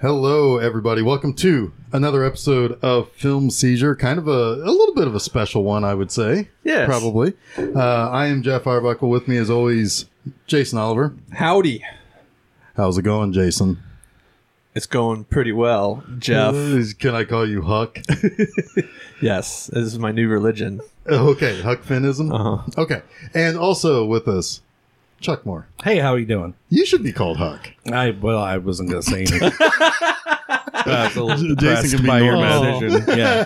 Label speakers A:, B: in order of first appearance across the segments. A: Hello, everybody. Welcome to another episode of Film Seizure. Kind of a, a little bit of a special one, I would say.
B: Yes.
A: Probably. Uh, I am Jeff Arbuckle. With me, as always, Jason Oliver.
B: Howdy.
A: How's it going, Jason?
B: It's going pretty well, Jeff.
A: Uh, Can I call you Huck?
B: yes, this is my new religion.
A: Oh, okay, Huck Finnism.
B: Uh-huh.
A: Okay. And also with us, Chuck Moore.
C: Hey, how you doing?
A: You should be called Huck.
C: I well, I wasn't gonna say anything.
A: Jason can be normal.
C: yeah,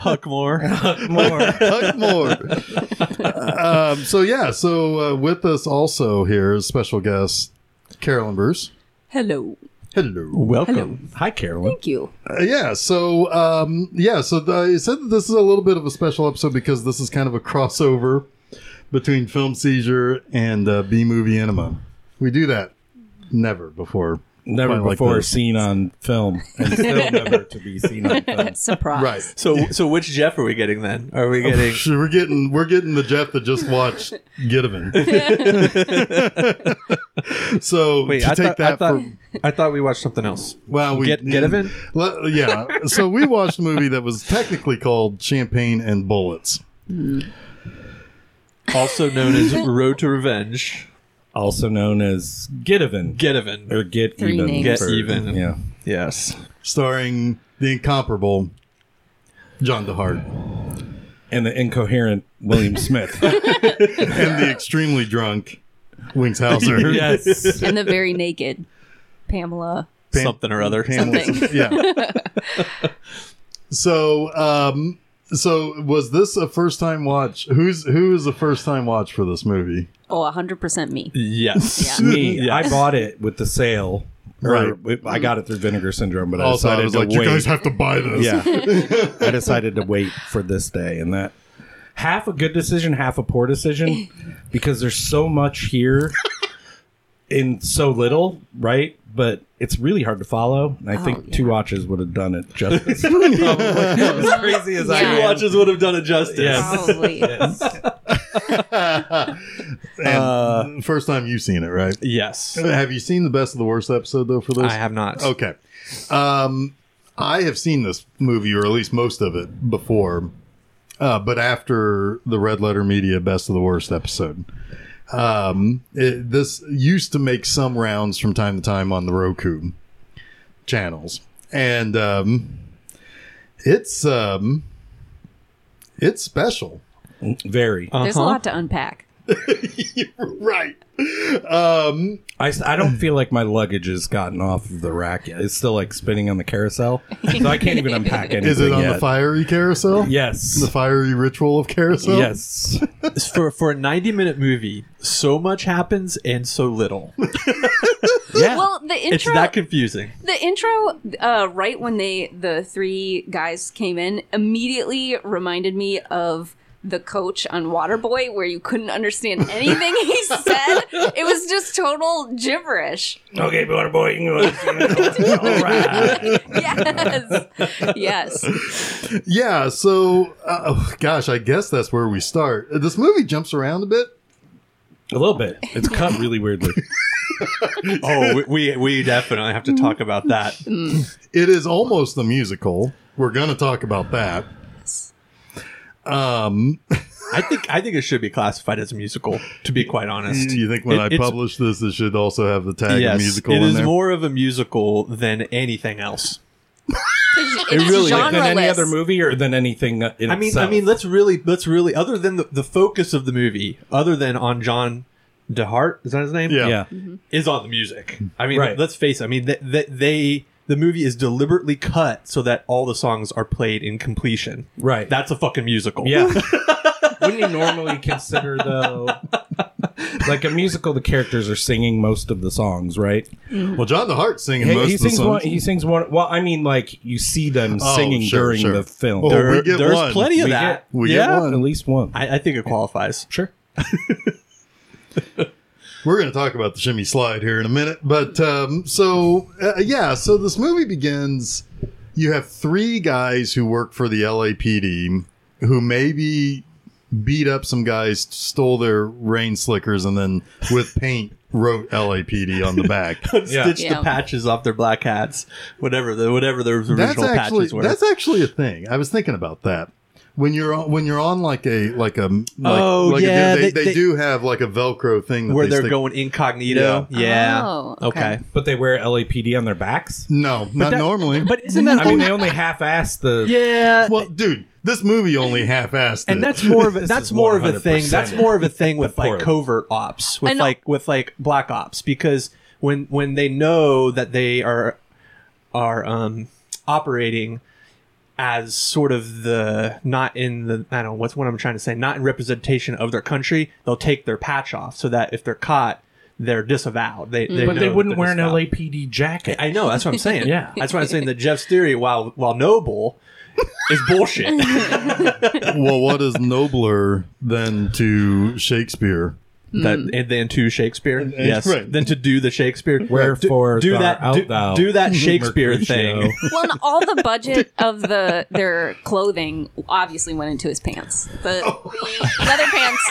B: Huckmore.
C: more.
A: Oh, Huck Moore. um, so, yeah, so uh, with us also here is special guest Carolyn Bruce.
D: Hello.
A: Hello.
B: Welcome.
C: Hi, Carolyn.
D: Thank you.
A: Uh, yeah. So, um, yeah. So the, I said that this is a little bit of a special episode because this is kind of a crossover between film seizure and uh, B movie enema. We do that never before.
C: Never
A: Quite like
C: before
A: this.
C: seen on film, and still never to be seen on film.
D: Surprise.
A: Right.
B: So, so which Jeff are we getting then? Are we getting?
A: Sure, we're getting we're getting the Jeff that just watched Gideon. so
B: Wait,
A: to
B: I
A: take
B: thought,
A: that
B: I thought
A: for
B: I thought we watched something else.
A: Well, we
B: Get- Getaven?
A: Le- yeah. So we watched a movie that was technically called Champagne and Bullets.
B: Also known as Road to Revenge.
C: Also known as Getaven
B: Getaven.
C: or Get
D: Three
C: Even.
D: names.
B: Get
C: for-
B: Even.
C: Yeah.
B: Yes.
A: starring the incomparable John DeHart
C: And the incoherent William Smith.
A: and the extremely drunk Wings Hauser.
C: yes.
D: And the very naked Pamela.
A: Pam-
B: something or other.
A: Pamela-
D: Something.
A: Yeah. so, um, so was this a first time watch? Who's who is the first time watch for this movie?
D: Oh, 100% me.
B: Yes.
D: Yeah.
C: Me.
B: Yeah.
C: I bought it with the sale. Or I got it through Vinegar Syndrome, but I
A: Also, I
C: decided
A: was like,
C: to
A: you
C: wait.
A: guys have to buy this.
C: yeah, I decided to wait for this day, and that half a good decision, half a poor decision, because there's so much here in so little, right? But it's really hard to follow. And I
A: Oh,
C: think
D: yeah.
C: two watches would have done it justice. Probably. as crazy as I
D: Yeah.
C: am.
B: Watches would have done it justice.
C: Yes.
D: Probably.
A: And
C: Uh,
A: first time you've seen it, right?
B: Yes.
A: Have you seen the best of the worst episode though for this?
B: I have not.
A: Okay. Um, I have seen this movie, or at least most of it, before, uh, but after the Red Letter Media Best of the Worst episode. Um, it, this used to make some rounds from time to time on the Roku channels. And um, it's um, it's special.
C: Very.
D: There's
B: Uh-huh.
D: a lot to unpack.
A: right.
C: I, s- I don't feel like my luggage has gotten off of the rack yet. It's still like spinning on the carousel, so I can't even unpack anything.
A: Is it on
C: yet.
A: the fiery carousel? The
C: Yes.
A: fiery ritual of carousel?
C: Yes.
B: for for a 90 minute movie, so much happens and so little.
C: Yeah.
D: Well, the intro.
B: It's that confusing.
D: the intro uh, right when they the three guys came in immediately reminded me of the coach on waterboy where you couldn't understand anything he said it was just total gibberish
C: okay, water boy. All right.
D: yes yes
A: Yeah, so uh, oh, gosh, I guess that's where we start. Uh, This movie jumps around a bit.
C: A little bit. It's cut really weirdly.
B: Oh, we, we we definitely have to talk about that.
A: It is almost a musical. We're going to talk about that. Um,
B: I think I think it should be classified as a musical. To be quite honest,
A: you think when
B: It-
A: I
B: it's-
A: publish this, it should also have the tag
B: yes,
A: of musical
B: it
A: in
B: is
A: there?
B: more of a musical than anything else.
D: it's
B: really is.
D: genreless.
C: than any other movie or than anything in
B: I mean,
C: itself.
B: I mean, let's really let's really other than the, the focus of the movie, other than on John DeHart, is that his name?
A: Yeah.
C: yeah.
B: is on the music. I mean,
C: Right.
B: let's face. it. I mean, that they, they the movie is deliberately cut so that all the songs are played in completion.
C: Right.
B: That's a fucking musical.
C: yeah. Wouldn't you normally consider though like a musical the characters are singing most of the songs, right?
A: well, John the Hart's singing
C: He,
A: most
C: he
A: of the
C: sings
A: songs.
C: one he sings one well, I mean like you see them
A: Oh,
C: singing
A: sure,
C: during
A: sure.
C: the film.
A: Well,
B: There-
A: we get
B: there's
A: one.
B: plenty of
C: We
B: that.
A: get- we get
B: yeah,
A: one.
C: At least one.
B: I, I think it qualifies.
C: sure.
A: We're going to talk about the shimmy slide here in a minute. But um, so, uh, yeah, so this movie begins. You have three guys who work for the LAPD who maybe beat up some guys, stole their rain slickers, and then with paint wrote LAPD on the back.
B: Stitch
D: Yeah.
B: the patches off their black hats, whatever the whatever their original
A: that's actually
B: patches were.
A: that's actually a thing. I was thinking about that. When you're on, when you're on like a like a like,
B: Oh,
A: like a-
B: yeah,
A: they,
B: they-
A: they
B: they-
A: do have like a Velcro thing that
B: where
A: they
B: they're
A: stick-
B: going incognito.
A: Yeah.
B: Yeah.
D: Oh, okay.
B: okay.
C: But they wear LAPD on their backs.
A: No, not
C: that-
A: normally.
B: But isn't that
C: I mean, they only half-assed the.
B: Yeah.
A: well, dude, this movie only half-assed
B: and
A: it.
B: that's more of a,
C: is
B: that's more of a thing. That's
C: 100%
B: more of a thing with
C: the
B: like
C: poor.
B: covert ops,
D: I
B: with
D: know.
B: like with like black ops, because when when they know that they are are um, operating as sort of the not in the I don't know what's what I'm trying to say, not in representation of their country, they'll take their patch off so that if they're caught, they're disavowed. They, they
C: But
B: know
C: they
B: that
C: wouldn't
B: they're
C: wear an
B: disavowed.
C: LAPD jacket.
B: I know. That's what I'm saying.
C: Yeah.
B: that's what I'm saying. That Jeff's theory, while while noble, is bullshit.
A: well, what is nobler than to Shakespeare?
B: that and then to Shakespeare.
A: and-
B: yes,
A: right.
B: then to do the Shakespeare.
C: Wherefore
B: do, do
C: thou
B: that?
C: art
B: Do,
C: thou,
B: do that Shakespeare
C: Mercutio.
B: thing.
D: Well, and all the budget of the their clothing obviously went into his pants. The, the leather pants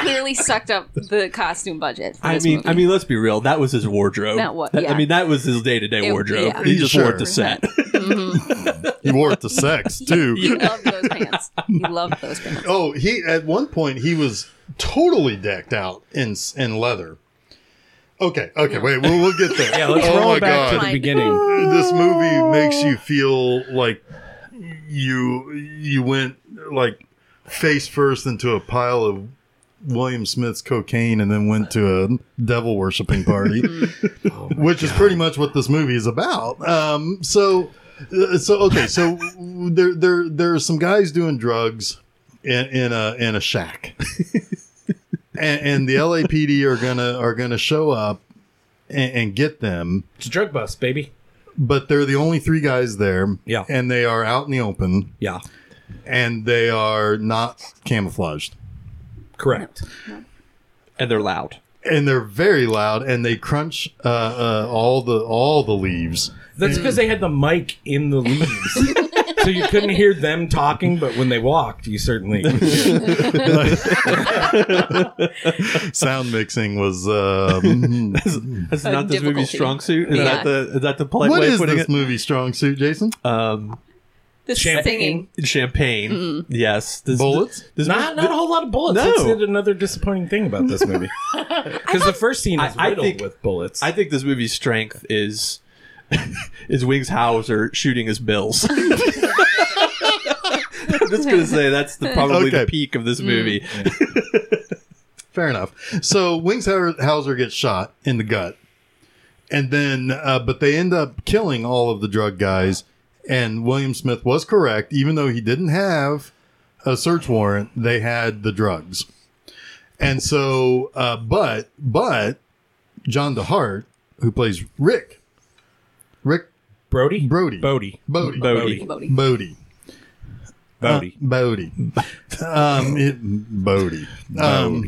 D: clearly sucked up the costume budget. For
B: I
D: this
B: mean,
D: movie.
B: I mean, let's be real. That was his wardrobe.
D: That wa-
B: I
D: yeah.
B: mean, that was his day to day
D: It-
B: wardrobe.
D: yeah.
B: He just wore it to
D: Sure.
B: set.
A: He wore it to sex too.
D: he loved those pants. He loved those pants.
A: Oh, he at one point he was totally decked out in in leather. Okay, okay, wait, we'll, we'll get there.
C: Yeah, let's
A: oh
C: roll
A: my
C: it back
A: god,
C: to the
D: Fine.
C: beginning.
A: this movie makes you feel like you you went like face first into a pile of William Smith's cocaine and then went to a devil worshipping party, which is pretty much what this movie is about. Um, so, uh, so okay, so there there there are some guys doing drugs in, in a in a shack, and, and the LAPD are gonna are gonna show up and, and get them
C: It's a drug bust, baby.
A: but they're the only three guys there.
C: Yeah.
A: And they are out in the open
C: Yeah,
A: and they are not camouflaged.
C: correct.
B: and they're loud.
A: And they're very loud and they crunch uh, uh, all the all the leaves.
C: That's because they had the mic in the leaves, so you couldn't hear them talking. But when they walked, you certainly.
A: Sound mixing was um,
B: That's
D: A
B: not this movie's
D: difficulty.
B: strong suit. Is
D: Yeah.
B: that the is that the polite
A: what
B: way
A: is
B: of putting
A: this
B: it?
A: movie strong suit, Jason?
B: Um,
D: The
C: Champagne.
D: singing.
B: champagne. Yes, this,
A: Bullets?
B: This,
C: Not, not a whole lot of bullets.
B: No.
C: That's yet another disappointing thing about this movie. Because the first scene is
B: I- I
C: riddled
B: think-
C: with bullets.
B: I think this movie's strength is is Wings Hauser shooting his bills. I'm just gonna say that's the, probably
A: Okay.
B: the peak of this
A: Mm.
B: movie.
A: Fair enough. So Wings Hauser gets shot in the gut, and then uh, but they end up killing all of the drug guys. And William Smith was correct, even though he didn't have a search warrant, they had the drugs. And so, uh, but but John DeHart, who plays Rick, Rick
C: Brody?
A: Brody.
C: Bodie.
A: Bodie,
B: Bodie.
D: Bodie.
A: Bodie,
C: Bodie.
A: uh, Bodie. Um, it- Bodie. Um,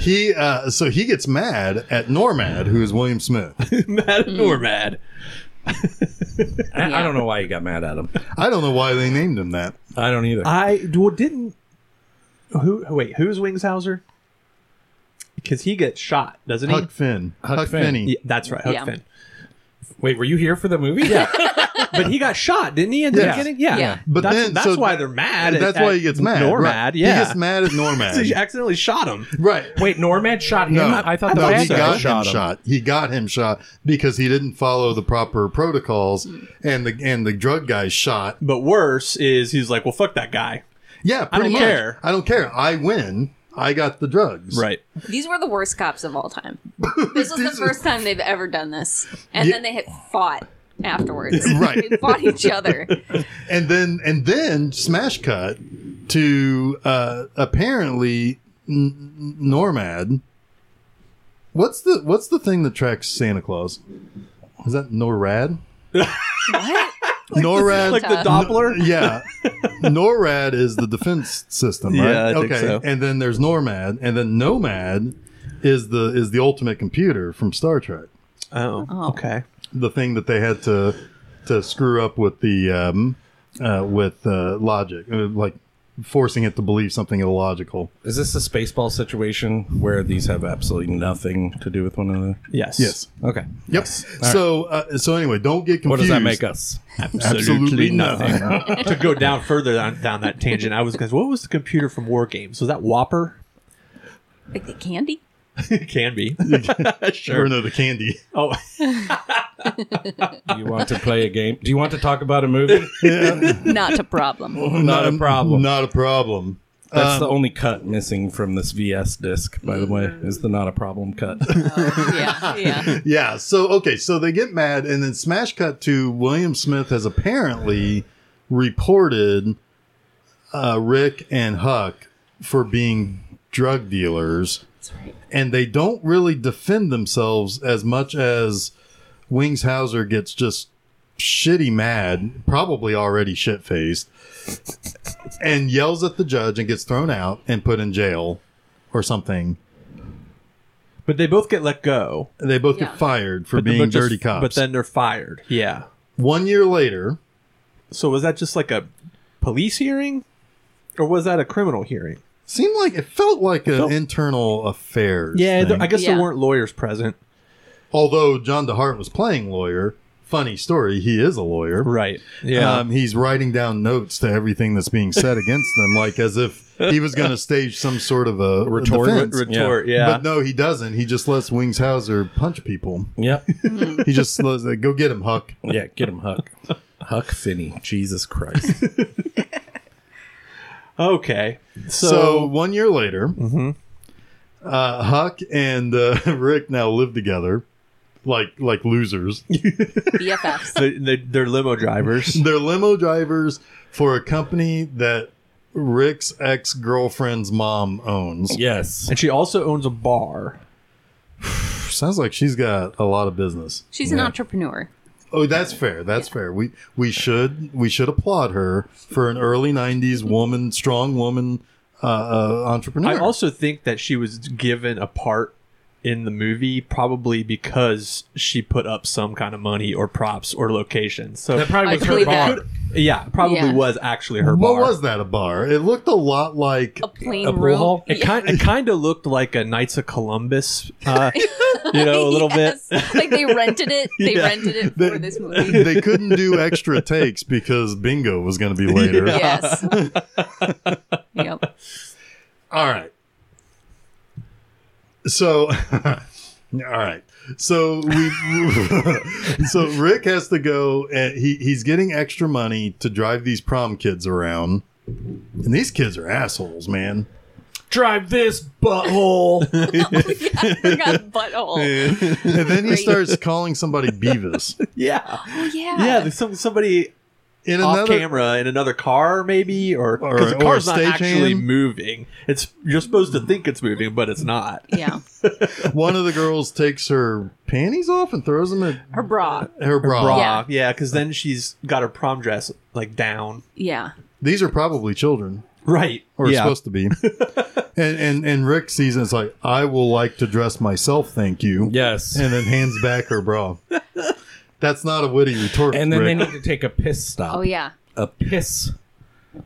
A: he uh, so he gets mad at Normad, who is William Smith.
B: mad
A: Mm.
B: or mad.
C: I, I don't know why you got mad at him. Uh,
A: I don't know why they named him that.
C: I don't either.
B: I well, didn't. Who wait? Who's Wings Hauser? Because he gets shot, doesn't he?
A: Huck Finn. Huck,
C: Finn.
A: Finney.
B: Yeah, that's right, Huck
D: Yeah.
B: Finn.
C: Wait, were you here for the movie? Yeah.
B: But he got shot, didn't he? In the
A: Yeah.
B: beginning, yeah.
D: Yeah.
A: But
B: that's,
A: then-
B: that's
A: so-
B: why they're mad. at-
A: That's
B: at
A: why he gets mad.
B: Normad,
A: right.
B: yeah.
A: He gets mad at
B: So he
A: Normad.
B: accidentally shot him.
A: right.
C: Wait, Normad shot him?
A: No,
C: I thought the
A: no,
C: bad
A: he
C: guy
A: got
C: shot
A: him
C: him.
A: shot. He got him shot because he didn't follow the proper protocols, and the and the drug guy shot.
B: But worse is he's like, well, fuck that guy.
A: Yeah, pretty
B: don't
A: much.
B: care.
A: I don't care. I win. I got the drugs.
B: Right.
D: These were the worst cops of all time. This was the first time they've ever done this, and
A: Yeah.
D: then they had fought afterwards.
A: Right.
D: they fought each other.
A: and then and then smash cut to uh apparently N- N- normad what's the what's the thing that tracks santa claus is that norad
D: What?
A: norad
B: Like the
D: Uh,
B: Doppler.
A: yeah norad is the defense system right
B: Yeah, I think so.
A: and then there's normad and then nomad is the is the ultimate computer from star trek
B: Oh, okay.
A: the thing that they had to to screw up with the um, uh, with uh, logic, uh, like forcing it to believe something illogical.
C: Is this a spaceball situation where these have absolutely nothing to do with one another?
B: Yes.
A: Yes.
C: Okay.
A: Yep. So uh, so anyway, don't get confused.
C: What does that make us?
A: Absolutely nothing.
B: to go down further down, down that tangent, I was because what was the computer from War Games? Was that Whopper?
D: Like the candy?
B: It can be.
A: Sure. Or no, the candy.
B: Oh,
C: Do you want to play a game? Do you want to talk about a movie?
D: Not a problem.
C: Not a problem. Um,
A: Not a problem.
C: That's the only cut missing from this VS disc, by the way, is the not a problem cut.
D: yeah, yeah.
A: Yeah. So okay. So they get mad, and then smash cut to William Smith has apparently reported uh, Rick and Huck for being drug dealers,
D: That's right.
A: and they don't really defend themselves as much as Wings Hauser gets just shitty mad, probably already shit faced, and yells at the judge and gets thrown out and put in jail or something.
B: but they both get let go
A: They both
D: Yeah.
A: get fired for
B: but
A: being
B: but just-
A: dirty cops.
B: But then they're fired. Yeah.
A: one year later,
B: So was that just like a police hearing, or was that a criminal hearing?
A: seemed like it felt like an
B: Felt-
A: internal affairs.
B: Yeah,
A: thing.
B: I guess
D: Yeah.
B: there weren't lawyers present.
A: although John DeHart was playing lawyer. Funny story, he is a lawyer.
B: Right. Yeah.
A: Um, he's writing down notes to everything that's being said against them, like as if he was going to stage some sort of a
C: Retort.
A: defense.
B: Retort. Yeah.
A: But no, he doesn't. He just lets Wings Hauser punch people.
C: yep.
A: He just lets, go get him, Huck.
C: Yeah, get him, Huck. Huck Finney. Jesus Christ.
B: Okay.
A: So, Mm-hmm.
B: So,
A: one year later, uh, Huck and uh, Rick now live together, like like losers.
D: BFFs.
B: they, they, they're limo drivers.
A: They're limo drivers for a company that Rick's ex girlfriend's mom owns.
C: Yes.
B: and she also owns a bar.
A: Sounds like she's got a lot of business.
D: She's an entrepreneur.
A: Oh, that's fair. That's fair. We we should we should applaud her for an early '90s woman, strong woman uh, uh, entrepreneur.
B: I also think that she was given a part in the movie probably because she put up some kind of money or props or location. So
C: That probably
D: I
C: was her
D: believe
C: bar.
D: that.
B: yeah, probably
D: Yeah.
B: was actually her
A: what
B: bar.
A: was that? A bar? It looked a lot like
D: A plain
C: A pool
D: room.
C: hall?
B: It kind it kind of looked like a Knights of Columbus, uh, you know, a little bit.
D: Yes. like they rented it. They
B: Yeah.
D: rented it
A: They-
D: for this movie.
A: they couldn't do extra takes because bingo was going to be later.
D: Yes. yep.
A: All right. So, all right. So we, so Rick has to go, and he he's getting extra money to drive these prom kids around, and these kids are assholes, man.
C: Drive this butthole.
D: I forgot butthole.
A: And then he
D: Great.
A: starts calling somebody Beavis
B: Yeah,
D: Oh yeah.
B: yeah. there's Some somebody
A: in
B: off
A: another.
B: camera in another car, maybe, or
A: Or-
B: because
A: or
B: the car's
A: a
B: not actually
A: stagehand.
B: moving. It's you're supposed to think it's moving, but it's not.
D: yeah.
A: One of the girls takes her panties off and throws them at
D: Her bra.
A: her bra.
B: Bra, yeah, because then she's got her prom dress like down.
D: Yeah.
A: These are probably children.
B: Right.
A: or
B: yeah.
A: supposed to be. and, and and Rick sees it, it's like, I will like to dress myself, thank you.
C: yes.
A: And then hands back her bra. That's not a witty retort.
C: And then
A: Rick.
C: they need to take a piss stop.
D: Oh yeah.
C: A piss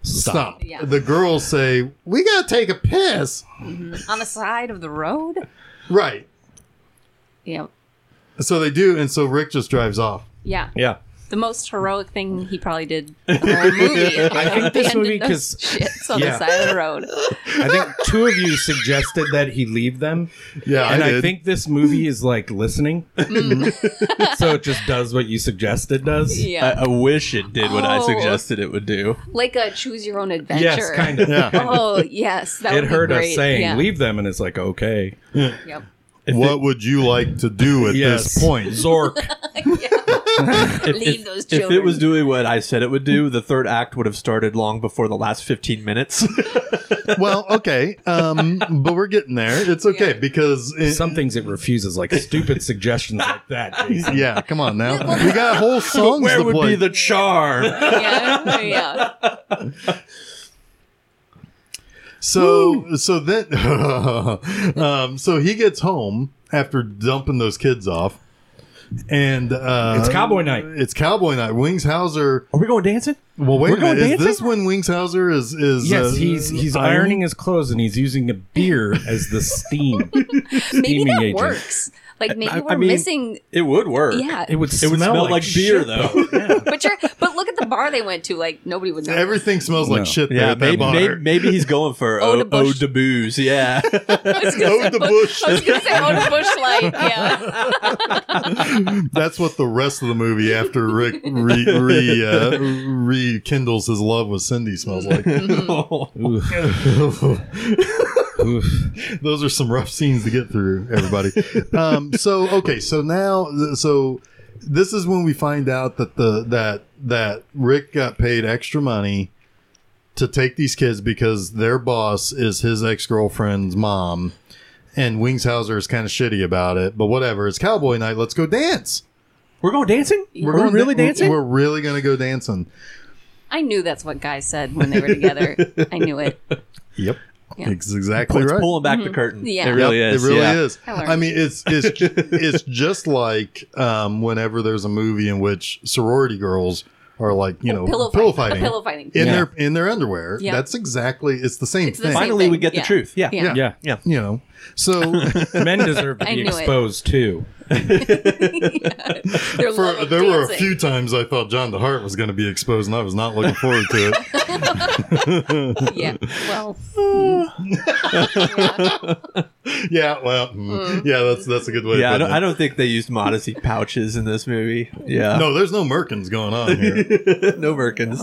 A: stop.
D: Yeah.
A: The girls say, We gotta take a piss.
D: On the side of the road.
A: Right.
D: Yeah.
A: So they do, and so Rick just drives off.
D: Yeah.
C: Yeah.
D: The most heroic thing he probably did the whole movie. I
C: think this movie 'cause-
D: shits on
C: yeah.
D: the side of the road.
C: I think two of you suggested that he leave them.
A: Yeah,
C: and
A: I,
C: I,
A: did.
C: think this movie is like listening. so it just does what you suggested does.
D: Mm. Yeah.
B: I, I wish it did what I
D: Oh.
B: suggested it would do.
D: like a choose your own adventure.
C: Yes, kind of.
A: Yeah.
D: Oh yes, that
C: It
D: would
C: heard
D: be great.
C: us saying
D: yeah.
C: leave them, and it's like okay.
D: Yep.
A: What would you like to do at this point?
C: Zork.
D: leave those
B: If
D: children.
B: it was doing what I said it would do, the third act would have started long before the last 15 minutes.
A: well, okay. Um, but we're getting there. It's okay
D: Yeah.
A: because it-
C: Some things it refuses, like stupid suggestions like that. Jason.
A: yeah, come on now. We got whole songs
B: Where
A: to
B: would
A: play.
B: be the charm?
D: yeah, yeah.
A: So so then um, so he gets home after dumping those kids off, and uh,
C: It's Cowboy Night.
A: It's Cowboy Night. Wings Hauser.
B: Are we going dancing?
A: Well, wait
B: We're
A: a minute.
B: going
A: Is this
B: dancing?
A: when Wings Hauser is is
C: Yes,
A: uh,
C: he's he's ironing his clothes and he's using a beer as the steam.
D: Maybe
C: Steaming
D: that
C: agent.
D: works. Like maybe
B: I- I
D: we're
B: mean-
D: missing.
B: It would
A: uh,
B: work.
D: Yeah,
C: It would
B: It
C: smell,
B: would smell, like, beer,
C: shit,
B: though.
D: but you're, but look at the bar they went to. Like nobody would know.
A: Everything smells
C: No.
A: like shit. there
B: Yeah,
A: at that
B: maybe,
A: bar.
B: maybe, maybe he's going for
D: Eau de
B: oh,
D: Bush.
B: oh, de booze. Yeah,
A: Oh, the bush.
D: I was gonna say on a bush light. Yeah,
A: That's what the rest of the movie after Rick re, re, uh, rekindles his love with Cindy smells like.
D: Mm-hmm.
A: Those are some rough scenes to get through, everybody. Um, so okay, so now, so this is when we find out that the that that Rick got paid extra money to take these kids because their boss is his ex girlfriend's mom, and Wingshauser is kind of shitty about it. But whatever, it's Cowboy Night. Let's go dance.
B: we're going dancing. We're,
A: gonna-
B: really dancing.
A: We're really gonna go dancing.
D: I knew that's what guys said when they were together. I knew it.
A: Yep.
D: Yeah.
A: It's exactly
B: it's
A: right.
B: pulling back the curtain.
D: Mm-hmm. Yeah.
B: It really
A: Yep,
B: is.
A: It really
B: yeah.
A: is.
D: I learned.
A: I mean, it's it's it's just like um, whenever there's a movie in which sorority girls are like you know
D: Oh, pillow,
A: Oh, pillow,
D: fight,
A: fighting,
D: A pillow fighting.
A: in
C: Yeah.
A: their in their underwear.
D: Yeah.
A: That's exactly it's the same
D: It's the
A: thing.
D: same-
B: Finally, we
D: thing,
B: get
D: yeah.
B: the truth. Yeah.
D: Yeah.
C: Yeah.
A: You know, so
C: Men deserve to
D: I
C: be
D: knew it.
C: exposed too.
D: Their love
A: for,
D: of
A: there were a
D: dancing.
A: few times I thought John DeHart was going to be exposed, and I was not looking forward to it.
D: Yeah. Well,
A: yeah, well, mm, yeah, that's that's a good way.
B: Yeah,
A: to put
B: I don't,
A: it.
B: I don't think they used modesty pouches in this movie. Yeah,
A: No, there's no merkins going on here.
B: no Merkins.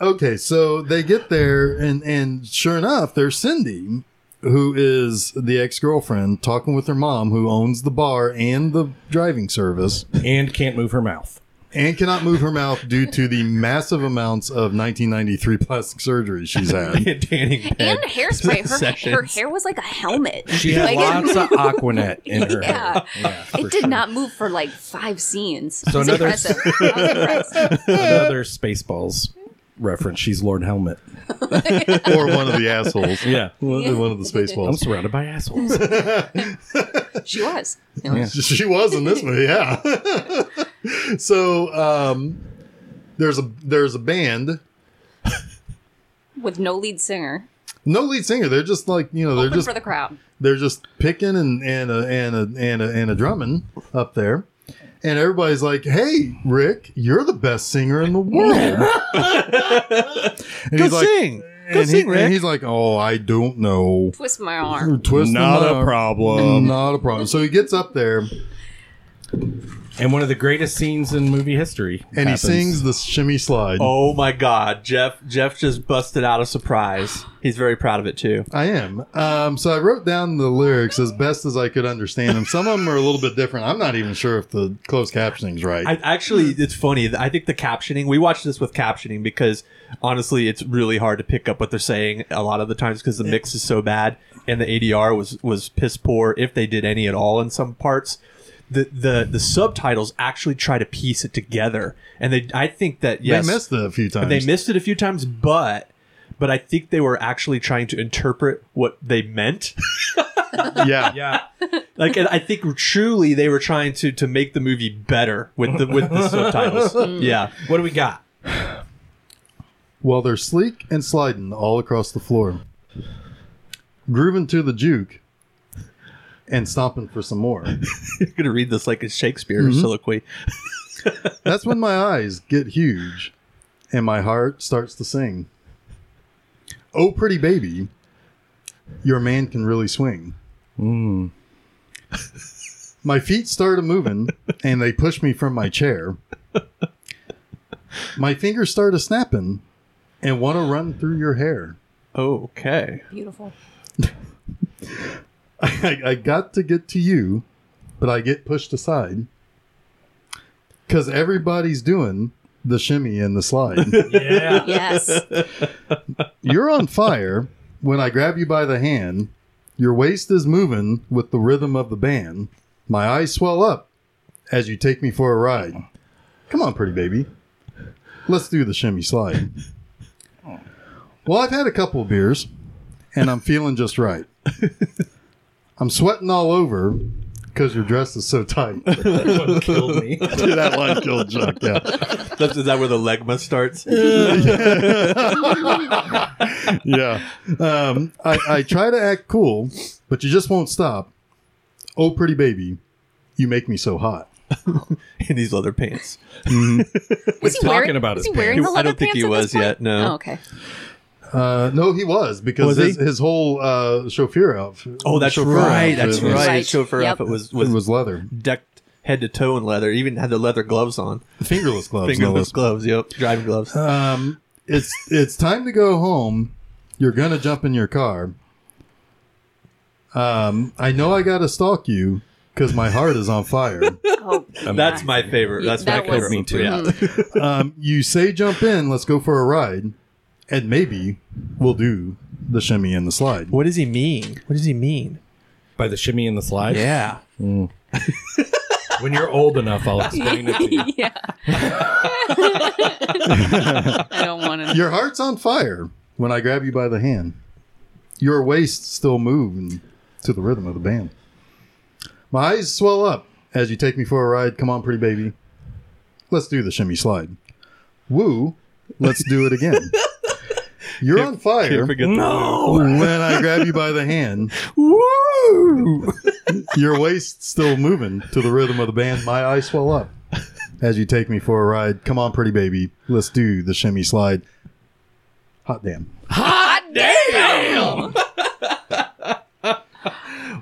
A: Okay, so they get there, and and sure enough, there's Cindy, who is the ex girlfriend, talking with her mom, who owns the bar and the driving service,
C: And can't move her mouth.
A: and cannot move her mouth due to the massive amounts of 1993 plastic surgery she's had.
B: Tanning
D: and
B: bed.
D: hairspray. Her, her
B: Sessions.
D: hair was like a helmet.
C: She had
D: Like-
C: lots of Aquanet in her
D: Yeah.
C: hair. Yeah, for
D: It did
C: sure.
D: not move for like five scenes.
C: So
D: So was
C: another-
D: impressive. I was impressed.
C: Another Spaceballs reference. She's Lord Helmet.
A: or one of the assholes.
C: Yeah.
A: One one of the
C: I'm
A: spaceballs.
C: surrounded by assholes.
D: She was.
A: She was in this movie, yeah. so um, there's a there's a band.
D: With no lead singer.
A: No lead singer. They're just like you know. They're
D: Open
A: just
D: for the crowd.
A: they're just picking and and a, and a, and a, and a drumming up there, and everybody's like, "Hey, Rick, you're the best singer in the world." and
B: Go
A: he's like,
B: sing.
A: and,
B: Go
A: he-
B: sing,
A: and
B: Rick.
A: he's like, "Oh, I don't know."
D: Twist my arm.
A: Twist my arm. Mm,
C: problem.
A: Not a problem. So he gets up there and
C: And one of the greatest scenes in movie history. happens.
A: he sings the shimmy slide.
B: Oh my God, Jeff! Jeff just busted out a surprise. He's very proud of it too.
A: I am. Um, so I wrote down the lyrics as best as I could understand them. Some of them are a little bit different. I'm not even sure if the closed captioning's right.
B: I actually, it's funny. I think the captioning. We watched this with captioning because honestly, it's really hard to pick up what they're saying a lot of the times because the mix is so bad and the ADR was was piss poor if they did any at all in some parts. The the the subtitles actually try to piece it together, and they I think that yes,
A: they missed it a few times.
B: They missed it a few times, but but I think they were actually trying to interpret what they meant.
A: yeah.
C: Yeah.
B: Like, and I think truly they were trying to to make the movie better with the with the subtitles. Yeah,
C: What do we got?
A: while they're sleek and sliding all across the floor, grooving to the juke, and stomping for some more.
B: I'm gonna read this like a Shakespeare soliloquy.
A: That's when my eyes get huge and my heart starts to sing. Oh, pretty baby, your man can really swing. My feet started moving and they pushed me from my chair. My fingers started snapping and want to run through your hair.
B: Okay,
D: Beautiful.
A: I, I got to get to you, but I get pushed aside because everybody's doing the shimmy and the slide.
C: Yeah.
D: Yes.
A: You're on fire when I grab you by the hand. Your waist is moving with the rhythm of the band. My eyes swell up as you take me for a ride. Come on, pretty baby. Let's do the shimmy slide. Well, I've had a couple of beers and I'm feeling just right. I'm sweating all over because your dress is so tight.
C: That one killed me.
A: that line killed Chuck. Yeah.
B: That's, is that where the legma starts?
A: yeah. Um, I, I try to act cool, but you just won't stop. Oh, pretty baby, you make me so hot.
B: in these leather pants.
D: Was he
C: talking
D: wearing,
C: about
D: was
C: his
D: he wearing
B: pants.
D: the
B: I
D: leather
B: don't think he
D: pants at
B: was
D: this
B: yet,
D: point?
B: no.
D: Oh, okay.
A: Uh, no, he was because
B: Was
A: his,
B: he?
A: his whole uh, chauffeur outfit.
B: Oh, that's
A: chauffeur
B: right. That's
A: outfit was-
B: right.
D: Right.
B: Chauffeur
D: Yep.
B: outfit was
A: Was,
B: was
A: leather,
B: decked head to toe in leather. Even had the leather gloves on,
A: fingerless gloves. no
B: fingerless
A: less.
B: gloves. Uh, Yep, driving gloves.
A: Um, it's it's time to go home. You're gonna jump in your car. Um, I know I gotta stalk you because my heart is on fire.
D: Oh,
B: That's my favorite.
D: Yeah,
B: That's
D: that
B: my favorite.
D: was- Mm.
C: Me too.
B: Yeah.
A: um, you say jump in, let's go for a ride, and maybe we'll do the shimmy and the slide.
B: What does he mean? What does he mean?
C: By the shimmy and the slide.
B: Yeah.
C: When you're old enough, I'll explain it to you.
D: yeah. I don't want to.
A: Your heart's on fire when I grab you by the hand. Your waist still moving to the rhythm of the band. My eyes swell up as you take me for a ride. Come on, pretty baby. Let's do the shimmy slide. Woo, let's do it again. You're on fire
B: Can't
A: when
B: forget no.
A: I grab you by the hand.
B: Woo!
A: Your waist still moving to the rhythm of the band. My eyes swell up as you take me for a ride. Come on, pretty baby. Let's do the shimmy slide. Hot damn.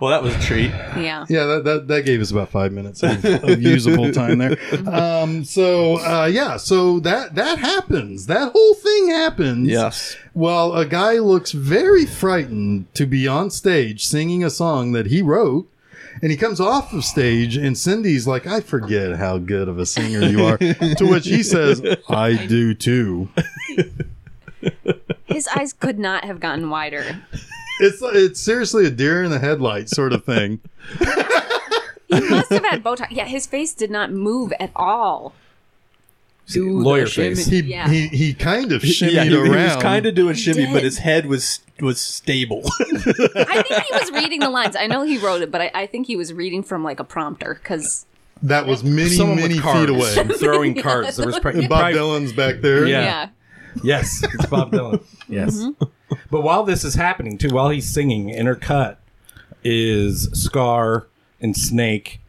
B: Well, that was a treat.
D: Yeah.
A: Yeah, that, that, that gave us about five minutes of, of usable time there. Um, so uh, yeah, so that that happens. That whole thing happens.
B: Yes.
A: While a guy looks very frightened to be on stage singing a song that he wrote. And he comes off of stage, and Cindy's like, I forget how good of a singer you are. to which he says, I do too.
D: His eyes could not have gotten wider.
A: It's, it's seriously a deer in the headlight sort of thing.
D: He must have had Botox. Yeah, his face did not move at all.
C: Lawyer face.
A: He,
D: Yeah.
A: he, he kind of shimmied
B: yeah, he, he
A: around.
B: was kind of doing shimmy,
D: did.
B: but his head was was stable.
D: I think he was reading the lines. I know he wrote it, but I, I think he was reading from like a prompter because
A: That was many,
C: Someone with
A: many feet
C: cards.
A: away.
C: Throwing cards. There was probably
A: And Bob Dylan's back there.
C: Yeah.
D: yeah.
C: Yes, it's Bob Dylan. Yes. But while this is happening, too, while he's singing, intercut is Scar and Snake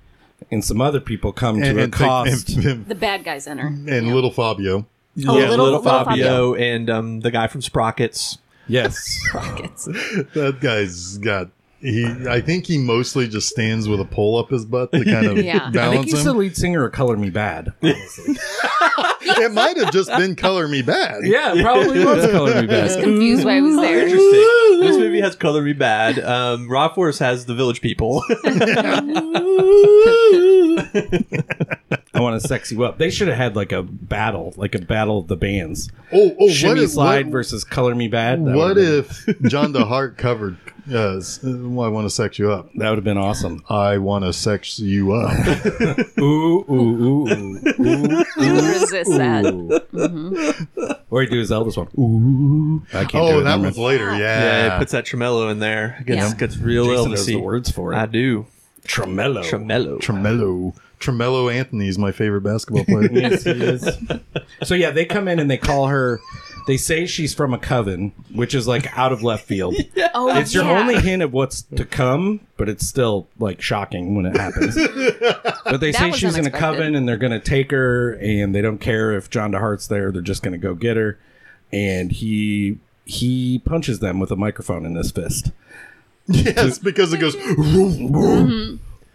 C: and some other people come
A: And,
C: to
A: and,
C: accost.
A: and, and-
D: the bad guys enter.
A: and little Fabio.
D: Oh,
B: yeah,
D: little-
B: little,
D: little
B: Fabio and um, the guy from Sprockets.
C: yes.
D: Rockets.
A: That guy's got. He, I think he mostly just stands with a pole up his butt to kind of
D: Yeah.
C: I think
A: balance
C: he's the
A: him.
C: lead singer of Color Me Bad. honestly.
A: It might have just been color me bad.
C: yeah, probably was Color Me
D: I was
C: Bad.
D: confused why I was there.
B: Interesting. this movie has Color Me Bad. Um, Raw Force has The Village People.
C: I want to sex you up. They should have had like a battle, like a battle of the bands.
A: Oh, oh, what
C: Shimmy
A: if,
C: Slide
A: what,
C: versus Color Me Bad. That
A: what
C: would've been-
A: if John DeHart covered? Uh, s- uh, I want to sex you up.
C: that would have been awesome?
A: I want to sex you up.
C: Ooh, ooh, ooh, ooh, ooh.
D: Couldn't resist that.
C: Ooh. Or he do his Elvis one. Ooh, I can't do
A: oh,
C: it
A: that
C: no more.
A: one's later. Yeah.
B: yeah, it puts that tremolo in there. Gets
D: Yeah.
B: gets real
C: Jason knows the
B: Elvisy.
C: words for
B: I
C: it.
B: do
C: Tremelo.
B: tremolo.
A: Tremelo. Tremelo Anthony is my favorite basketball player.
C: yes, he is. So yeah, they come in and they call her. They say she's from a coven, which is like out of left field.
D: Oh,
C: It's your
D: yeah.
C: only hint of what's to come, but it's still like shocking when it happens. but they
D: That
C: say
D: was
C: she's in a
D: unexpected.
C: coven and they're going to take her, and they don't care if John DeHart's there. They're just going to go get her, and he he punches them with a microphone in his fist.
A: yes, because it goes.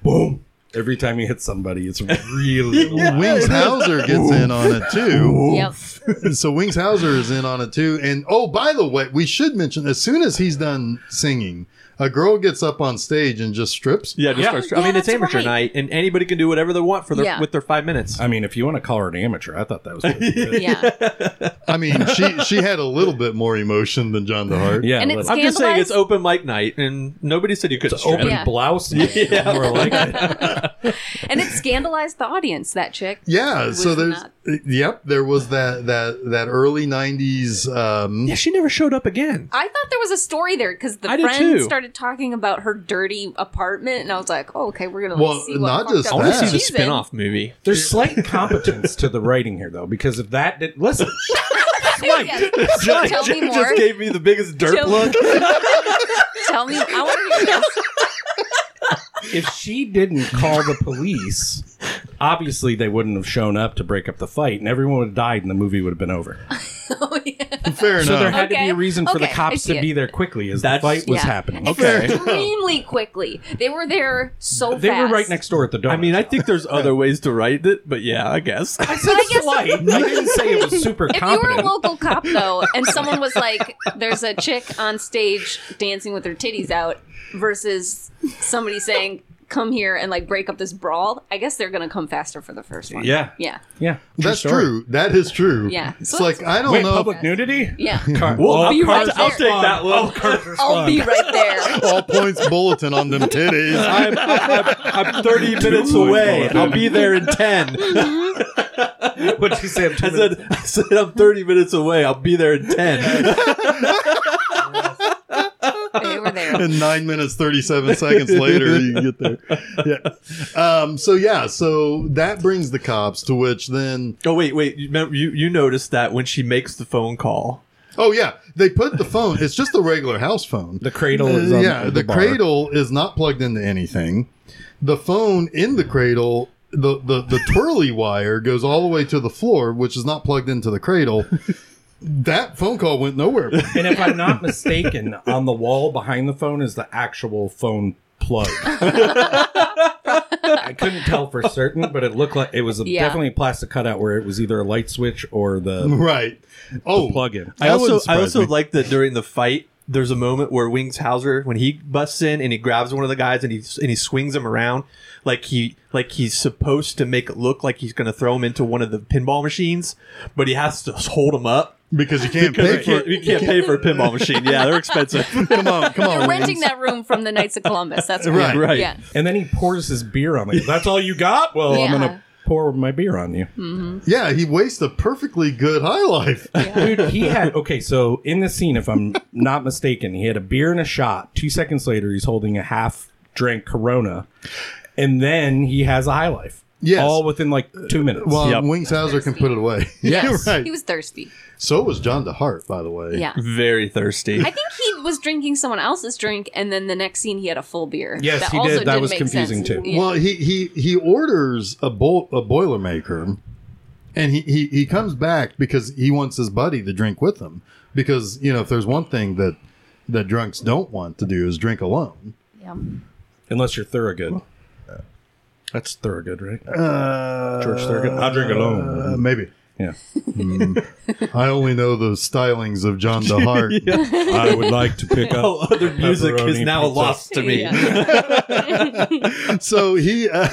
C: Boom! Every time he hits somebody, it's really loud.
A: Wings Hauser gets in on it too.
D: Yep.
A: so Wings Hauser is in on it too. And oh, by the way, we should mention as soon as he's done singing, a girl gets up on stage and just strips.
B: Yeah, just
C: Yeah.
B: starts.
D: Yeah,
B: I mean, it's
D: that's
B: amateur
D: right.
B: night, and anybody can do whatever they want for their
D: Yeah.
B: with their five minutes.
C: I mean, if you want to call her an amateur, I thought that was pretty good.
D: Yeah.
A: I mean, she she had a little bit more emotion than John DeHart.
C: yeah.
D: And
C: a
D: it's
C: little.
B: I'm just saying it's
D: Scandalized?
B: open mic night, and nobody said you could strip.
C: open
D: Yeah.
C: blouse. More like it.
D: And it scandalized the audience, that chick.
A: Yeah,
D: Was
A: so there's
D: not
A: Yep, there was that that that early '90s. Um,
B: Yeah, she never showed up again.
D: I thought there was a story there because the
B: I did
D: friend
B: too.
D: started talking about her dirty apartment, and I was like, "Oh, okay, we're gonna
A: Well,
D: well, see what
A: not
D: fucked
A: just
D: up
B: I want to
A: that.
B: see the
D: she's in."
B: spin-off movie.
C: There's slight incompetence to the writing here, though, because if that did listen,
D: Yes. Tell me more.
B: gave me the biggest derp
D: Tell-
B: look.
D: Tell me, I want to hear this.
C: if she didn't call the police, obviously they wouldn't have shown up to break up the fight, and everyone would have died, and the movie would have been over.
D: Oh, yeah.
A: fair
C: So there
A: enough.
C: had to be
D: Okay.
C: a reason for
D: Okay,
C: the
D: I
C: cops
D: see
C: to
D: it.
C: be there quickly as
B: That's-
C: the fight was
D: yeah.
C: happening.
D: Extremely quickly, they were there so
C: They
D: fast.
C: were right next door at the door.
B: I mean, I think there's other ways to write it, but yeah, I guess.
C: I said slight. I didn't say it was super
D: If you were a
C: competent.
D: local cop though, and someone was like, "There's a chick on stage dancing with her titties out," versus somebody saying, "Come here and like break up this brawl," I guess they're gonna come faster for the first one.
C: Yeah.
D: yeah,
C: yeah,
A: That's
C: story.
A: true. That is true.
D: Yeah.
A: It's
D: So
A: like
D: it's-
A: I don't
C: Wait,
A: know.
C: public nudity?
D: yeah.
C: Car-
B: We'll
C: all
D: be right
C: cars
D: there. I'll
B: take that one.
C: All cars respond.
D: I'll be right there.
A: all points bulletin on them titties.
B: I'm, I'm, I'm 30 minutes away. I'll be there in 10.
C: What'd you say? I'm two
B: I
C: minutes-
B: said, I said I'm 30 minutes away. I'll be there in 10.
D: They were there.
A: and nine minutes thirty seven seconds later you get there. Yeah. Um, so yeah, so that brings the cops to which then
B: Oh, wait, wait. You, remember- you, you noticed that when she makes the phone call.
A: oh yeah, they put the phone. It's just a regular house phone.
C: the cradle is
A: Uh,
C: on
A: yeah, the,
C: bar.
A: cradle is not plugged into anything. The phone in the cradle, the, the, the twirly wire goes all the way to the floor, which is not plugged into the cradle. that phone call went nowhere.
C: And if I'm not mistaken, on the wall behind the phone is the actual phone plug. I couldn't tell for certain, but it looked like it was a,
D: Yeah.
C: definitely a plastic cutout where it was either a light switch or the
A: right. Oh,
C: plug-in.
B: I
A: That
B: also,
A: wouldn't
B: I
A: surprise
B: also
A: me.
B: like that during the fight. There's a moment where Wings Hauser, when he busts in and he grabs one of the guys and he and he swings him around, like he like he's supposed to make it look like he's going to throw him into one of the pinball machines, but he has to hold him up
A: because you can't
B: Because
A: pay
B: we
A: for
B: can't,
A: it.
B: we can't pay for a pinball machine. Yeah, they're expensive.
A: Come on, come on.
D: They're renting
A: Wings.
D: that room from the Knights of Columbus. That's what-
A: Right,
B: right.
D: Yeah.
C: And then he pours his beer on me. That's all you got? Well, Oh, I'm
D: Yeah.
C: going to pour my beer on you.
A: Yeah, he wastes a perfectly good high life.
C: Dude, he had okay. So in the scene, if I'm not mistaken, he had a beer and a shot. Two seconds later, he's holding a half drank Corona, and then he has a high life.
A: Yes.
C: all within like two minutes.
A: Well,
B: Yep.
A: Wings Hauser can put it away.
C: Yes.
A: You're right.
D: He was thirsty.
A: so was John DeHart, by the way.
D: Yeah.
B: Very thirsty.
D: I think he was drinking someone else's drink, and then the next scene he had a full beer.
C: Yes, he did. That
D: didn't
C: was
D: make
C: confusing,
D: sense.
C: too.
D: Yeah.
A: Well, he he he orders a bolt a boilermaker, and he, he he comes back because he wants his buddy to drink with him. Because you know, if there's one thing that that drunks don't want to do is drink alone.
D: yeah.
C: unless you're Thurgood. That's Thurgood, right?
A: Uh,
C: George Thurgood. I'll drink alone.
A: Uh, maybe.
C: yeah.
A: I only know the stylings of John DeHart.
C: I would like to pick up.
B: All other Oh, music is
C: Pepperoni
B: now
C: pizza.
B: lost to me.
D: Yeah.
A: so he uh,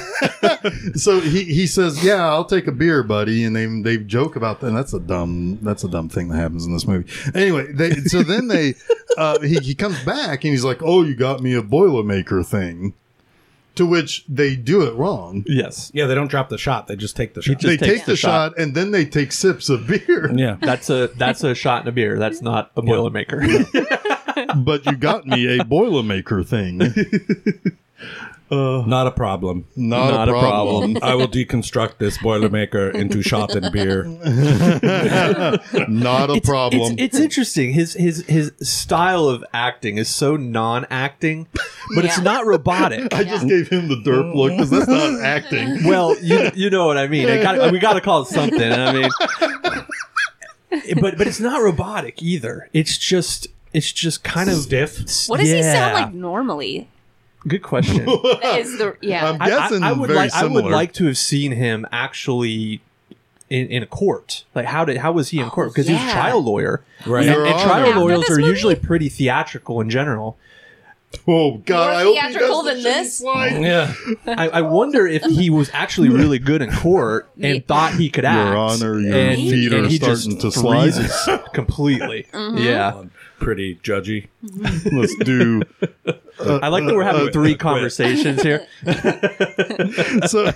A: so he he says yeah i'll take a beer buddy and they they joke about that and that's a dumb that's a dumb thing that happens in this movie anyway they so then they uh he, he comes back and he's like oh you got me a boilermaker thing to which they do it wrong
B: Yes,
C: Yeah, they don't drop the shot; they just take the shot.
B: just-
A: they
B: takes
A: take the,
B: the
A: shot.
B: shot.
A: and then they take sips of beer
C: yeah,
B: that's a that's a shot in a beer. That's not a boilermaker.
A: but you got me a boilermaker thing
C: not a problem.
A: not,
B: Not
A: a
B: a
A: problem.
C: I will deconstruct this Boilermaker into shot and beer.
A: not a problem
B: It's, it's interesting. His his his style of acting is so non-acting, but it's
D: Yeah.
B: not robotic.
A: I just gave him the derp look because that's not acting.
B: well, you you know what I mean. I got we got to call it something. I mean, but but it's not robotic either. It's just it's just kind of
C: Stiff.
D: What does he sound
B: Yeah.
D: like normally?
B: Good question.
D: That is the yeah.
A: I'm
B: I- I-
A: guessing
B: I, would
A: very
B: like I would
A: similar.
B: like to have seen him actually in, in court. Like how did how was he in court? Because he was
D: Oh, yeah.
B: a trial lawyer.
C: Right.
B: And,
A: Your
B: and trial
A: Honor.
B: lawyers
D: After
B: are
D: this
B: usually
D: movie-
B: pretty theatrical in general.
A: Oh God!
D: More
A: I hope he
D: theatrical
A: does the
D: than
A: shitty
D: this?
A: slide.
C: Yeah.
B: I, I wonder if he was actually really good in court and
D: Yeah.
B: thought he could act.
A: Your Honor, your
B: and,
A: feet are
B: and he
A: starting
B: just
A: to slide.
B: freezes completely.
D: Mm-hmm.
B: Yeah.
C: Pretty judgy.
A: Let's do
B: I
A: Uh,
B: like that we're having three conversations here.
A: so.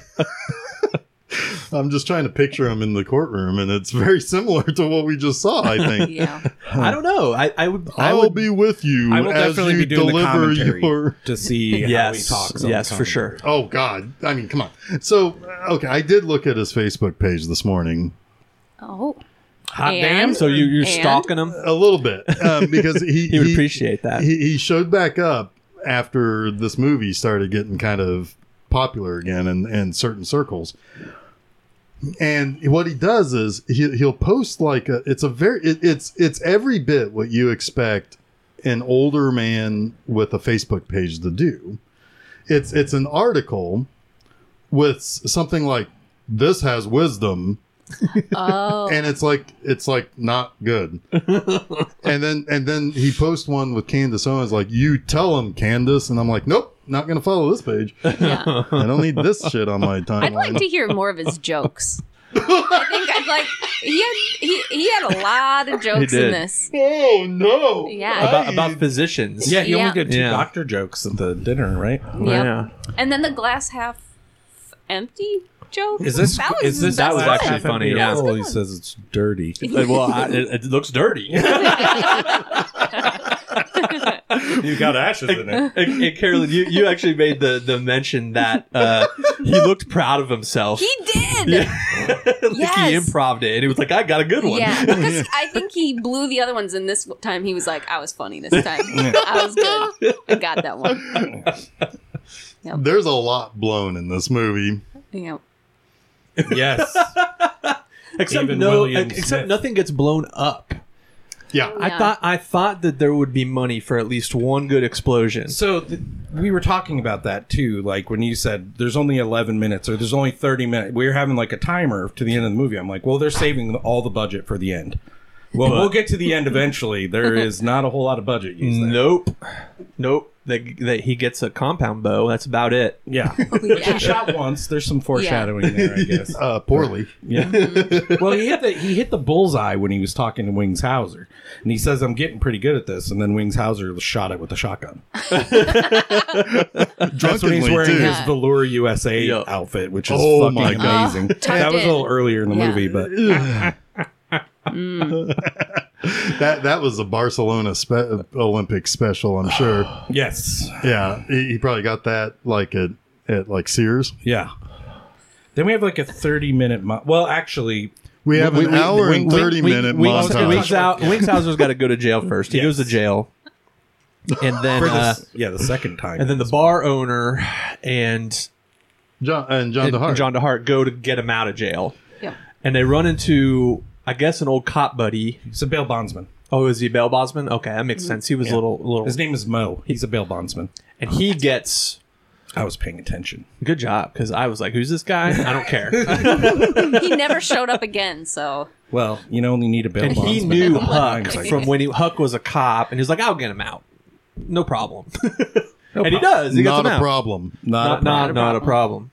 A: I'm just trying to picture him in the courtroom, and it's very similar to what we just saw. I think
D: Yeah.
B: I don't know. I, I would. I
A: I'll
B: would.
A: be with you
C: I will
A: as
C: definitely
A: you
C: be doing the
A: deliver
C: commentary
A: your.
C: to see how he
B: yes.
C: talks. on
B: yes,
C: the
B: for sure.
A: Oh God! I mean, come on. So okay, I did look at his Facebook page this morning
D: Oh.
C: Hot
D: And-
C: damn.
B: So you, you're
D: And-
B: stalking him.
A: a little bit um, because he
B: He would appreciate that.
A: He, he showed back up after this movie started getting kind of popular again in, in certain circles. And what he does is he, he'll post like a, it's a very it, it's it's every bit what you expect an older man with a Facebook page to do. It's it's an article with s- something like this has wisdom
D: Oh.
A: and it's like it's like not good. and then and then he posts one with Candace Owens like you tell him Candace and I'm like nope not gonna follow this page.
D: Oh, Yeah.
A: I don't need this shit on my timeline.
D: I'd like to hear more of his jokes. I think I'd like he had he, he had a lot of jokes in
B: did.
D: this.
A: oh no!
D: Yeah.
B: About about physicians.
C: Yeah, he
D: Yeah.
C: only did two
B: Yeah.
C: doctor jokes at the dinner, right?
D: Yep.
B: Yeah.
D: And then the glass half empty joke.
C: Is this
D: that was
C: is this
B: That was
C: glass
B: actually
C: half
B: funny,
C: empty or
B: yeah.
C: full? He says it's dirty.
B: Uh, well, I, it, it looks dirty.
C: you got ashes in it.
B: and, and Carolyn, you, you actually made the, the mention that uh, he looked proud of himself.
D: he did.
B: like he
D: Yes.
B: improved it, and it was like, I got a good one.
D: Yeah, because I think he blew the other ones, and this time he was like, "I was funny this time. I was good. I got that one."
A: There's a lot blown in this movie.
D: You know,
C: Yes.
B: except
C: Even
B: no,
C: William
B: except
C: Smith.
B: nothing gets blown up.
A: Yeah,
B: I
D: Yeah.
B: thought I thought that there would be money for at least one good explosion.
C: So th- we were talking about that too. Like when you said there's only 11 minutes or there's only 30 minutes, we were having like a timer to the end of the movie. I'm like, well, they're saving all the budget for the end. Well, we'll get to the end eventually. There is not a whole lot of budget used. there.
B: Nope, nope. That that he gets a compound bow. That's about it.
C: Yeah.
D: yeah.
C: Shot once. There's some foreshadowing there, I guess.
A: uh, poorly.
C: well, he hit the he hit the bullseye when he was talking to Wings Hauser, and he says, "I'm getting pretty good at this." And then Wings Hauser shot it with a shotgun. That's when he's
A: Drunkenly,
C: wearing
A: too.
C: his velour USA
B: Yeah.
C: outfit, which is
A: Oh
C: fucking
A: my God.
C: amazing.
D: Tucked
C: that was a
D: in.
C: little earlier in the
D: Yeah.
C: movie, but
A: That that was a Barcelona spe- Olympic special, I'm sure.
C: yes,
A: yeah, he, he probably got that like at at like Sears.
C: yeah. Then we have like a thirty-minute. Mo- well, actually,
A: We have
B: We-
A: an
B: we-
A: hour
B: we-
A: and
B: we-
A: thirty
B: we-
A: minute
B: we-
A: montage.
B: Wings, out, Wings Hauser's got to go to jail first. He
C: Yes.
B: goes to jail, and then uh,
C: this- yeah, the second time,
B: and then the bar owner and
A: John and John DeHart.
B: and Uh, John DeHart go to get him out of jail,
D: Yep.
B: and they run into I guess an old cop buddy.
C: he's a bail bondsman.
B: Oh, is he bail bondsman? Okay, that makes sense. He was a little little,
C: His name is Mo. He's a bail bondsman.
B: and he gets
C: I was paying attention.
B: good job because I was like, who's this guy? I don't care.
D: he never showed up again. So
C: Well, you only need a bail
B: and
C: bondsman.
B: he knew
C: in
B: Huck
C: hindsight.
B: from when he, Huck was a cop, and he was like, I'll get him out, no problem.
C: No
B: and he
C: problem.
B: does. He gets
A: Not
B: him
A: a
B: out.
A: problem.
C: Not,
B: not,
C: a
B: not,
C: problem.
B: not a problem.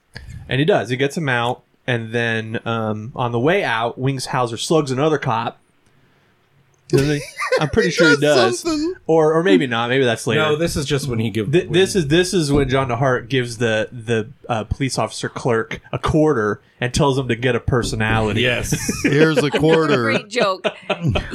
B: And he does. He gets him out, and then um, on the way out, Wings Hauser slugs another cop. Doesn't he? I'm pretty sure he
A: does
B: does,
A: something.
B: or or maybe not. Maybe that's later.
C: No, this is just when he gives.
B: Th- this is this is when John DeHart gives the the uh, police officer clerk a quarter and tells him to get a personality.
C: yes.
A: Here's a quarter.
D: great joke.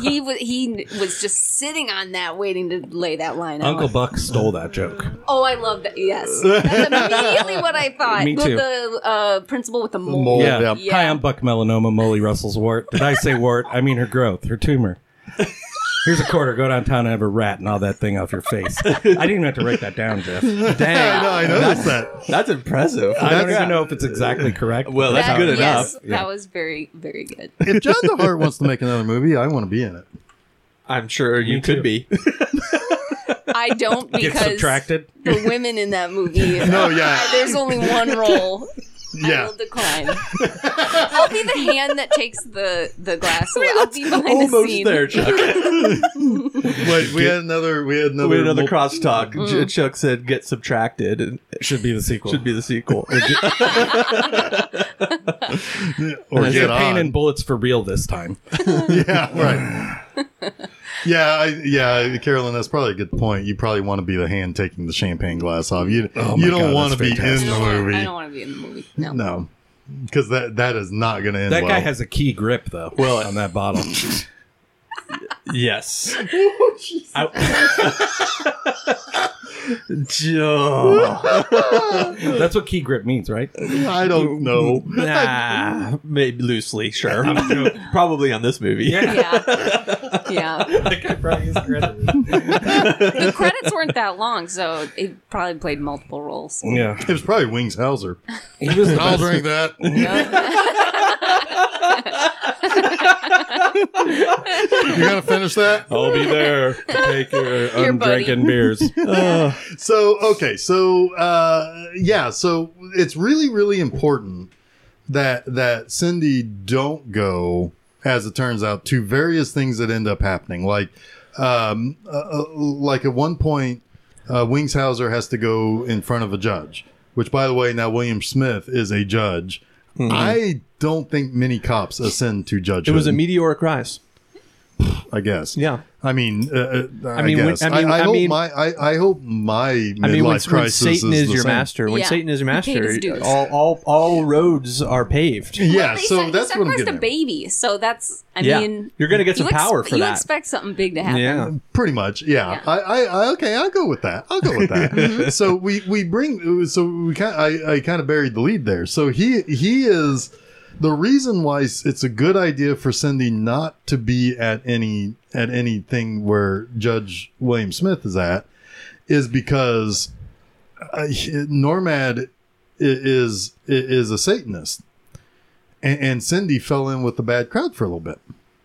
D: He was he was just sitting on that, waiting to lay that line out.
C: Uncle Buck stole that joke.
D: Oh, I love that. Yes, that's immediately what I thought.
C: Me too.
D: With the uh, principal with the mole.
B: Oh,
A: mole. Yeah.
C: Yeah.
D: Yeah.
C: Hi, I'm Buck Melanoma Molly Russell's wart. Did I say wart? I mean her growth, her tumor. Here's a quarter. Go downtown and have a rat and all that thing off your face. I didn't even have to write that down, Jeff. I
A: I
B: Dang,
A: know. I noticed that.
B: that's impressive.
C: don't even know if it's exactly correct.
B: Well, that's
D: That-
B: good enough.
D: Yes,
C: Yeah.
D: That was very very good.
A: If John DeHart wants to make another movie, I want to be in it.
B: I'm sure you
C: too.
B: could be.
D: I don't
C: Get
D: because
C: subtracted.
D: the women in that movie.
A: No, yeah.
D: I- there's only one role. I
A: Yeah.
D: will decline. I'll be the hand that takes the the glass. away. I'll be behind the
B: Almost
D: scene.
B: there, Chuck.
A: Wait, we had another. We had another.
B: we had another
A: mul-
B: crosstalk. J- Chuck said, "Get subtracted." And it
C: Should be the sequel.
B: should be the sequel.
A: Or
C: Is
A: get
C: pain
A: on.
C: and bullets for real this time?
A: yeah. Right. Yeah, I, yeah, Carolyn. That's probably a good point. You probably want to be the hand taking the champagne glass off. You,
C: Oh my
A: you don't
C: God,
A: want to
C: that's
A: be in
D: I
A: the
D: don't, want, I
A: movie.
D: don't want to be in the movie. No.
A: No, because that that is not going to end.
C: That
A: well.
C: guy has a key grip though. Well, on that bottle.
B: Yes. Oh, I- Joe.
C: That's what key grip means, right?
A: I don't know.
B: Nah, maybe loosely, sure. Probably on this movie.
D: Yeah. Yeah.
C: That guy probably is credited.
D: The credits weren't that long, so he probably played multiple roles.
C: Yeah,
A: It was probably Wings Hauser.
C: he was the
A: I'll
C: best.
A: drink that. you gotta finish that.
C: I'll be there to take your
D: Your buddy.
C: undrinking beers.
A: So okay, so uh, yeah, so it's really really important that that Cindy don't go, as it turns out, to various things that end up happening. Like, um, uh, uh, like at one point, uh, Wingshauser has to go in front of a judge. Which, by the way, now William Smith is a judge. I don't think many cops ascend to judge.
B: Mm-hmm. It was a meteoric rise.
A: I guess.
B: Yeah.
A: I mean, uh, uh, I,
B: mean, when-
A: guess.
B: I
A: I
B: mean-
A: I
B: I
A: hope
B: mean-
A: my, I, I hope my midlife
B: I mean, when, when
A: crisis
B: Satan
A: is,
B: is,
A: the
B: your
A: same.
B: master, when
D: Yeah.
B: Satan is your
D: He paid
B: master,
D: his dues.
B: all, all all roads are paved.
A: Yeah,
D: They
A: so
D: sa- he
A: that's what I'm
D: sacrificed
A: getting.
D: a
A: at.
D: baby, so that's. I
B: Yeah.
D: mean,
B: You're gonna get some
D: you ex-
B: power for
D: you
B: that.
D: expect something big to happen.
B: Yeah.
A: Pretty much, yeah.
D: Yeah.
A: I, I, I, okay, I'll go with that. I'll go with that. so we we bring so we kind I, I kind of buried the lead there. So he he is the reason why it's a good idea for Cindy not to be at any at anything where Judge William Smith is at is because uh, he- Normad i- is i- is a Satanist, and, and Cindy fell in with the bad crowd for a little bit.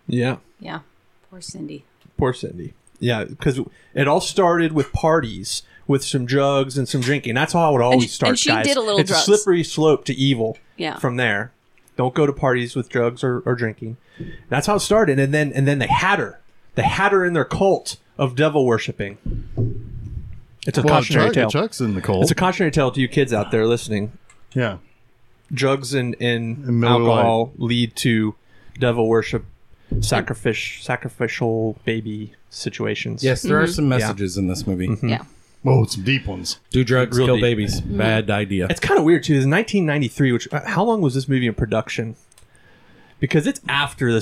B: Yeah.
D: Yeah. Poor Cindy.
B: Poor Cindy. Yeah, because it all started with parties, with some drugs and some drinking. That's how it always
D: And she-
B: starts.
D: and she
B: guys.
D: did a little
B: It's
D: drugs.
B: a slippery slope to evil.
D: Yeah.
B: From there, don't go to parties with drugs or, or drinking. That's how it started, and then and then they had her. They had her in their cult of devil worshiping. It's a
A: Well,
B: cautionary
A: Chuck-
B: tale.
A: Chuck's in the cold.
B: It's a cautionary tale to you kids out there listening.
A: yeah.
B: Drugs and, and,
A: And Miller
B: alcohol lead to devil worship, sacrific- sacrificial baby situations.
C: Yes, there are some messages in this movie.
D: Yeah.
A: Oh, some deep ones.
C: Do drugs,
B: Real
C: kill
B: deep.
C: babies.
D: Mm-hmm.
C: Bad idea.
B: It's kind of weird too. It's 1993, which uh, how long was this movie in production? Because it's after the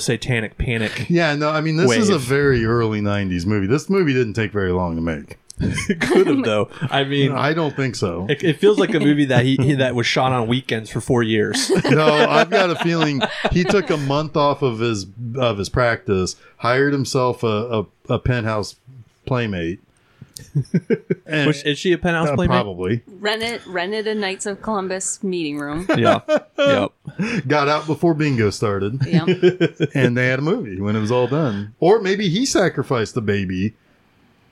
B: Satanic Panic.
A: Yeah, no, I mean this is a
B: Wave.
A: very early '90s movie. This movie didn't take very long to make.
B: It could have though. I mean,
A: I don't think so.
B: it, it feels like a movie that he, he- that was shot on weekends for four years.
A: No, I've got a feeling he took a month off of his of his practice, hired himself a a, a penthouse playmate. And,
B: Which, is she a penthouse
A: uh,
B: playmate?
A: probably
D: Rented, rented a Knights of Columbus meeting room.
B: Yeah. yep.
A: got out before bingo started,
D: Yeah.
A: and they had a movie when it was all done. Or maybe he sacrificed the baby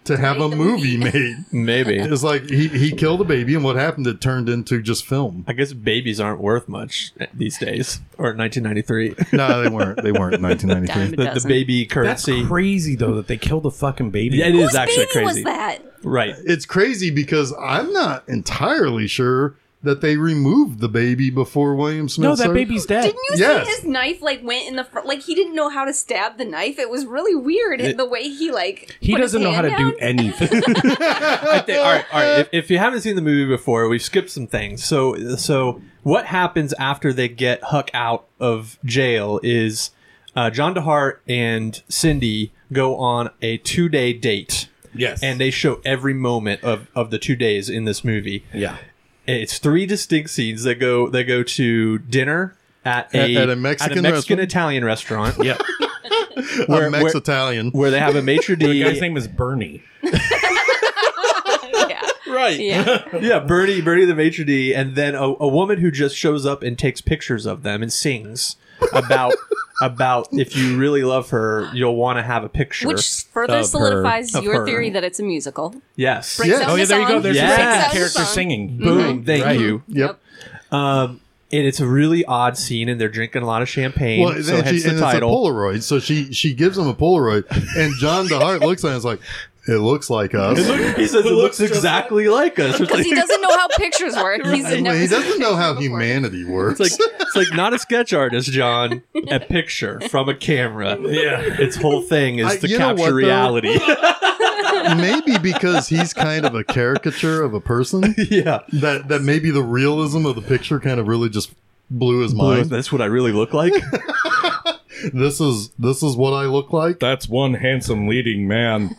A: to have a
D: the
A: movie made.
B: Maybe.
A: It's like he, he killed a baby, and what happened? It turned into just film.
B: I guess babies aren't worth much eh, these days, or in 1993.
A: No, they weren't. They weren't in
D: Dime
A: 1993.
D: a
B: The, the
D: dozen.
B: baby
C: That's
B: currency.
C: crazy though that they killed a fucking baby.
B: yeah, it is
D: Whose
B: actually
D: baby was
B: crazy.
D: that?
B: Right.
A: It's crazy because I'm not entirely sure that they removed the baby before William Smith.
C: no, that
A: started-
C: baby's dead.
D: Didn't you
A: Yes.
D: see his knife like went in the front? Like he didn't know how to stab the knife. It was really weird the way he like.
C: He
D: put his
C: doesn't know how to
D: hand
C: do
D: down.
C: anything.
B: I think, all right, all right. If, if you haven't seen the movie before, we've skipped some things. So, so what happens after they get Huck out of jail is uh, John DeHart and Cindy go on a two-day date,
C: yes,
B: and they show every moment of, of the two days in this movie.
C: yeah.
B: It's three distinct scenes. They go they go to dinner at a
A: At- at a Mexican restaurant?
B: Italian restaurant
C: Yeah,
A: a
B: where-
A: Mex
B: where-
A: Italian.
B: where they have a maitre d.
C: the guy's name is Bernie.
D: yeah.
B: right.
D: Yeah.
B: yeah, Bernie, Bernie the maitre d, and then a, a woman who just shows up and takes pictures of them and sings about about if you really love her, you'll want to have a picture.
D: Which further
C: Of her.
D: solidifies
B: Of
D: your
B: her.
D: theory that it's a musical.
B: yes,
D: Breaks
A: Yes.
D: out
A: Oh,
D: in
A: yeah,
D: the song.
B: There's a
D: Breaks
B: second
D: out in the
C: character
D: song. Mm-hmm.
C: singing.
B: boom, thank
C: Right.
B: you.
A: Yep.
B: Um, and it's a really odd scene, and they're drinking a lot of champagne,
A: Well,
B: so
A: and, she,
B: hence the
A: and it's a
B: title.
A: Polaroid. So she she gives him a Polaroid, and John DeHart looks at it and is like, "It looks like us."
B: It look- he says it looks exactly like us. It's
D: Because he
B: like,
D: doesn't know how pictures work. He's
A: Well,
D: never
A: he
D: seen
A: doesn't know
D: pictures
A: how
D: before.
A: humanity works.
B: it's like it's like not a sketch artist, John. A picture from a camera. Yeah, its whole thing is
A: I-
B: to
A: you know
B: capture
A: what, though?
B: reality.
A: maybe because he's kind of a caricature of a person
B: yeah,
A: that that maybe the realism of the picture kind of really just blew his
B: Blue,
A: mind.
B: that's what I really look like.
A: This is this is what I look like.
C: That's one handsome leading man.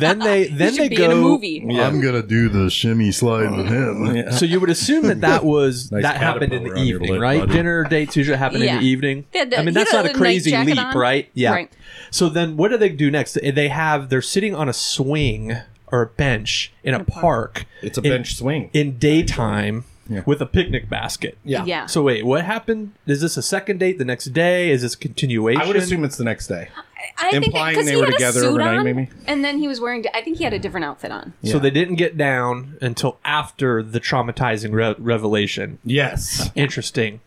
B: then they then
D: should
B: they
D: be
B: go
D: in a movie.
A: I'm gonna do the shimmy slide with him.
B: So you would assume that that was
C: Nice
B: that happened in the
C: caterpillar on your
B: evening,
C: lip,
B: right?
C: buddy.
B: Dinner dates usually happen
D: Yeah.
B: in the evening.
D: Yeah, the-
B: I mean,
D: he
B: that's
D: got
B: not a
D: the
B: crazy
D: night
B: leap,
D: jacket on.
B: right? Yeah.
D: Right.
B: So then, what do they do next? They have they're sitting on a swing or a bench in a park.
C: It's a
B: in-
C: bench swing.
B: in daytime
C: Yeah.
B: with a picnic basket.
C: yeah.
D: Yeah.
B: So wait, what happened? Is this a second date the next day? Is this a continuation?
C: I would assume it's the next day.
D: I think
C: Implying
D: because
C: they
D: he
C: were
D: had
C: together
D: a suit
C: overnight,
D: on,
C: maybe?
D: and then he was wearing. I think he had a different outfit on.
B: So they didn't get down until after the traumatizing re- revelation.
C: Yes.
B: Interesting.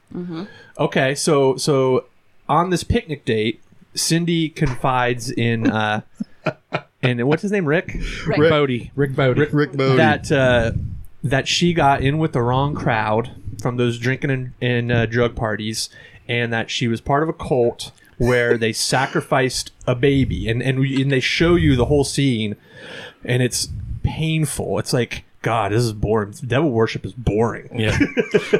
B: Okay, so so on this picnic date, Cindy confides in uh, in what's his name, Rick,
D: Rick.
A: Rick.
C: Bodie. Rick Bodie.
A: Rick Bodie.
B: that uh, that she got in with the wrong crowd from those drinking and, and uh, drug parties, and that she was part of a cult where they sacrificed a baby, and and, we, and they show you the whole scene, and it's painful. It's like. God, this is boring. Devil worship is boring.
C: Yeah.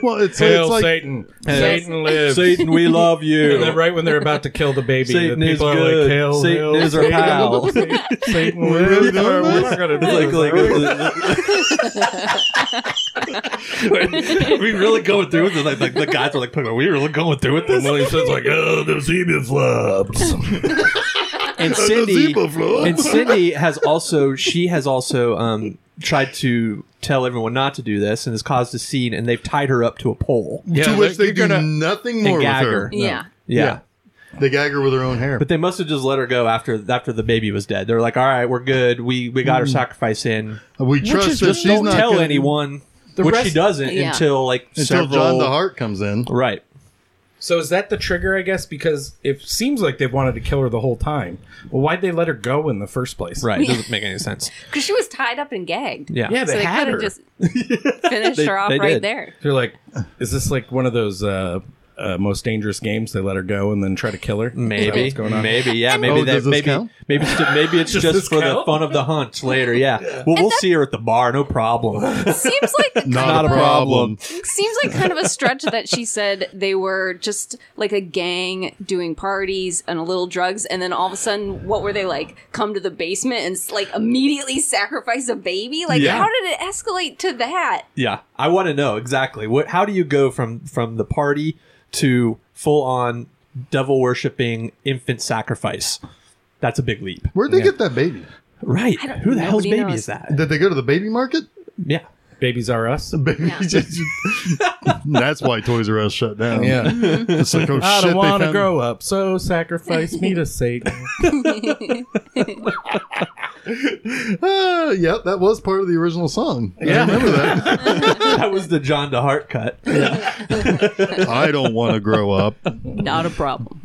A: well, it's,
C: Hail
A: it's like
C: Satan.
D: Yes.
C: Satan lives.
B: Satan, we love you.
C: And then right when they're about to kill the baby,
B: Satan
C: the
B: is
C: people are
B: good.
C: like, hail,
B: Satan
C: hail,
B: is our
C: Satan,
B: pal."
C: Satan, Satan
A: We're
C: lives.
A: doing
C: We're
A: this?
C: not gonna do
B: Like,
C: this,
B: like,
C: are we?
B: are we really going through with this? Like, like the guys are like, are we really going through with
C: And
B: this?
C: William says like, oh, the zebra flops.
B: And
A: the
B: Cindy,
A: zebra flow.
B: and Cindy has also, she has also um, tried to tell everyone not to do this and has caused a scene and they've tied her up to a pole.
C: Yeah,
A: to which they
C: you're
A: do
C: gonna-
A: nothing more with
B: gag
A: her.
B: her.
D: Yeah. yeah.
B: Yeah.
A: Yeah. They gag her with her own hair.
B: But they must have just let her go after after the baby was dead. They're like, all right, we're good. We we got her sacrifice in.
A: we Hmm. trust
C: is
A: her.
C: just
A: She's
B: Don't
A: not
B: tell
A: gonna-
B: anyone. which she
C: rest-
B: doesn't
D: Yeah.
B: until like
A: until
B: several,
A: John the Heart comes in.
B: Right.
C: So is that the trigger? I guess because it seems like they've wanted to kill her the whole time. Well, why'd they let her go in the first place?
B: Right. It doesn't make any sense.
D: Because she was tied up and gagged.
B: Yeah.
C: Yeah,
D: so
C: they
D: they
C: had
D: could
C: her.
D: have just finished
B: They-
D: her off
B: they
D: right
B: did.
D: there.
C: They're like, is this like one of those uh, uh, most dangerous games? They let her go and then try to kill her. Is that
B: Maybe,
C: what's going on?
B: maybe, yeah, maybe
A: Oh,
B: that,
A: does this
B: maybe,
A: count?
B: maybe, it's ju- maybe it's
C: Does
B: just
C: this
B: for the
C: count?
B: fun of the hunt later. Yeah, well, we'll see her at the bar, no problem.
D: Seems like
A: Not,
B: Not
A: a
B: a
A: problem.
B: problem.
D: seems like kind of a stretch that she said they were just like a gang doing parties and a little drugs, and then all of a sudden, what were they like? Come to the basement and like immediately sacrifice a baby? Like,
B: Yeah.
D: how did it escalate to that?
B: Yeah, I want to know exactly what. How do you go from from the party to full on devil worshipping infant sacrifice? That's a big leap,
A: Where'd they get that baby?
B: right?
D: don't-
B: Who the hell's
D: nobody
B: baby
D: knows.
B: is that?
A: Did they go to the baby market?
B: Yeah,
C: Babies are us.
A: Baby
D: Yeah.
A: just- That's why Toys R Us shut down.
C: Yeah,
A: It's like, oh
C: I
A: shit,
C: don't
A: they
C: want to
A: found-
C: grow up, so sacrifice me to Satan.
A: Ah, yep, that was part of the original song.
C: Yeah.
A: I remember that.
B: that was the John DeHart cut.
A: I don't want to grow up.
D: Not a problem.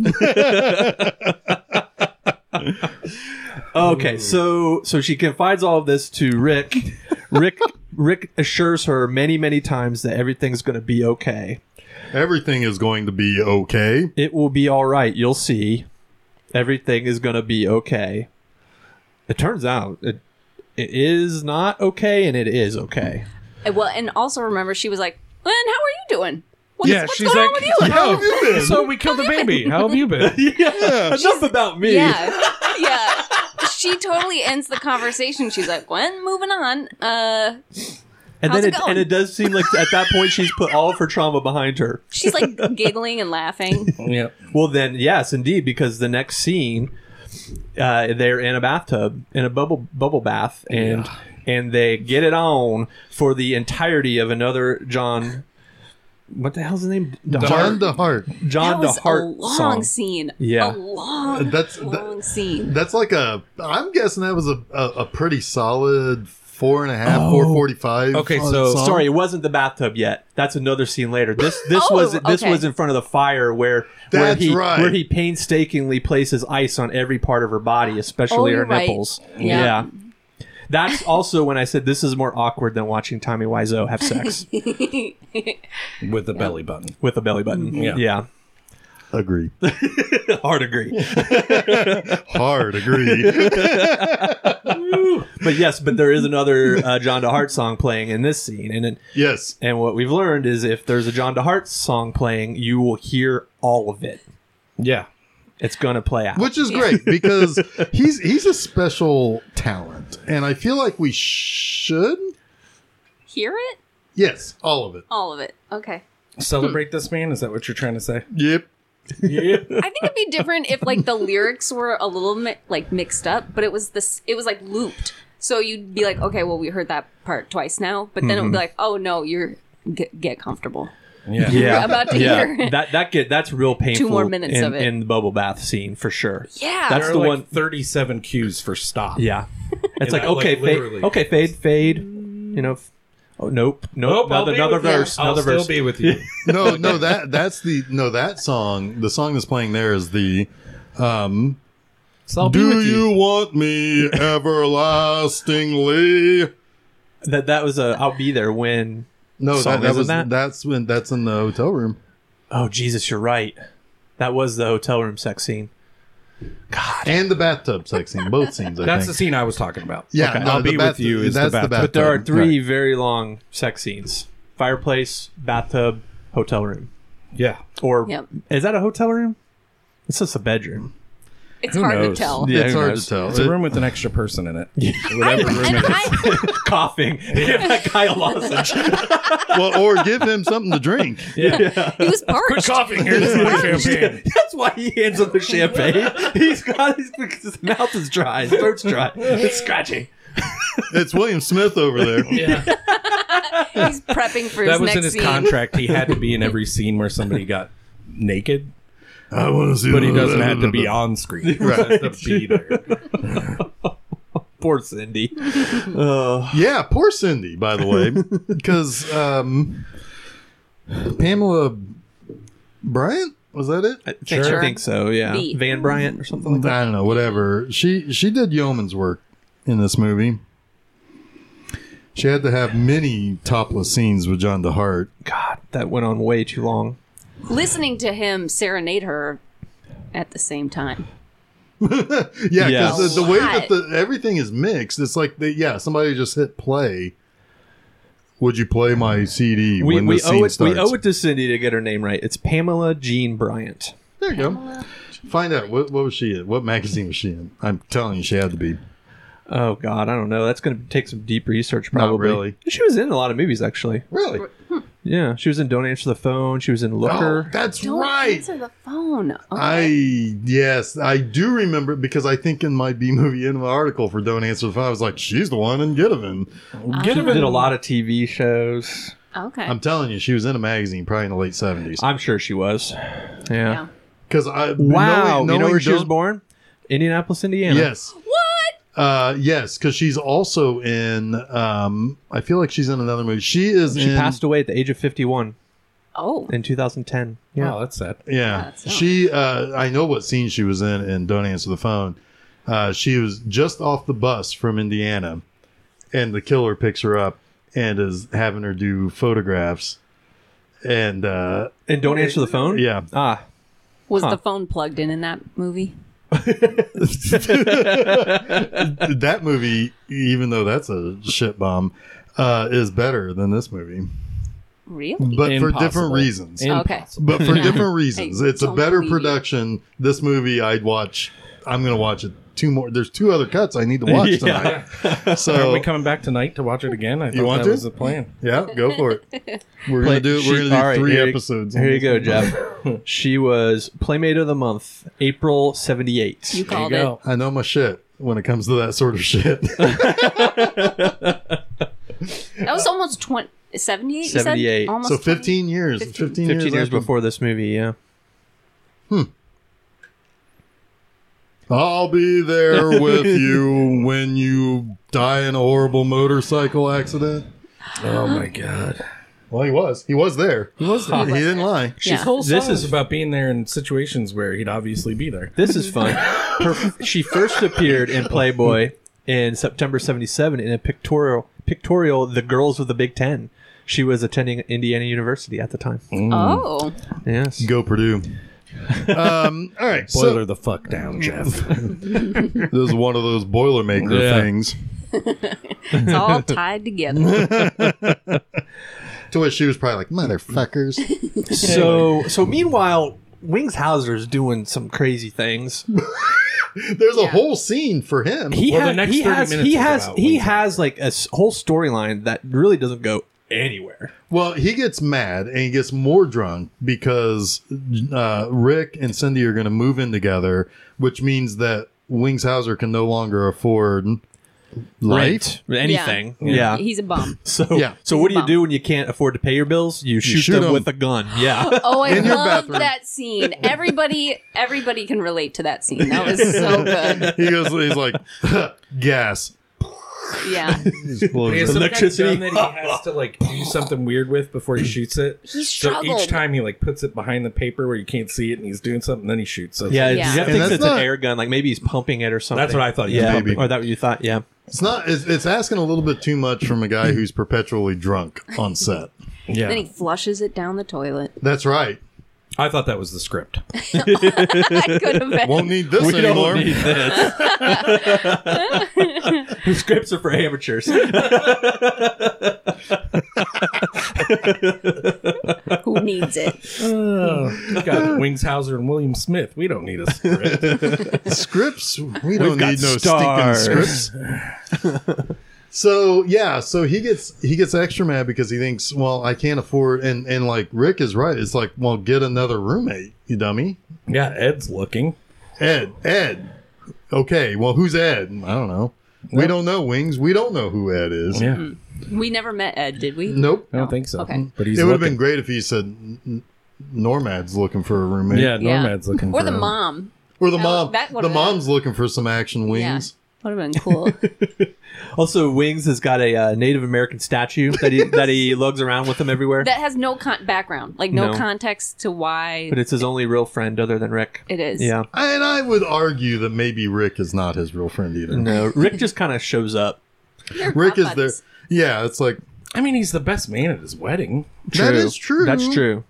B: Okay, so so she confides all of this to Rick. Rick Rick assures her many many times that everything's going to be okay.
A: Everything is going to be okay.
B: It will be all right. You'll see. Everything is going to be okay. It turns out it, it is not okay and it is okay.
D: And, Uh, well, and also remember, she was like, "And how are you doing? What's,
C: yeah,
D: what's
C: she's
D: going
C: like,
D: on with you?
C: "Yo,
A: have you been?"
C: so we killed the baby. How have you been?
B: Enough about me.
D: Yeah, yeah." She totally ends the conversation. She's like, "When moving on, uh,
B: and then
D: how's it
B: it,
D: going?
B: and it does seem like at that point she's put all of her trauma behind her.
D: she's like giggling and laughing."
C: yeah,
B: Well, then, yes, indeed, because the next scene, uh, they're in a bathtub in a bubble bubble bath, and and they get it on for the entirety of another John. What the hell's his name?
A: John
B: DeHart.
A: the Heart.
B: John
D: that was a
B: DeHart
D: long
B: song.
D: scene.
B: Yeah.
D: a long,
A: That's- that-
D: long scene.
A: That's like a. I'm guessing that was a a, a pretty solid four and a half, four forty five.
C: Okay, so-
A: song.
B: Sorry, it wasn't the bathtub yet. That's another scene later. This this
D: Oh,
B: was this
D: okay.
B: was in front of the fire where where
A: That's
B: he
A: right.
B: where he painstakingly places ice on every part of her body, especially
D: Oh,
B: her
D: you're right.
B: nipples.
D: Yeah.
B: That's also when I said this is more awkward than watching Tommy Wiseau have sex
C: with the belly button.
B: with a belly button.
C: Yeah.
B: yeah.
A: Agree.
B: Hard agree.
A: Hard agree.
B: but yes, but there is another uh, John DeHart song playing in this scene, and it-
A: yes.
B: and what we've learned is if there's a John DeHart song playing, you will hear all of it.
C: Yeah.
B: It's gonna play out.
A: Which is great because he's he's a special talent, and I feel like we should.
D: Hear it?
A: Yes, all of it.
D: All of it. Okay.
C: Celebrate this man? Is that what you're trying to say?
A: Yep.
D: I think it'd be different if like the lyrics were a little mi- like mixed up, but it was this. It was like looped. So you'd be like, okay, well, we heard that part twice now, but then
C: Mm-hmm.
D: it would be like, oh no, you're get, get comfortable.
C: Yeah.
B: yeah,
D: about to
B: yeah.
D: hear it.
B: that that get that's real painful.
D: more minutes
B: in,
D: of it.
B: in the bubble bath scene for sure.
D: Yeah.
B: That's
C: There are
B: the
C: like
B: one-
C: 37 cues for stop.
B: Yeah, it's like
C: I, like,
B: okay, fade,
C: literally-
B: okay, fade, fade. You know, f- oh nope, nope,
C: Nope, I'll
B: another,
C: be
B: another
C: with you.
B: verse,
C: I'll
B: another
C: still
B: verse.
C: be with you.
A: No, no, that that's the no that song. The song that's playing there is the. Um,
C: So I'll be
A: Do
C: with you.
A: you want me everlastingly?
B: that that was a I'll be there when.
A: No,
B: Song,
A: that, that
B: isn't
A: was
B: that?
A: that's when that's in the hotel room.
B: Oh Jesus, you're right. That was the hotel room sex scene.
A: and the bathtub sex scene. Both scenes. I
C: That's the
A: think.
C: scene I was talking about.
A: yeah.
C: Okay.
A: no,
C: I'll
A: the
C: be
A: bath-
C: with you. Is the
A: that's the
C: bathtub.
A: bathtub.
B: But there are three very long sex scenes: fireplace, bathtub, hotel room.
C: Yeah.
B: Or
D: Yep.
B: is that a hotel room? It's just a bedroom.
D: It's
C: Who
D: hard
C: knows?
D: to tell.
B: Yeah,
A: it's
B: who
A: hard
B: knows?
A: to tell.
C: It's a
A: It-
C: room with an extra person in it.
D: I,
C: Whatever room
D: and
C: it is.
D: I,
B: Coughing. Give that guy a lozenge.
A: well, or give him something to drink.
D: he was parched.
C: coughing. Here's my champagne.
B: That's why he hands up the champagne. He's got his, his mouth is dry, his throat's dry. It's scratching.
A: It's William Smith over there.
D: He's prepping for his
C: That was
D: next
C: in his
D: scene.
C: contract. He had to be in every scene where somebody got naked,
A: I want to see,
C: but he doesn't have to be on screen.
A: Right.
C: Has to be there.
B: Poor Cindy.
A: Yeah, poor Cindy, by the way, because um, Pamela Bryant was that it? I,
B: Sure. I think so, yeah.
D: B.
B: Van Bryant or something like that.
A: don't know. Whatever. She she did yeoman's work in this movie. She had to have many topless scenes with John DeHart.
B: God, that went on way too long.
D: Listening to him serenade her at the same time.
A: Yeah,
B: Yeah.
A: because the, the way that
D: Lot.
A: the, everything is mixed, it's like they, yeah, somebody just hit play. Would you play my CD
B: We,
A: when
B: we,
A: the scene
B: owe it,
A: starts?
B: we owe it to Cindy to get her name right. It's Pamela Jean Bryant.
A: There you go. Find out what, what was she in? What magazine was she in? I'm telling you, she had to be.
B: Oh, God, I don't know. That's going to take some deep research, probably.
A: really.
B: She was in a lot of movies, actually.
A: Really?
B: Yeah, she was in Don't Answer the Phone. She was in
A: Oh,
B: Looker.
A: that's
D: Don't
A: right.
D: answer the phone. Okay.
A: I yes, I do remember it because I think in my B movie in my article for Don't Answer the Phone, I was like, she's the one in Gideon. Oh,
C: Get him
B: She did
C: in
B: a lot of TV shows.
D: okay.
A: I'm telling you, she was in a magazine probably in the late seventies.
B: I'm sure she was. Yeah.
D: Yeah.
A: Because I
B: Wow.
A: knowing-
B: you know
A: knowing
B: where she was
A: Don't-
B: born? Indianapolis, Indiana.
A: Yes. What? Uh, yes, because she's also in. Um, I feel like she's in another movie. She is.
B: She
A: in,
B: passed away at the age of 51
D: oh.
B: in 2010. Yeah.
C: Oh, that's sad.
A: Yeah,
D: that's not-
A: she. Uh, I know what scene she was in in Don't Answer the Phone. Uh, she was just off the bus from Indiana, and the killer picks her up and is having her do photographs. And uh,
B: And don't answer the phone?
A: yeah,
B: Ah.
D: Was
B: Huh.
D: the phone plugged in in that movie?
A: that movie, even though that's a shit bomb, uh, is better than this movie,
D: Really?
A: but for different
C: Impossible.
A: reasons.
D: Okay.
A: but for different reasons.
D: I
A: it's a
D: don't
A: better
D: believe you.
A: production. This movie, I'd watch. I'm gonna watch it. Two more. There's two other cuts I need to watch tonight.
C: Are
A: So
C: we coming back tonight Oh. to watch it again? I thought
A: want
C: that
A: to?
C: was the plan.
A: yeah, go for it. We're gonna do.
B: she-
A: We're
B: all
A: gonna
B: right,
A: do three
B: here you-
A: episodes.
B: Here you go, Jeff. she was Playmate of the Month, April 78.
D: You called it.
C: go.
A: I know my shit when it comes to that sort of shit.
D: That was almost 20, 78, you said?
B: 78.
D: Almost
A: so
D: 20.
A: 15 years. 15,
B: 15 years
A: after-
B: before this movie, yeah.
A: I'll be there with you when you die in a horrible motorcycle accident.
C: Oh my god.
A: Well, he was. He was there. He was there. He didn't lie.
C: His
D: Yeah.
C: whole
B: This
C: this is
B: is-
C: about being there in situations where he'd obviously be there.
B: This is fun. Her, she first appeared in Playboy in September 77 in a pictorial pictorial The Girls with the Big 10.
A: Mm.
B: She was attending Indiana University at the time.
D: Oh.
B: Yes.
A: Go Purdue. Um, all right.
C: Boiler
A: So,
C: the fuck down, Jeff.
A: this is one of those Boilermaker
C: Yeah.
A: things.
D: It's all tied together.
A: To which she was probably like, motherfuckers.
B: So so meanwhile, Wings Hauser's doing some crazy things.
A: There's a whole scene for him.
B: He,
C: Well, the
B: ha-
C: next
B: he
C: 30
B: has
C: minutes
B: he
C: is
B: has
C: about
B: he
C: Wings
B: has like a s- whole storyline that really doesn't go anywhere.
A: Well, he gets mad and he gets more drunk because uh, Rick and Cindy are going to move in together, which means that Wings Hauser can no longer afford life.
B: Right? Anything. Yeah.
D: He's a bum.
B: So
A: Yeah.
B: so what do you
D: Bum.
B: do when you can't afford to pay your bills? You shoot,
A: shoot
B: them,
A: them.
B: with a gun. Yeah.
D: Oh, I
A: In your
D: love
A: bathroom.
D: that scene. Everybody, everybody can relate to that scene. That was so good.
A: He goes, he's like, gas.
D: Yeah,
C: He has
A: Explosion.
C: some
B: Electricity.
C: Kind of gun that he has to like do something weird with before he shoots it.
D: He
C: so each
D: struggled.
C: time he like puts it behind the paper where you can't see it, and he's doing something, then he shoots. it.
B: Yeah,
D: Yeah.
B: you have to
A: And
B: think
A: that's
B: it's
A: not-
B: an air gun. Like maybe he's pumping it or something.
C: that's what I thought. he was
B: Yeah,
C: pumping.
B: or that what you thought? Yeah,
A: It's not, it's, it's asking a little bit too much from a guy who's perpetually drunk on set.
C: yeah.
D: then he flushes it down the toilet.
A: That's right.
C: I thought that was the script.
D: I could have been.
A: Won't need this
B: We don't
A: anymore.
B: need this. The scripts are for amateurs.
D: Who needs it?
C: Got Wings Hauser and William Smith. We don't need a script.
A: scripts. We don't
B: got
A: need no
B: stars.
A: stinking scripts. so yeah, so he gets he gets extra mad because he thinks, well, I can't afford. And and like Rick is right. It's like, well, get another roommate, you dummy.
C: yeah, Ed's looking.
A: Ed, Ed. Okay, well, who's Ed? I don't know. We don't know wings. We don't know who Ed is.
C: Yeah,
D: We never met Ed, did we?
A: Nope.
C: I don't think so. Mm.
D: Okay.
C: But he's
A: it would have been
C: looking.
A: great if he said. "N- n- Normad's looking for a roommate.
C: Yeah,
D: Yeah.
C: Nomad's looking.
D: Or
C: for
D: the
C: him.
D: mom.
A: Or the
D: Oh,
A: mom.
D: that
A: The
D: would've-
A: mom's looking for some action wings.
D: Yeah, would have been cool.
B: Also, Wings has got a uh, Native American statue that he that he lugs around with him everywhere.
D: that has no con- background, like no,
B: No.
D: context to why
B: but it's his only real friend other than Rick.
D: it is.
B: Yeah,
A: And I would argue that maybe Rick is not his real friend either.
B: no, uh, Rick just kind of shows up.
D: They're
A: Rick
D: hot
A: is there.
D: buttons.
A: Yeah, it's like
C: I mean, he's the best man at his wedding.
A: that is true.
B: That's true.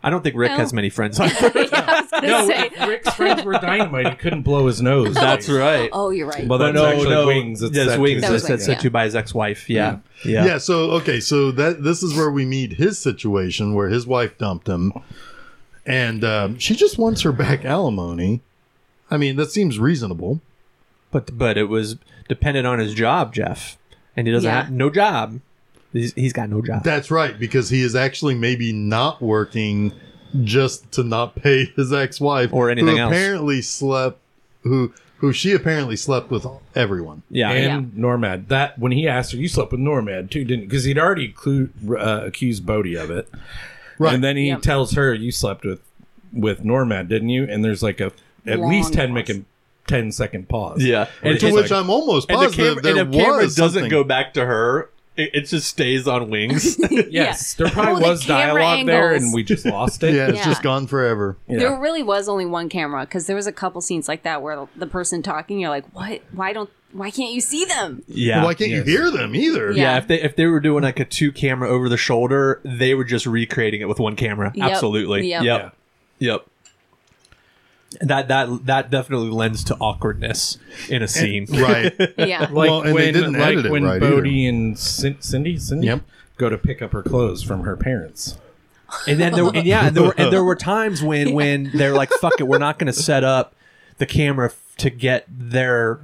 B: I don't think Rick
D: No.
B: has many friends. either.
D: yeah, I was gonna say.
C: if Rick's friends were dynamite. He couldn't blow his nose.
B: That's right.
D: Oh, you're right.
C: Well,
B: But
C: that's actually wings. It's
B: Yes,
C: that
B: Wings.
D: That
B: That's
D: was
B: that's
D: Wings,
B: sent
D: yeah.
B: to by his ex-wife. Yeah, yeah.
A: Yeah. So okay, so that this is where we meet his situation where his wife dumped him, and um, she just wants her back alimony. I mean, that seems reasonable.
B: But but it was dependent on his job, Jeff, and he doesn't
D: Yeah.
B: have no job. He's, he's got no job.
A: That's right, because he is actually maybe not working just to not pay his ex-wife
B: Or anything
A: who
B: else.
A: Apparently slept who who she apparently slept with everyone.
B: yeah,
C: and Normad. That when he asked her, you slept with Normad too, didn't? Because he'd already clu- uh, accused Bodhi of it,
A: Right.
C: And then he
D: Yep.
C: tells her, "You slept with with Normad, didn't you?" And there's like a at
D: Long
C: least 10,
D: pause.
C: mic- 10 second pause.
B: yeah. And,
A: To
B: and-
A: which I'm almost
B: and the
A: positive
B: camera,
A: there
B: and the camera
A: was
B: doesn't
A: something.
B: go back to her. It, it just stays on Wings.
C: Yes,
D: Yeah.
C: there probably
D: Oh, the
C: was
D: camera
C: dialogue there,
D: angles.
C: and we just lost it.
A: Yeah, it's
D: Yeah.
A: just gone forever.
C: Yeah.
D: There really was only one camera because there was a couple scenes like that where the person talking, you're like, what? Why don't? Why can't you see them?
B: yeah.
A: Why can't
C: yes.
A: you hear them either?
B: yeah,
D: Yeah.
B: if they if they were doing like a two camera over the shoulder, they were just recreating it with one camera.
D: Yep.
B: Absolutely.
D: Yep.
B: Yep. Yep. That that that definitely lends to awkwardness in a scene.
A: Right.
D: Yeah,
C: Like
A: Well, and they
C: when,
A: didn't
C: like
A: edit it
C: when
A: right
C: Bodhi and Cin- Cindy, Cindy,
A: Yep.
C: go to pick up her clothes from her parents.
B: And then there, and yeah, and there were and there were times when when they're like, "Fuck it, we're not going to set up the camera f- to get their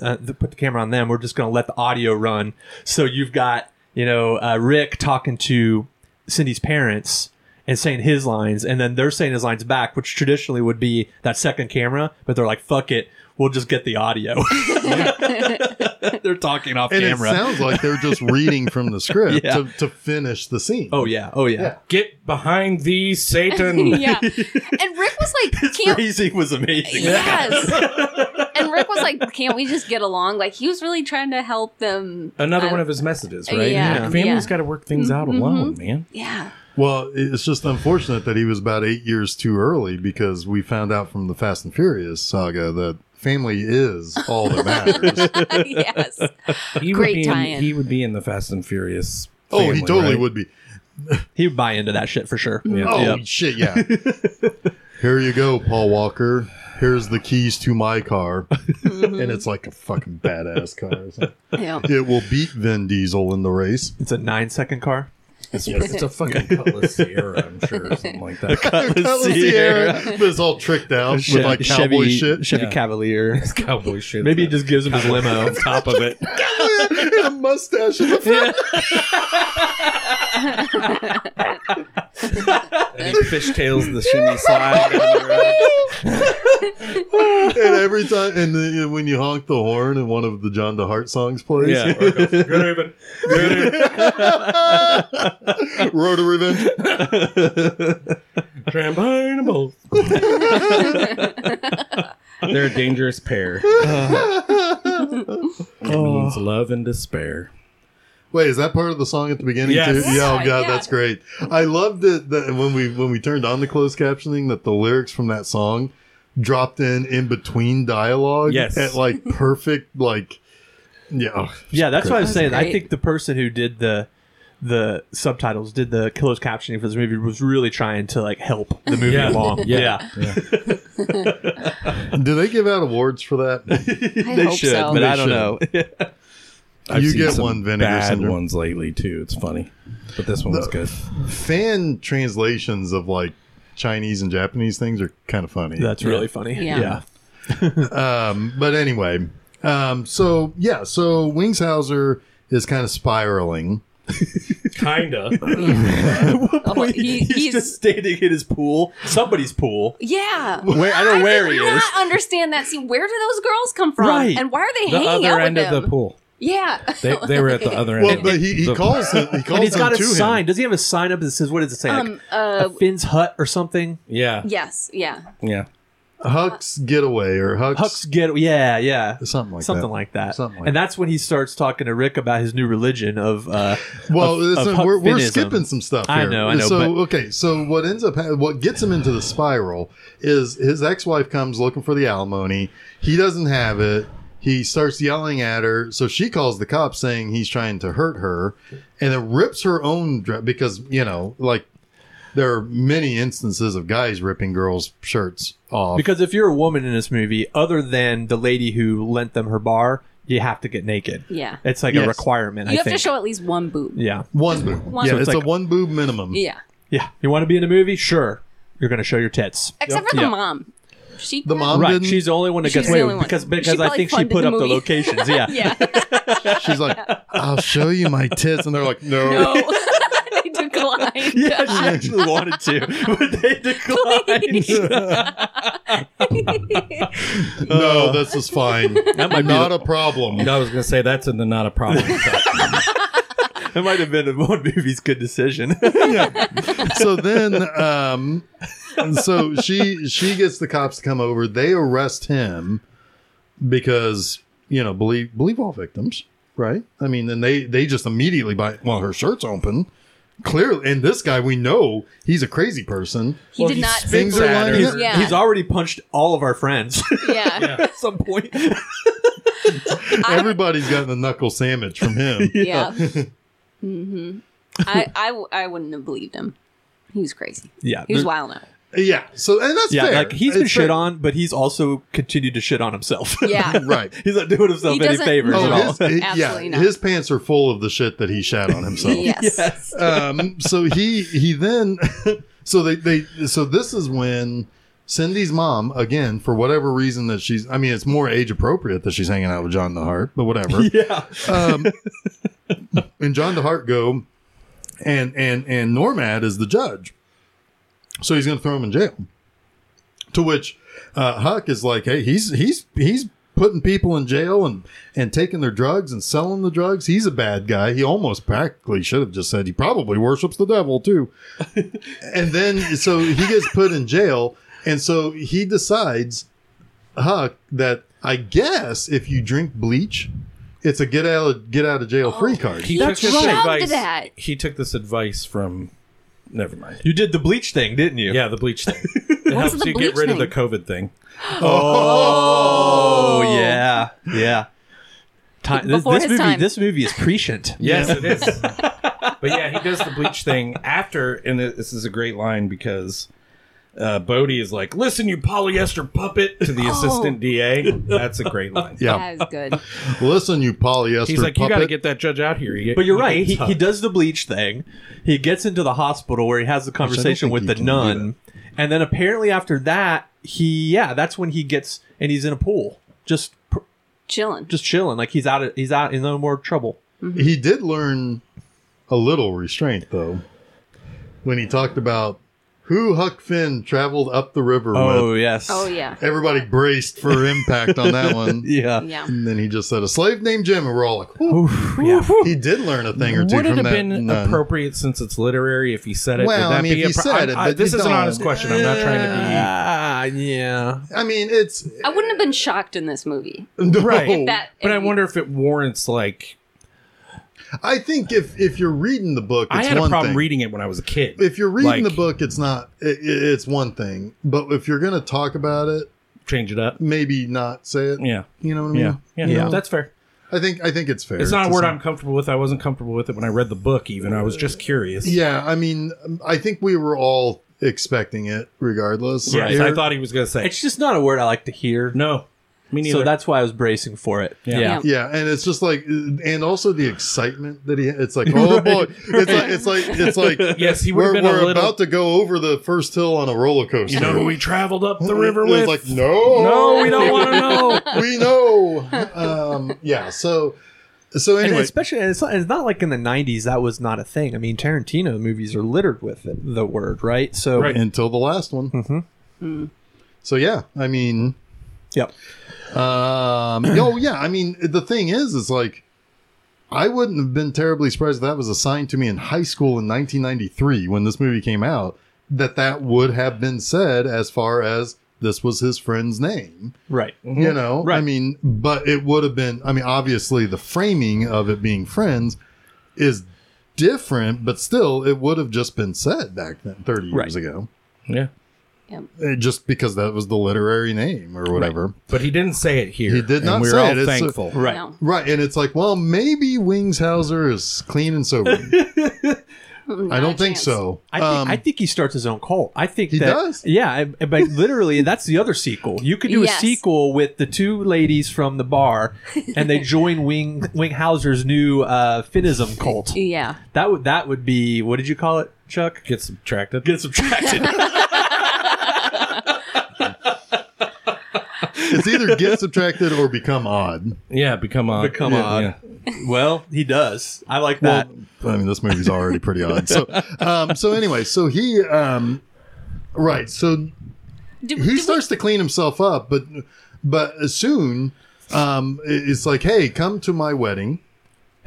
B: uh, to put the camera on them. We're just going to let the audio run." So you've got you know uh, Rick talking to Cindy's parents and saying his lines, and then they're saying his lines back, which traditionally would be that second camera, but they're like, "Fuck it, we'll just get the audio." they're talking off
A: And
B: camera.
A: it sounds like they're just reading from the script
B: Yeah.
A: to, to finish the scene.
B: oh yeah, oh yeah.
C: Get behind thee, Satan!
D: yeah. And Rick was like, can't.
B: Crazy was amazing.
D: Yes. and Rick was like, can't we just get along? Like he was really trying to help them.
C: Another
D: I-
C: one of his messages, right?
D: Uh, Yeah, Mm-hmm.
C: Like, Family's
D: yeah.
C: got to work things out alone, man.
D: Yeah.
A: Well, it's just unfortunate that he was about eight years too early because we found out from the Fast and Furious saga that family is all that matters.
D: yes.
C: He
D: Great
C: would be
D: tie-in.
C: In, he would be in the Fast and Furious.
A: oh, he
C: family,
A: totally
C: right?
A: would be.
B: He'd buy into that shit for sure.
C: Yeah.
A: Mm-hmm. Oh,
B: Yeah.
A: shit, yeah. here you go, Paul Walker. Here's the keys to my car. and it's like a fucking badass car. or something.
D: Yeah.
A: It will beat Vin Diesel in the race.
B: It's a nine second car.
C: It's, it's a fucking Cutlass Sierra, I'm sure, or something like that.
A: That was the era, but it's all tricked out
B: Che-
A: with like cowboy
B: Chevy,
A: shit.
B: Chevy
C: Yeah.
B: Cavalier.
C: Cowboy shit.
B: Maybe it just gives him his limo.
C: top of it.
A: and a mustache in the front.
C: And he fishtails the shimmy slide. down the road.
A: and every time, and then when you honk the horn and one of the John DeHart songs plays,
C: Yeah. or go, Good even. Good even.
A: Road to Revenge.
C: Trampineable. They're a dangerous pair. it
A: Oh.
C: means love and despair.
A: Wait, is that part of the song at the beginning
C: Yes.
A: too? Yeah, oh god,
D: Yeah.
A: that's great. I loved it that when we when we turned on the closed captioning that the lyrics from that song dropped in in between dialogue
C: Yes.
A: at like perfect like yeah. oh,
B: yeah, that's what I was
D: That's
B: saying. I
D: great.
B: think the person who did the the subtitles, did the killer's captioning for this movie, was really trying to like help the movie
C: Yeah.
B: along.
C: Yeah.
A: Do they give out awards for that?
D: I
B: they
D: hope
B: should,
D: so.
B: but I
A: They
B: don't know.
A: You get one vinegar
C: bad
A: syndrome.
C: ones lately too. It's funny, but this one was good.
A: Fan translations of like Chinese and Japanese things are kind of funny.
B: that's really funny.
D: Yeah.
B: yeah.
A: Um, but anyway, um, so yeah, so Wingshauser is kind of spiraling.
C: Kinda.
D: Oh, he-
B: he's,
D: he's-
B: just standing in his pool, somebody's pool.
D: Yeah.
B: Where I don't know where he
D: I do
B: is.
D: not understand that scene. Where do those girls come from?
B: Right.
D: And why are they
C: The
D: hanging
C: other
D: out
C: end
D: with
C: of
D: him?
C: the pool.
D: yeah.
C: They, they were at the other end.
A: Well,
C: of
A: but
C: the,
A: he, he
C: the-
A: calls him. He calls
B: And he's
A: him
B: got a
A: to him.
B: sign. Does he have a sign up that says what does it say? Like
D: um, uh,
B: a Finn's hut or something?
C: Yeah,
D: yes. Yeah.
C: yeah.
A: Huck's getaway or Huck's,
B: Huck's get yeah, yeah.
A: Something like
B: Something
A: that.
B: like that.
A: Something like
B: and that's when he starts talking to Rick about his new religion of uh
A: well,
B: of-
A: it's-
B: of Huck
A: we're, we're
B: Finnism.
A: skipping some stuff. Here.
B: I know, I know,
A: So
B: but-
A: okay, so what ends up ha- what gets him into the spiral is his ex-wife comes looking for the alimony. He doesn't have it. He starts yelling at her, so she calls the cops saying he's trying to hurt her, and then rips her own dress because you know, like there are many instances of guys ripping girls' shirts off.
B: because if you're a woman in this movie, other than the lady who lent them her bar, you have to get naked.
D: Yeah.
B: It's like
A: Yes.
B: a requirement,
D: You
B: I
D: have
B: think.
D: to show at least one boob.
B: yeah.
A: one boob,
D: One-
A: yeah,
D: So
A: it's,
B: it's like-
A: a one boob minimum.
D: Yeah.
B: Yeah. You want to be in a movie? Sure. You're gonna show your tits.
D: Except for the
B: Yeah.
D: mom. She
A: The mom
B: Right,
A: didn't-
B: she's the only one that
D: She's
B: gets
D: the
B: away
D: only
B: with-
D: one.
B: because
D: She
B: because I
D: probably
B: think she
D: funded
B: put
D: the
B: up the
D: movie.
B: locations. Yeah,
D: Yeah.
A: She's like, "I'll show you my tits," and they're like,
D: No. they declined.
B: yeah, she actually wanted to, but they declined.
A: No, this is fine. That
B: Uh, might be
A: not a problem.
C: I was gonna say that's in the not a problem.
B: that might have been a one movie's good decision.
A: So then, um, so she she gets the cops to come over. They arrest him because you know believe believe all victims, right? I mean, then they they just immediately buy. Well, her shirt's open. Clearly, and this guy we know he's a crazy person.
D: He
C: Well,
D: did
C: he
D: not.
C: spins
A: Things are
C: at her.
A: lining up.
D: Yeah.
B: He's already punched all of our friends
D: Yeah.
B: at some point.
A: Everybody's gotten a knuckle sandwich from him.
D: Yeah. hmm I, I, w- I wouldn't have believed him. He was crazy.
B: Yeah,
D: He was
B: there-
D: wild out.
A: Yeah. So and that's
B: yeah.
A: fair.
B: Like he's been
A: It's
B: shit
A: fair.
B: on, but he's also continued to shit on himself.
D: Yeah.
A: Right.
B: he's not doing himself
D: He
B: any
D: doesn't-
B: favors
D: Oh,
B: at all.
A: his, it-
D: Absolutely
A: yeah,
D: not.
A: his pants are full of the shit that he shat on himself.
D: Yes.
A: um, so he he then so they they so this is when Cindy's mom again for whatever reason that she's I mean it's more age appropriate that she's hanging out with John DeHart but whatever
B: yeah,
A: um, and John DeHart go and and and Normad is the judge so he's going to throw him in jail to which uh, Huck is like hey he's he's he's putting people in jail and and taking their drugs and selling the drugs he's a bad guy he almost practically should have just said he probably worships the devil too and then so he gets put in jail and so he decides Huck that I guess if you drink bleach it's a get out of, get out of jail free card.
C: He
B: That's
C: took this
B: right.
D: Loved
C: advice.
D: that.
C: He took this advice from. Never mind.
B: you did the bleach thing, didn't you?
C: Yeah, the bleach thing. It helps
D: the
C: you get
D: bleach
C: rid of the
D: thing?
C: COVID thing.
B: Oh, yeah, yeah. Ti- this,
D: Before
B: this
D: his
B: movie,
D: time.
B: this movie is prescient.
C: Yes, it is. but yeah, he does the bleach thing after, and it- this is a great line because uh, Bodie is like, "Listen, you polyester puppet," to the assistant DA. That's a great line.
A: Yeah.
D: That is good.
A: Listen, you polyester
C: He's like, "You got to
A: puppet.
C: get that judge out here." He-
B: But you're
C: he
B: right.
C: hates
B: He,
C: us.
B: he does the bleach thing. He gets into the hospital where he has the conversation
A: think
B: with
A: you
B: the
A: can do that.
B: nun. And then apparently after that, he yeah, that's when he gets and he's in a pool, just pr-
D: Chilling.
B: just chilling, like he's out of, he's out in no more trouble.
A: he did learn a little restraint though when he talked about who Huck Finn traveled up the river
B: Oh
A: with.
B: yes.
D: Oh yeah.
A: Everybody braced for impact on that one.
B: Yeah.
D: Yeah.
A: And then he just said a slave named Jim, and we're all like, "Ooh."
B: Oof, yeah.
A: he did learn a thing or two
C: Would it
A: from
C: have
A: that.
C: been
A: nun.
C: appropriate since it's literary if he said it?
A: Well,
C: Would that
A: I mean,
C: be
A: if
C: a
A: he
C: pro-
A: said it,
C: I- I-
A: but
C: this
A: you
C: is an
A: don't-
C: honest question. I'm not trying
B: Ah, yeah.
A: I mean, it's
D: I wouldn't have been shocked in this movie.
A: no.
C: Right.
D: If that,
C: to be. But I
D: if-
C: wonder if it warrants like
A: I think if if you're reading the book,
C: I
A: it's
C: had a
A: one
C: problem
A: thing.
C: reading it when I was a kid.
A: If you're reading
C: Like-
A: the book, it's not. It, it- it's one thing, but if you're gonna talk about it,
C: Change it up.
A: maybe not say it.
C: Yeah.
A: you know what I mean.
C: Yeah. Yeah.
A: You know?
C: That's fair.
A: I think I think it's fair.
C: It's not a
A: to
C: word
A: say.
C: I'm comfortable with. I wasn't comfortable with it when I read the book, even. I was just curious.
A: Yeah, I mean, I think we were all expecting it, regardless.
C: Yes,
A: Here-
C: I thought he was going to say.
B: It's just not a word I like to hear.
C: no. Me neither.
B: so that's why I was bracing for it.
C: Yeah.
D: Yeah.
A: Yeah, and it's just like, and also the excitement that he. It's like, oh boy, it's like, it's like, it's like.
C: yes, he would have
A: We're, we're
C: been a little.
A: about to go over the first hill on a roller coaster.
C: you know who we traveled up
A: It
C: the river
A: was
C: with?
A: like, no,
C: no, we don't want to know.
A: we know. Um, yeah. So, so
B: And
A: anyway,
B: especially, and it's, not, it's not like in the '90s that was not a thing. I mean, Tarantino movies are littered with it, the word, right? So,
C: Right.
A: until the last one. So yeah, I mean,
B: yep.
A: Um, no, yeah. I mean, the thing is, is like, I wouldn't have been terribly surprised if that was assigned to me in high school in 1993 when this movie came out. That that would have been said as far as this was his friend's name.
B: Right.
A: You know, I
B: Right.
A: mean, but it would have been. I mean, obviously, the framing of it being friends is different, but still, it would have just been said back then, 30 years
B: Right.
A: ago,
C: Yeah.
A: Uh, just because that was the literary name or whatever.
C: But he didn't say it here.
A: He did not
C: and we're
A: say
C: all
A: it. It's a-
C: thankful.
B: Right.
D: No.
A: Right, and it's like, well, maybe Wingshauser is clean and sober.
D: Not
A: I
D: a
A: don't think
D: chance.
A: so.
B: I think,
A: Um,
B: I think he starts his own cult. I think
A: He
B: that,
A: does?
B: Yeah, I- I- but literally, that's the other sequel. You could do
D: Yes.
B: a sequel with the two ladies from the bar, and they join Wing Winghauser's new uh, finism cult.
D: Yeah.
B: That would that would be what did you call it, Chuck?
C: Get subtracted.
B: Get subtracted.
A: it's either get subtracted or become odd.
C: yeah. Become odd.
B: Become
C: Yeah,
B: odd.
C: yeah.
B: well, he does. I like that.
A: I mean, this movie's already pretty odd. So, um, so anyway, so he, um, right, so
D: Did,
A: he
D: did
A: starts to clean himself up, but but soon um, it's like, hey, come to my wedding.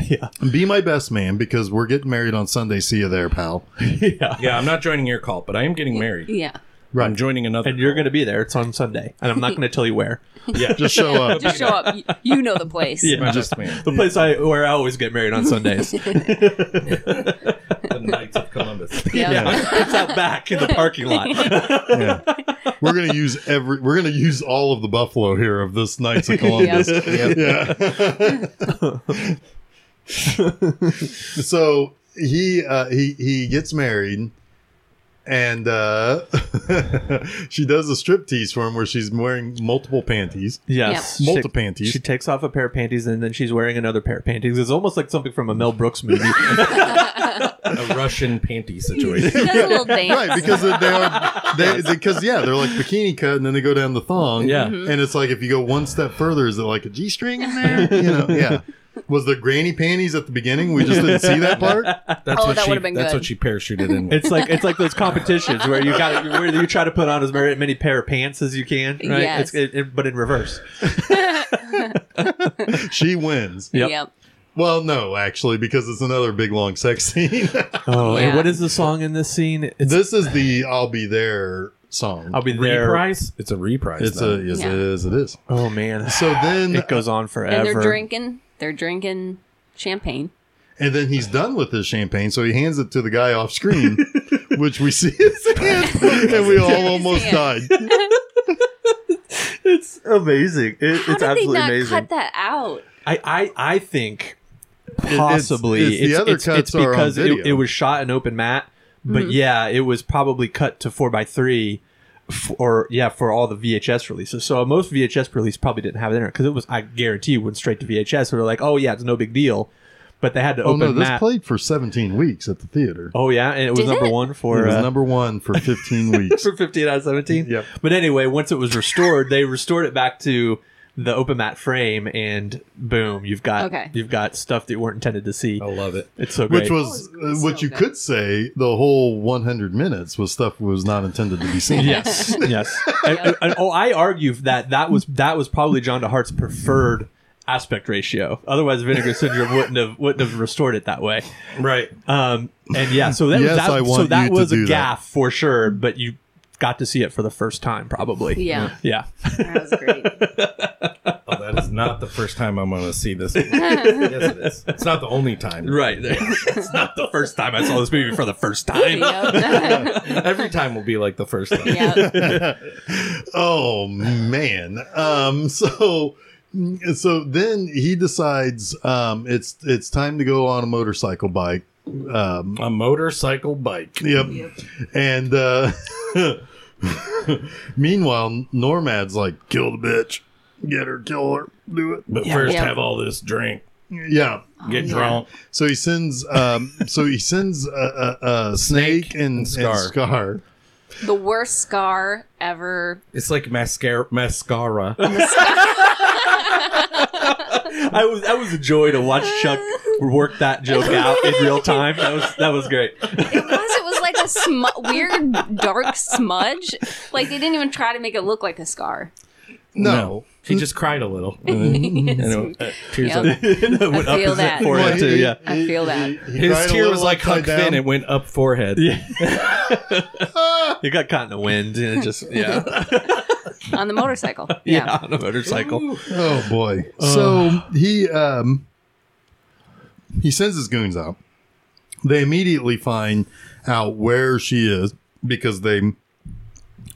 B: yeah,
A: Be my best man because we're getting married on Sunday. See you there, pal.
B: yeah.
C: Yeah, I'm not joining your cult, but I am getting married.
D: we, yeah.
C: I'm joining another.
B: And you're
C: cult.
B: going to be there. It's on Sunday, and I'm not going to tell you where.
A: Just show up.
D: Just show up. You, you know the place.
B: Yeah.
C: My best man.
B: The place I where I always get married on Sundays.
C: the Knights of Columbus.
D: Yeah.
B: it's out back in the parking lot.
A: Yeah. We're gonna use every. We're gonna use all of the buffalo here of this Knights of Columbus. so he uh, he he gets married, and uh, she does a strip tease for him where she's wearing multiple panties.
B: Yes,
A: Yep.
B: She-
A: Multi panties.
B: She takes off a pair of panties and then she's wearing another pair of panties. It's almost like something from a Mel Brooks movie.
C: a Russian panty situation.
D: He does a little dance.
A: Right, because they are they because yeah, they're like bikini cut, and then they go down the thong.
C: Yeah.
A: and it's like if you go one step further, is it like a g string in there? You know, yeah. Was there granny panties at the beginning? We just didn't see that part.
C: That's
D: Oh,
C: what
D: that
C: she.
D: would've been
C: that's
D: good.
C: what she parachuted in. With.
B: it's like it's like those competitions where you got where you try to put on as very many pair of pants as you can, right? It's,
D: Yes.
B: it, it- but in reverse.
A: She wins.
B: Yep.
D: Yep.
A: Well, no, actually, because it's another big long sex scene.
B: Oh,
D: Yeah.
B: and what is the song in this scene? It's
A: this is the "I'll be there" song.
B: I'll be there.
C: reprise. It's a reprise.
A: It's
C: though.
A: a yes,
D: Yeah.
A: it is. It is.
B: Oh man,
A: So then,
B: it goes on forever.
D: And they're drinking. They're drinking champagne.
A: and then he's done with his champagne. So he hands it to the guy off screen, which we see his hand, and we all almost died.
D: hand.
B: It's amazing. It,
D: How
B: it's
D: did they
B: absolutely
D: not
B: amazing.
D: cut that out?
B: I, I I think
A: it's-
B: possibly
A: it's the other cuts are on
B: because
A: video.
D: Mm-hmm.
B: It, it was shot in open mat, but yeah, it was probably cut to four by three f- or yeah, for all the VHS releases. So most VHS release probably didn't have it in it because it was I guarantee you went straight to VHS. So they're like, oh yeah, it's no big deal, but they had to
A: Oh
B: open
A: no, this
B: that.
A: played for 17 weeks at the theater.
B: oh yeah, and it was
D: Did
B: number
D: it?
B: one for
A: it was
B: uh,
A: number one for 15 weeks.
B: for 15 out of 17.
A: Yep.
B: But anyway, once it was restored, they restored it back to the open mat frame, and boom, you've got
D: Okay.
B: you've got stuff that you weren't intended to see.
A: Oh,
C: I love it.
B: It's so great.
A: Which was
D: Oh, it's
A: uh, what
D: so
A: you
D: good.
A: could say the whole 100 minutes was stuff that was not intended to be seen.
B: yes, yes. And- and- and- oh, I argue that that was that was probably John DeHart's preferred aspect ratio. Otherwise, Vinegar Syndrome wouldn't have wouldn't have restored it that way.
C: Right.
B: Um, and yeah, so that
A: Yes,
B: that,
A: I
B: so
A: want you
B: that
A: to
B: was a
A: do that.
B: gaff for sure. But you got to see it for the first time, probably.
D: Yeah.
B: yeah.
D: That was great.
C: Oh, that is not the first time I'm going to see this. movie. yes, it is. It's not the only time.
B: Right. it's not the first time I saw this movie for the first time.
D: Yep.
C: Every time will be like the first time.
D: Yep.
A: oh man um so so then he decides um it's it's time to go on a motorcycle bike um
C: A motorcycle bike.
A: yep, and uh meanwhile normad's like kill the bitch get her kill her do it
C: But first,
D: Yeah.
C: have all this drink.
A: yeah
C: Get
D: yeah.
C: drunk.
A: so he sends um so he sends uh, uh, uh snake, and, and scar.
C: Scar.
D: The worst scar ever.
C: It's like mascara. Mascara.
B: I was that was a joy to watch Chuck work that joke out in real time. That was that was great.
D: It was. It was like a sm- weird dark smudge. Like they didn't even try to make it look like a scar.
A: no,
C: He just cried a little. Anyway, uh, tears
D: Yep.
C: up.
B: That went
D: I feel
B: opposite
D: that.
B: for
A: Well,
B: him too.
A: he-
B: Yeah.
D: I feel that.
A: he- he
C: His
A: cried a
C: tear was
A: little
C: like Huck
A: upside
C: Finn.
A: down.
C: It went up forehead.
B: Yeah. it got caught in the wind and it just yeah
D: on the motorcycle.
B: yeah,
D: Yeah.
B: on a motorcycle.
A: Oh boy.
C: Uh.
A: So he um he sends his goons out. They immediately find out where she is because they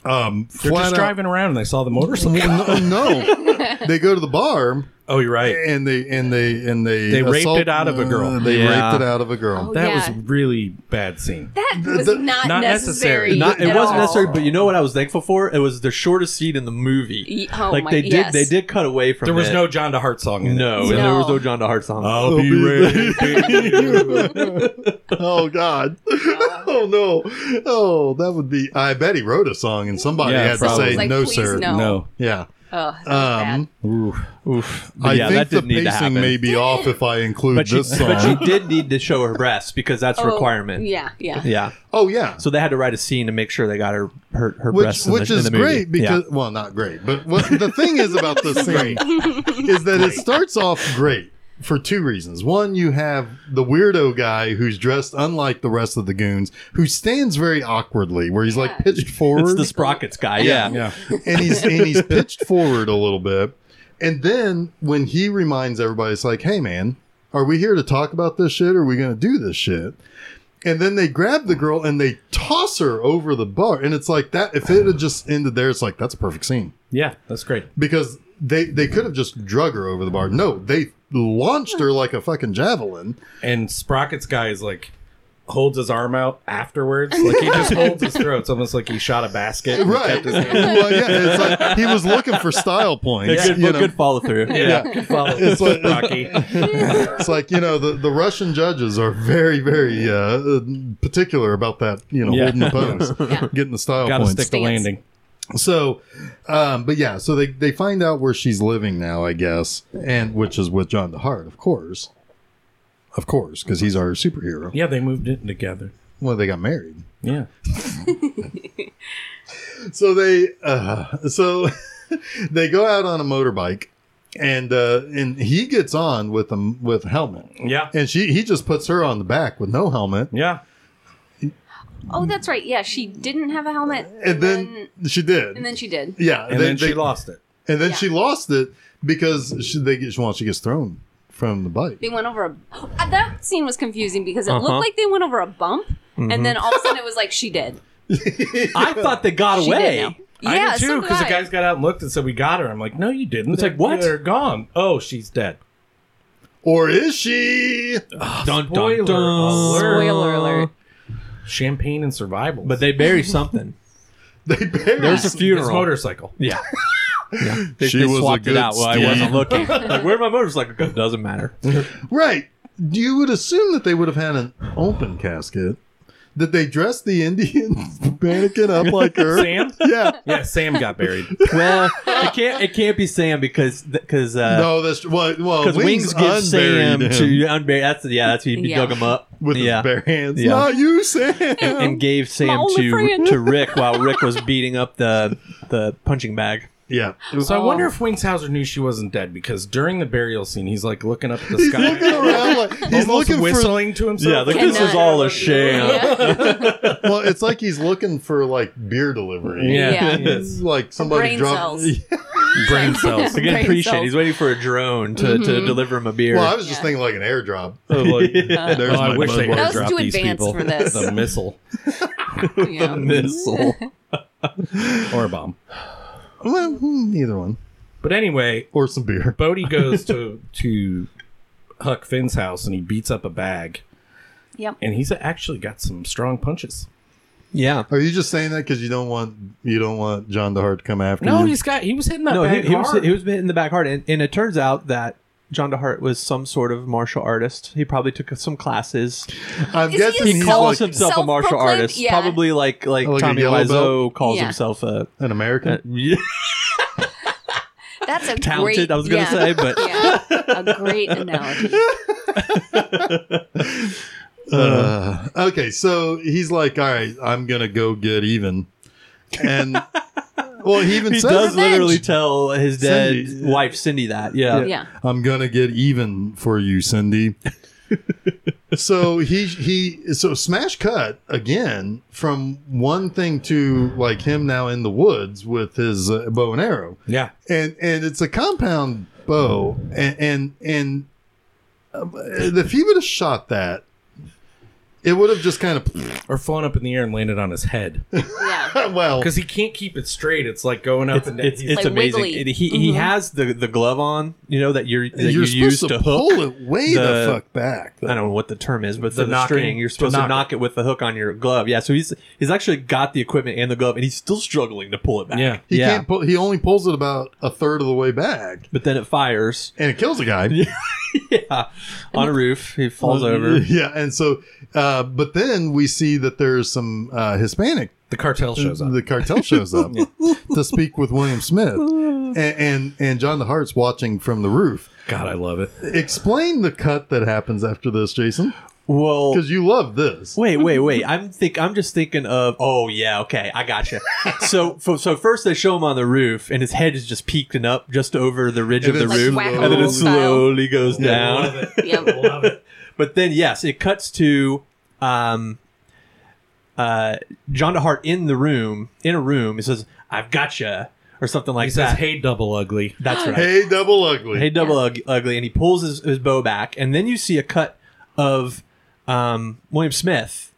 A: um
C: They're
A: flat
C: just
A: out-
C: driving around and they saw the motorcycle.
A: No, oh, no. they go to the bar
C: Oh, you're right.
A: and they and they and they
C: They raped it out of a girl.
A: Uh, they
B: Yeah.
A: raped it out of a girl.
D: Oh,
C: That
D: Yeah.
C: was a really bad scene.
D: That was
A: the-
D: not,
C: not
D: necessary.
C: necessary.
B: Not, it
D: at
B: wasn't
D: all.
B: necessary, but you know what I was thankful for? It was the shortest scene in the movie.
D: Ye- oh
B: like
D: my-
B: they did,
D: yes.
B: they did cut away from.
C: There was
B: it.
C: no John DeHart song in it.
B: no,
D: No.
B: there was no John DeHart song.
C: I'll
A: be
C: ready.
A: oh god. oh no. Oh, that would be I bet he wrote a song and somebody
C: Yeah,
A: had
C: probably.
A: to say
D: Like,
A: no
D: please,
A: sir.
D: no.
C: No.
A: Yeah.
D: Oh, that was bad.
A: Um
B: Oof. But
A: I
B: yeah,
A: think
B: that didn't
A: the
B: need to
A: pacing
B: happen.
A: may be off if I include
B: but she,
A: this song.
B: but she did need to show her breasts because that's a
D: Oh,
B: requirement.
D: Yeah, yeah.
B: Yeah.
A: oh yeah,
B: So they had to write a scene to make sure they got her her, her
A: which
B: breasts in the-
A: which
B: in
A: is
B: the movie.
A: great because
B: Yeah.
A: well, not great, but what, the thing is about this scene is that it starts off great for two reasons. One, you have the weirdo guy who's dressed unlike the rest of the goons, who stands very awkwardly, where he's like pitched
B: it's
A: forward,
B: the Sprockets guy. Yeah.
C: Yeah.
A: and he's and he's pitched forward a little bit. And then when he reminds everybody, it's like, hey man, are we here to talk about this shit? Or are we gonna do this shit? And then they grab the girl and they toss her over the bar. And it's like that if it had just ended there, it's like that's a perfect scene.
C: Yeah, that's great.
A: Because they they could have just drug her over the bar. No, they launched her like a fucking javelin.
C: And Sprocket's guy is like holds his arm out afterwards. Like he just holds his throat. It's almost like he shot a basket. and
A: Right.
C: kept his hand.
A: well, yeah, it's like he was looking for style
B: Good,
A: points.
B: good,
A: you know.
B: good follow through.
C: Yeah. Good follow.
A: It's like-
C: Sprocky.
A: it's like you know the, the Russian judges are very very uh, particular about that you know
C: Yeah.
A: holding the pose,
D: Yeah.
A: getting the style
C: Gotta
A: points.
C: stick the landing.
A: So, um, but yeah, so they they find out where she's living now, I guess, and which is with John DeHart, of course, of course, because he's our superhero.
C: Yeah, they moved in together.
A: Well, they got married.
C: Yeah.
A: so they uh, so they go out on a motorbike. And uh, and he gets on with them with helmet,
C: Yeah.
A: and she he just puts her on the back with no helmet,
C: Yeah.
D: Oh, that's right. Yeah, she didn't have a helmet,
A: and then, she did,
D: and then she did.
A: Yeah,
C: And
A: they-
C: then she
A: they-
C: lost it.
A: and then
D: Yeah.
A: she lost it because she, they get, well, she gets thrown from the bike.
D: They went over a. Uh, that scene was confusing because it
B: Uh-huh. Mm-hmm.
D: looked like they went over a bump, and then all of a sudden it was like she did.
B: I thought they got
D: She
B: away.
D: did now.
C: I
D: Yeah,
C: did too,
D: so
C: because the
D: I.
C: guys got out and looked and said, We got her. I'm like, No, you didn't. It's
B: like, what?
C: They're gone. Oh, she's dead.
A: Or is she?
B: Dun, dun,
C: Spoiler
B: dun.
C: alert.
D: Spoiler alert.
C: Champagne and survival.
B: But they bury something.
A: They buried
B: There's a
C: His
B: funeral.
C: motorcycle.
B: yeah. Yeah. They,
A: She
B: they
A: was a
B: swapped
A: good
B: it out while I
A: steed.
B: wasn't looking. Like, where'd my motorcycle go? Doesn't matter.
A: Right. You would assume that they would have had an open casket. Did they dress the Indian mannequin up like her?
C: Sam?
A: Yeah.
C: Yeah, Sam got buried.
B: Well, it can't. It can't be Sam because because uh,
A: No, that's well. well
B: because
A: wings,
B: Wings gives Sam
A: unburied him
B: to unbury. That's yeah. That's he
D: Yeah.
B: dug him up
A: with his
B: yeah.
A: bare hands.
B: Yeah.
A: Not you, Sam.
B: and gave Sam
D: only
B: to
D: friend.
B: to Rick while Rick was beating up the the punching bag.
A: yeah.
C: So I wonder if
B: Um,
C: Wingshauser knew she wasn't dead because during the burial scene, he's like looking up at the
A: He's
C: sky,
A: looking around like he's
C: almost
A: looking for.
C: whistling to himself.
B: Yeah, like
D: Cannot.
B: this is all a sham.
D: Yeah.
A: Well, it's like he's looking for like beer delivery.
C: Yeah.
D: Yeah.
A: It's like somebody
D: brain
A: dropped.
D: cells.
B: Again,
C: brain cells.
D: Brain Mm-hmm.
B: appreciate.
D: cells.
B: He's waiting for a drone to, to deliver him a beer.
A: Well, I was just
D: Yeah.
A: thinking like an airdrop. There's
C: oh, I
A: my
C: wish they
A: buzzword.
D: That was
C: airdropped
D: too
C: these
D: advanced
C: people
D: for this.
C: the missile
D: Yeah.
B: missile.
C: or a bomb.
A: Well, hmm, either one
C: But anyway,
A: or some beer.
C: Bodhi goes to to Huck Finn's house and he beats up a bag,
D: Yep.
C: and he's actually got some strong punches.
B: Yeah.
A: Are you just saying that because you don't want you don't want John DeHart to come after you?
C: No, he's got he was hitting that
B: No, he,
C: bag
B: he was
C: hard.
B: he was in the back hard, and, and it turns out that John DeHart was some sort of martial artist. He probably took some classes.
A: I'm
D: Is he
A: guessing
D: a
A: he's
B: calls
A: like
B: himself a martial
D: Self-proclaimed-
B: artist,
D: yeah.
B: probably like like,
A: Like a
B: Tommy
A: yellow
B: Wiseau
A: belt?
B: calls
D: Yeah.
B: himself a.
A: an American.
D: That's a
B: Talented,
D: Great,
B: I was gonna
D: yeah.
B: say, but-
D: yeah, a great analogy.
A: Uh, okay, so he's like, "All right, I'm gonna go get even," and well, he even
B: he
A: says,
B: does
D: Revenge.
B: literally tell his dead
A: Cindy.
B: wife Cindy that. Yeah.
D: Yeah,
A: "I'm gonna get even for you, Cindy." so he he so smash cut again from one thing to like him now in the woods with his uh, bow and arrow.
C: yeah,
A: and and it's a compound bow and and, and um, if he would have shot that it would have just kind of
C: or flown up in the air and landed on his head
D: yeah.
A: well
C: because he can't keep it straight. It's like going up
B: It's,
C: and down.
B: it's, it's
D: Like
B: amazing.
D: wiggly.
B: And he he has the, the glove on, you know, that you're that
A: you're
B: you
A: supposed
B: use to,
A: to,
B: hook.
A: pull it way
B: the-
A: the fuck back
B: I don't know what the term is, but
C: The
B: the,
C: knocking-
B: string you're
C: to
B: supposed to
C: knock
B: knock, it with the hook on your glove. Yeah, so he's he's actually got the equipment and the glove, and he's still struggling to pull it back.
C: Yeah.
A: he
B: yeah.
A: can't pull he only pulls it about a third of the way back
B: but then it fires.
A: and it kills a guy
B: Yeah, on a roof, he falls over.
A: yeah and so uh but then we see that there's some uh hispanic
C: the cartel shows up.
A: The cartel shows up to speak with William Smith, and and, and John the Hart's watching from the roof.
C: God, I love it.
A: Explain the cut that happens after this, Jason,
B: Well,
A: because you love this.
B: Wait, wait, wait. I'm think I'm just thinking of. Oh yeah, okay, I gotcha. so f- so first they show him on the roof, and his head is just peeking up just over the ridge
A: And
B: of the
A: it's
B: roof,
A: like
B: and then it
A: whack-a-mole
D: style.
B: slowly goes down.
D: Yep.
C: Love it.
B: But then yes, it cuts to um, uh, John DeHart in the room, in a room. He says, "I've gotcha," or something like
C: He says,
B: that.
C: "Hey, double ugly."
B: That's right.
A: Hey, double ugly.
B: Hey, double ug- ugly, and he pulls his, his bow back, and then you see a cut of um, William Smith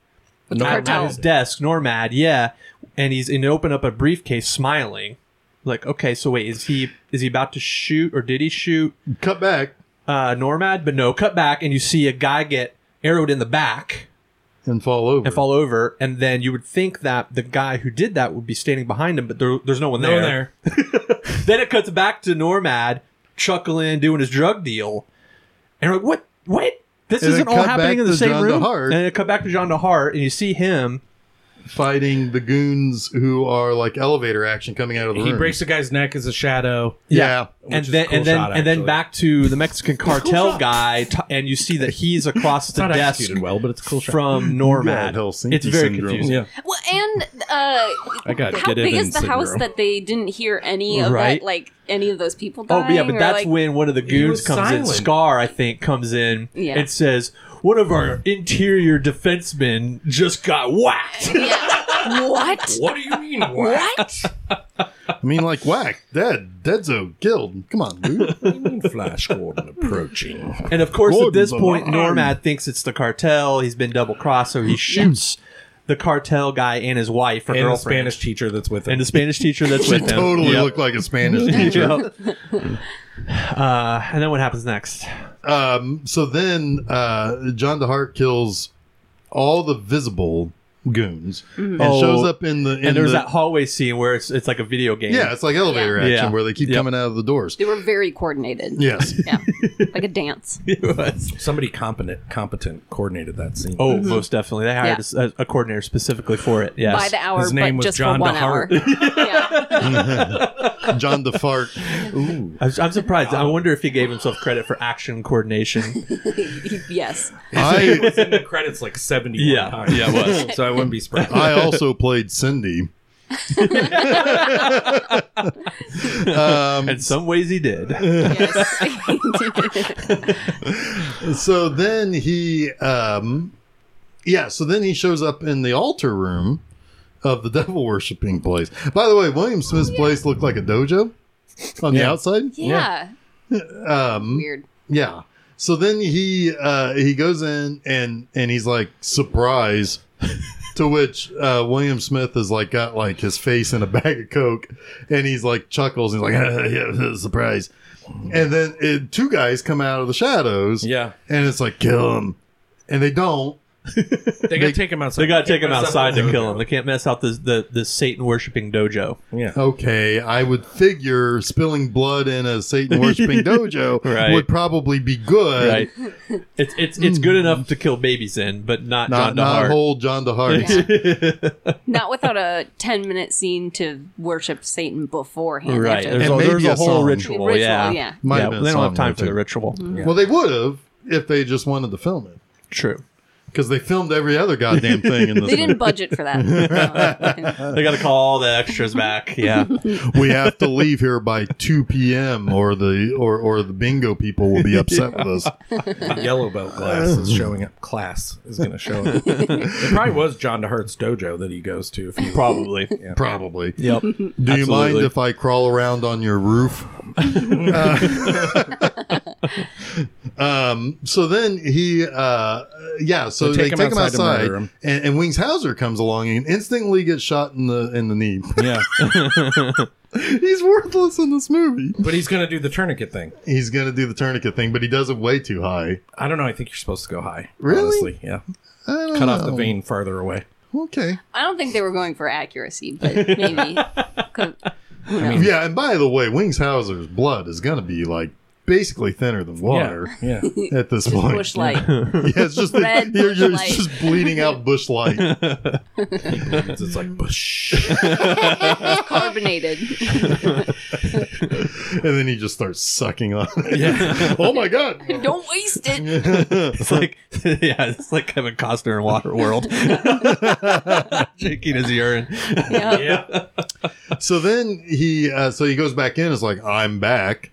C: No,
B: at, at
D: cartel.
B: his desk, Normad, yeah, and he's and he opened up a briefcase, smiling, like, okay, so wait, is he is he about to shoot or did he shoot
A: Cut back
B: uh, Normad? But no, cut back, and you see a guy get arrowed in the back
A: and fall over.
B: and fall over, and then you would think that the guy who did that would be standing behind him, but there, there's no one
C: No
B: there.
C: there.
B: Then it cuts back to Normad chuckling, doing his drug deal, and we're like, what, what? This
A: And then
B: isn't all
A: cut
B: happening
A: back
B: in the
A: to
B: same
A: John
B: room.
A: DeHart.
B: And it cut back to John DeHart, and you see him
A: fighting the goons who are like elevator action coming out of the
C: He
A: room.
C: breaks a guy's neck as a shadow.
A: Yeah.
C: Which
B: Mm. and
C: is a
B: then
C: cool
B: and then
C: shot,
B: and then
C: actually.
B: back to the Mexican cartel
C: shot.
B: guy, t- and you see that he's across the
C: Not
B: desk
C: executed well, but it's a cool shot.
B: from
A: Yeah,
B: Normad.
A: Helsinki
B: it's very
A: syndrome.
B: confusing.
C: yeah,
D: Well, and uh,
C: I got
D: how
C: get it
D: big
C: in
D: is the house
C: syndrome.
D: that they didn't hear any of
B: Right.
D: that? Like any of those people
B: Oh
D: dying?
B: yeah, but
D: or,
B: that's
D: like,
B: when one of the goons
C: was
B: comes in.
C: silent.
B: Scar, I think, comes in
D: Yeah.
B: and says, "One of our interior defensemen just got whacked."
D: Yeah. what?
C: What do you mean?
D: What?
A: I mean, like whack, dead, deadzo, killed. Come on, dude.
C: What do you mean, Flash Gordon approaching?
B: And of course, at this
A: Gordon's
B: point,
A: alive.
B: Normad thinks it's the cartel. He's been double crossed, so he shoots the cartel guy and his wife or
C: And the
B: girlfriend
C: Spanish teacher that's with him.
B: and the Spanish teacher that's with him.
A: totally
B: Yep.
A: looked like a Spanish teacher.
B: Yep. Uh, and then what happens next?
A: um, so then uh, John DeHart kills all the visible goons and
B: Oh,
A: shows up in the in
B: and there's
A: the,
B: that hallway scene where it's it's like a video game.
A: yeah, it's like elevator
B: Yeah.
A: action where they keep
B: Yep.
A: coming out of the doors.
D: They were very coordinated.
A: Yes.
D: Yeah. like a dance.
B: It was.
C: Somebody competent, competent coordinated that scene.
B: Oh, most definitely. They hired
D: Yeah.
B: a, a coordinator specifically for it. Yes.
D: By the hour,
C: His name
D: but
C: was
D: just
C: John
D: for one
C: DeHart.
D: hour. yeah.
A: John the fart.
B: I'm, I'm surprised.
A: Um,
B: I wonder if he gave himself credit for action coordination.
D: yes.
C: it
A: I
C: was in the credits like seventy.
B: Yeah.
C: times.
B: Yeah, it
C: was. so I wouldn't be surprised.
A: I also played Cindy. um,
B: In some ways, he did.
D: Yes.
A: so then he um yeah so then he shows up in the altar room of the devil worshipping place by the way william smith's place looked like a dojo on the
C: Yeah.
A: outside
D: yeah.
A: um
D: Weird.
A: yeah so then he uh he goes in and and he's like surprise to which uh william smith has like got like his face in a bag of coke and he's like chuckles and he's like yeah surprise and then it, two guys come out of the shadows
C: yeah,
A: and it's like kill him, and they don't.
C: they gotta take him outside.
B: They got to take him
C: Can't mess
B: outside
C: up the
B: to kill
C: dojo.
B: him. They can't mess out the the, the Satan worshipping dojo.
C: Yeah,
A: Okay, I would figure spilling blood in a Satan worshiping dojo
B: Right.
A: would probably be good,
B: Right. it's it's it's good enough to kill babies in, but not
A: not
B: John
A: not
B: DeHart.
A: whole John DeHart.
D: Not without a 10 minute scene to worship Satan beforehand.
B: right.
D: After
B: There's
A: And
B: a,
A: maybe
B: there's a
A: a
B: whole
A: song.
B: ritual.
D: Ritual,
B: Yeah.
D: yeah.
A: Might have been a
B: they don't
A: song
B: have time
A: there,
B: for the
A: too.
B: ritual.
A: Well, they would have if they just wanted to film it
B: True.
A: because they filmed every other goddamn thing in this.
D: they didn't
A: movie.
D: budget for that. No.
B: They got to call all the extras back. Yeah.
A: we have to leave here by two p.m. or the or or the bingo people will be upset with us.
C: the yellow belt class is showing up. Class is gonna show up. it probably was John DeHart's dojo that he goes to. If he
B: Probably.
A: Probably.
B: Yep. Do
A: Do you mind if I crawl around on your roof? Uh, um, so then he, uh, yeah, so they take him outside,
C: to murder him.
A: and, and Wings Hauser comes along and instantly gets shot in the in the knee.
C: yeah,
A: He's worthless in this movie.
C: but he's gonna do the tourniquet thing.
A: He's gonna do the tourniquet thing, but he does it way too high.
C: I don't know. I think you're supposed to go high.
A: Really?
C: Honestly, yeah.
A: I don't
C: Cut off the
A: know.
C: vein farther away.
A: Oh, Okay.
D: I don't think they were going for accuracy, but maybe. 'Cause- who knows?
A: Yeah, and by the way, Wings Hauser's blood is gonna be like basically thinner than water
C: Yeah. yeah.
A: at this
D: Just
A: point.
D: bush light.
A: Yeah, it's just
D: Red
A: you're, you're
D: Bush Light.
A: just bleeding out bush light.
C: It's it's like bush.
D: Carbonated.
A: and then he just starts sucking on it. oh my god.
D: Don't waste it.
B: It's like, yeah, it's like Kevin Costner in Waterworld, drinking his urine.
D: Yeah.
C: yeah.
A: So then he uh, so he goes back in. It's like I'm back,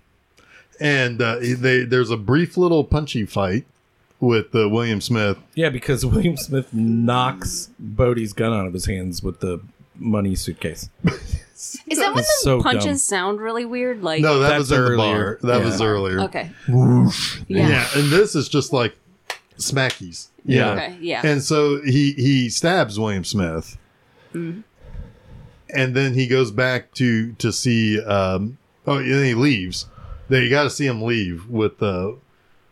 A: and uh, they there's a brief little punchy fight with uh, William Smith.
C: Yeah, because William Smith knocks Bodie's gun out of his hands with the money suitcase.
D: Is that when the
C: It's so
D: punches
C: dumb.
D: sound really weird? Like,
A: No, that
C: That's
A: was in the bar.
C: earlier.
A: That
C: Yeah.
A: was earlier.
D: okay.
A: Yeah.
D: Yeah.
A: and this is just like smackies. you
B: Yeah.
A: know?
D: Okay. Yeah.
A: And so he he stabs William Smith, and then he goes back to to see. Um, oh, and then he leaves. Then you got to see him leave with the.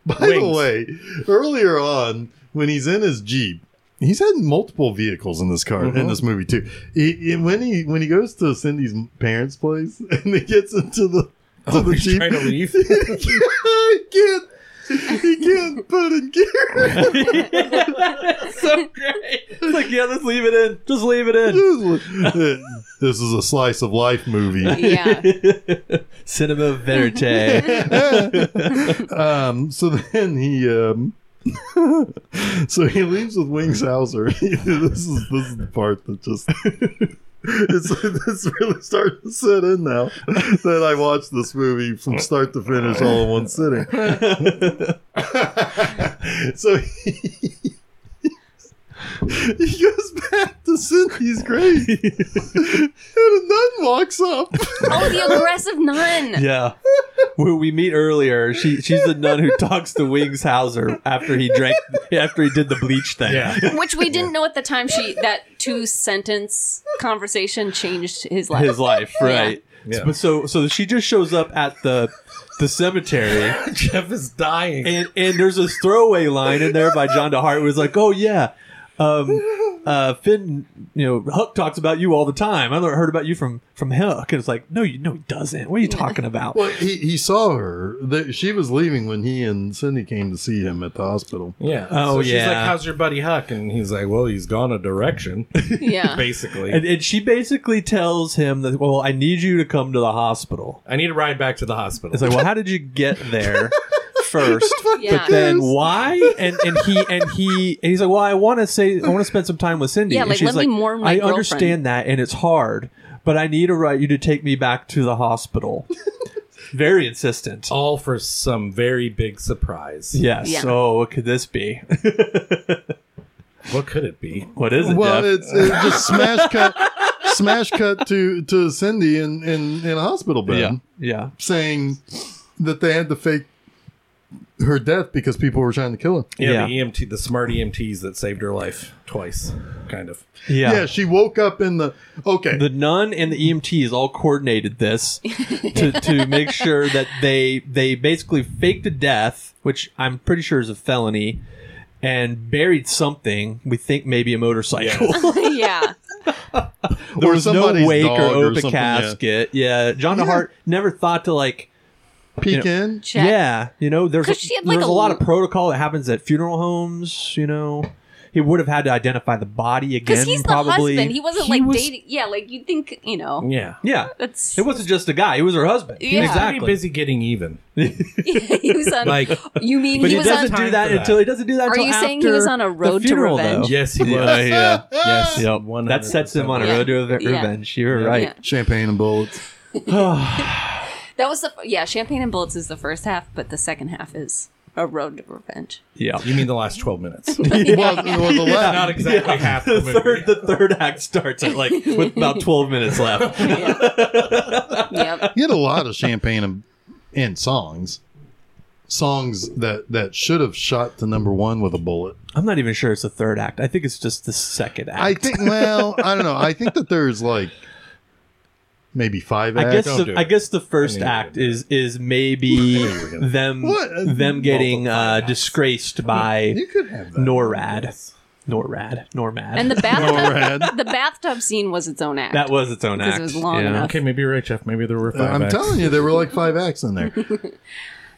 A: By the
C: Wings.
A: way, earlier on when he's in his jeep, he's had multiple vehicles in this car in
C: Mhm.
A: this movie too. He, he- when he when he goes to Cindy's parents' place and he gets into the to the
C: Oh, He's
A: jeep,
C: trying to leave.
A: he can't. He can't put in gear.
B: so great. It's like, yeah, just leave it in. Just leave it in.
A: this is a slice of life movie.
D: yeah.
B: Cinema verite.
A: Um, so then he, um, so he leaves with Wings Hauser. this is this is the part that just it's it's really starting to set in now that I watched this movie from start to finish all in one sitting. so he, he goes back to Cynthia's grave, and a nun walks up.
D: Oh, the aggressive nun.
B: yeah. Who we meet earlier, she she's the nun who talks to Wings Hauser after he drank after he did the bleach thing.
C: Yeah.
D: Which we didn't know at the time. She that two sentence conversation changed his life.
B: His life, right.
C: Yeah.
B: But so so she just shows up at the the cemetery
C: Jeff is dying.
B: and and there's this throwaway line in there by John DeHart who's like, "Oh yeah, um, uh, Finn, you know, Hook talks about you all the time. I heard about you from from Hook. And it's like, no, you no, he doesn't. What are you talking about?
A: Well, he, he saw her. The, she was leaving when he and Cindy came to see him at the hospital.
C: Yeah.
B: Oh,
C: so she's
B: yeah.
C: like, "How's your buddy Huck?" And he's like, "Well, he's gone a direction,
D: Yeah.
C: basically.
B: And, and she basically tells him that, well, I need you to come to the hospital.
C: I need a ride back to the hospital."
B: It's like, well, how did you get there first?
D: Yeah.
B: But then why? And and he and he and he's like, well, I want to say I want to spend some time with Cindy.
D: Yeah,
B: and
D: like,
B: she's
D: let me mourn my
B: I
D: girlfriend.
B: understand that, and it's hard, but I need a right you to take me back to the hospital. Very insistent.
C: all for some very big surprise.
B: Yes.
D: Yeah.
B: Oh, what could this be?
C: What could it be?
B: what is it,
A: Well,
B: Jeff?
A: it's, it's just smash cut, smash cut to to Cindy in in, in a hospital bed
B: yeah. Yeah.
A: saying that they had to fake her death because people were trying to kill her.
C: Yeah,
B: Yeah.
C: the EMT, the smart EMTs that saved her life twice, kind of.
B: Yeah.
A: Yeah. she woke up in the okay.
B: the nun and the E EMTs all coordinated this to, to make sure that they they basically faked a death, which I'm pretty sure is a felony, and buried something. We think maybe a motorcycle.
D: yeah.
B: there
A: Or
B: was no
A: somebody's
B: wake or
A: dog or
B: open
A: something, yeah.
B: casket. Yeah, John
A: Yeah.
B: DeHart never thought to like.
A: Peek in.
D: Check.
B: Yeah, you know, there's a,
D: 'Cause she had, like,
B: there's a
D: a-
B: lot of protocol that happens at funeral homes. You know, he would have had to identify the body again.
D: Because he's the
B: probably
D: husband. He wasn't like dating. Yeah, like you'd think, you know.
C: Yeah.
B: Yeah,
D: That's
B: it wasn't just a guy. He was her husband.
D: Yeah.
C: Pretty
B: Exactly.
C: busy getting even.
D: he was on.
C: Like,
D: you mean
B: But
D: he
B: he,
D: was on?
B: doesn't
C: time
B: do that
C: for that.
B: until he doesn't do that.
D: Are
B: until
D: you
B: after
D: saying he was on a
B: the
D: road to
B: funeral,
D: revenge?
B: Though.
C: yes, he was.
A: yeah.
C: Yes.
B: Yep.
C: 100%.
B: That sets him on a road to re-
D: Yeah.
B: revenge. You're right.
A: Champagne and bullets.
D: That was the yeah. Champagne and bullets is the first half, but the second half is a road to revenge.
B: Yeah.
C: You mean the last 12 minutes?
A: Well, well, the la-
C: Not exactly half the
B: The
C: movie.
B: third, the third act starts at like with about twelve minutes left.
D: Yep.
A: you had a lot of champagne and, and songs songs that that should have shot to number one with a bullet
B: I'm not even sure it's the third act. I think it's just the second act.
A: i think well i don't know i think that there's like maybe five
B: I guess
A: acts
C: don't
B: the,
C: do
B: I
C: it.
B: guess the first
C: knew you
B: act
C: were gonna-
B: is is maybe
C: were gonna-
B: them
A: What?
B: them getting
C: Multiply
B: uh,
C: acts.
B: disgraced by
A: you could have that
B: NORAD, NORAD, NORMAD,
D: And the bathtub.
A: NORAD.
D: the bathtub scene was its own act.
B: that was its own
D: Because
B: act.
D: it was long
B: yeah.
D: enough.
C: Okay, maybe you're right, Jeff. Maybe there were five.
A: i'm
C: acts.
A: telling you there were like five acts in there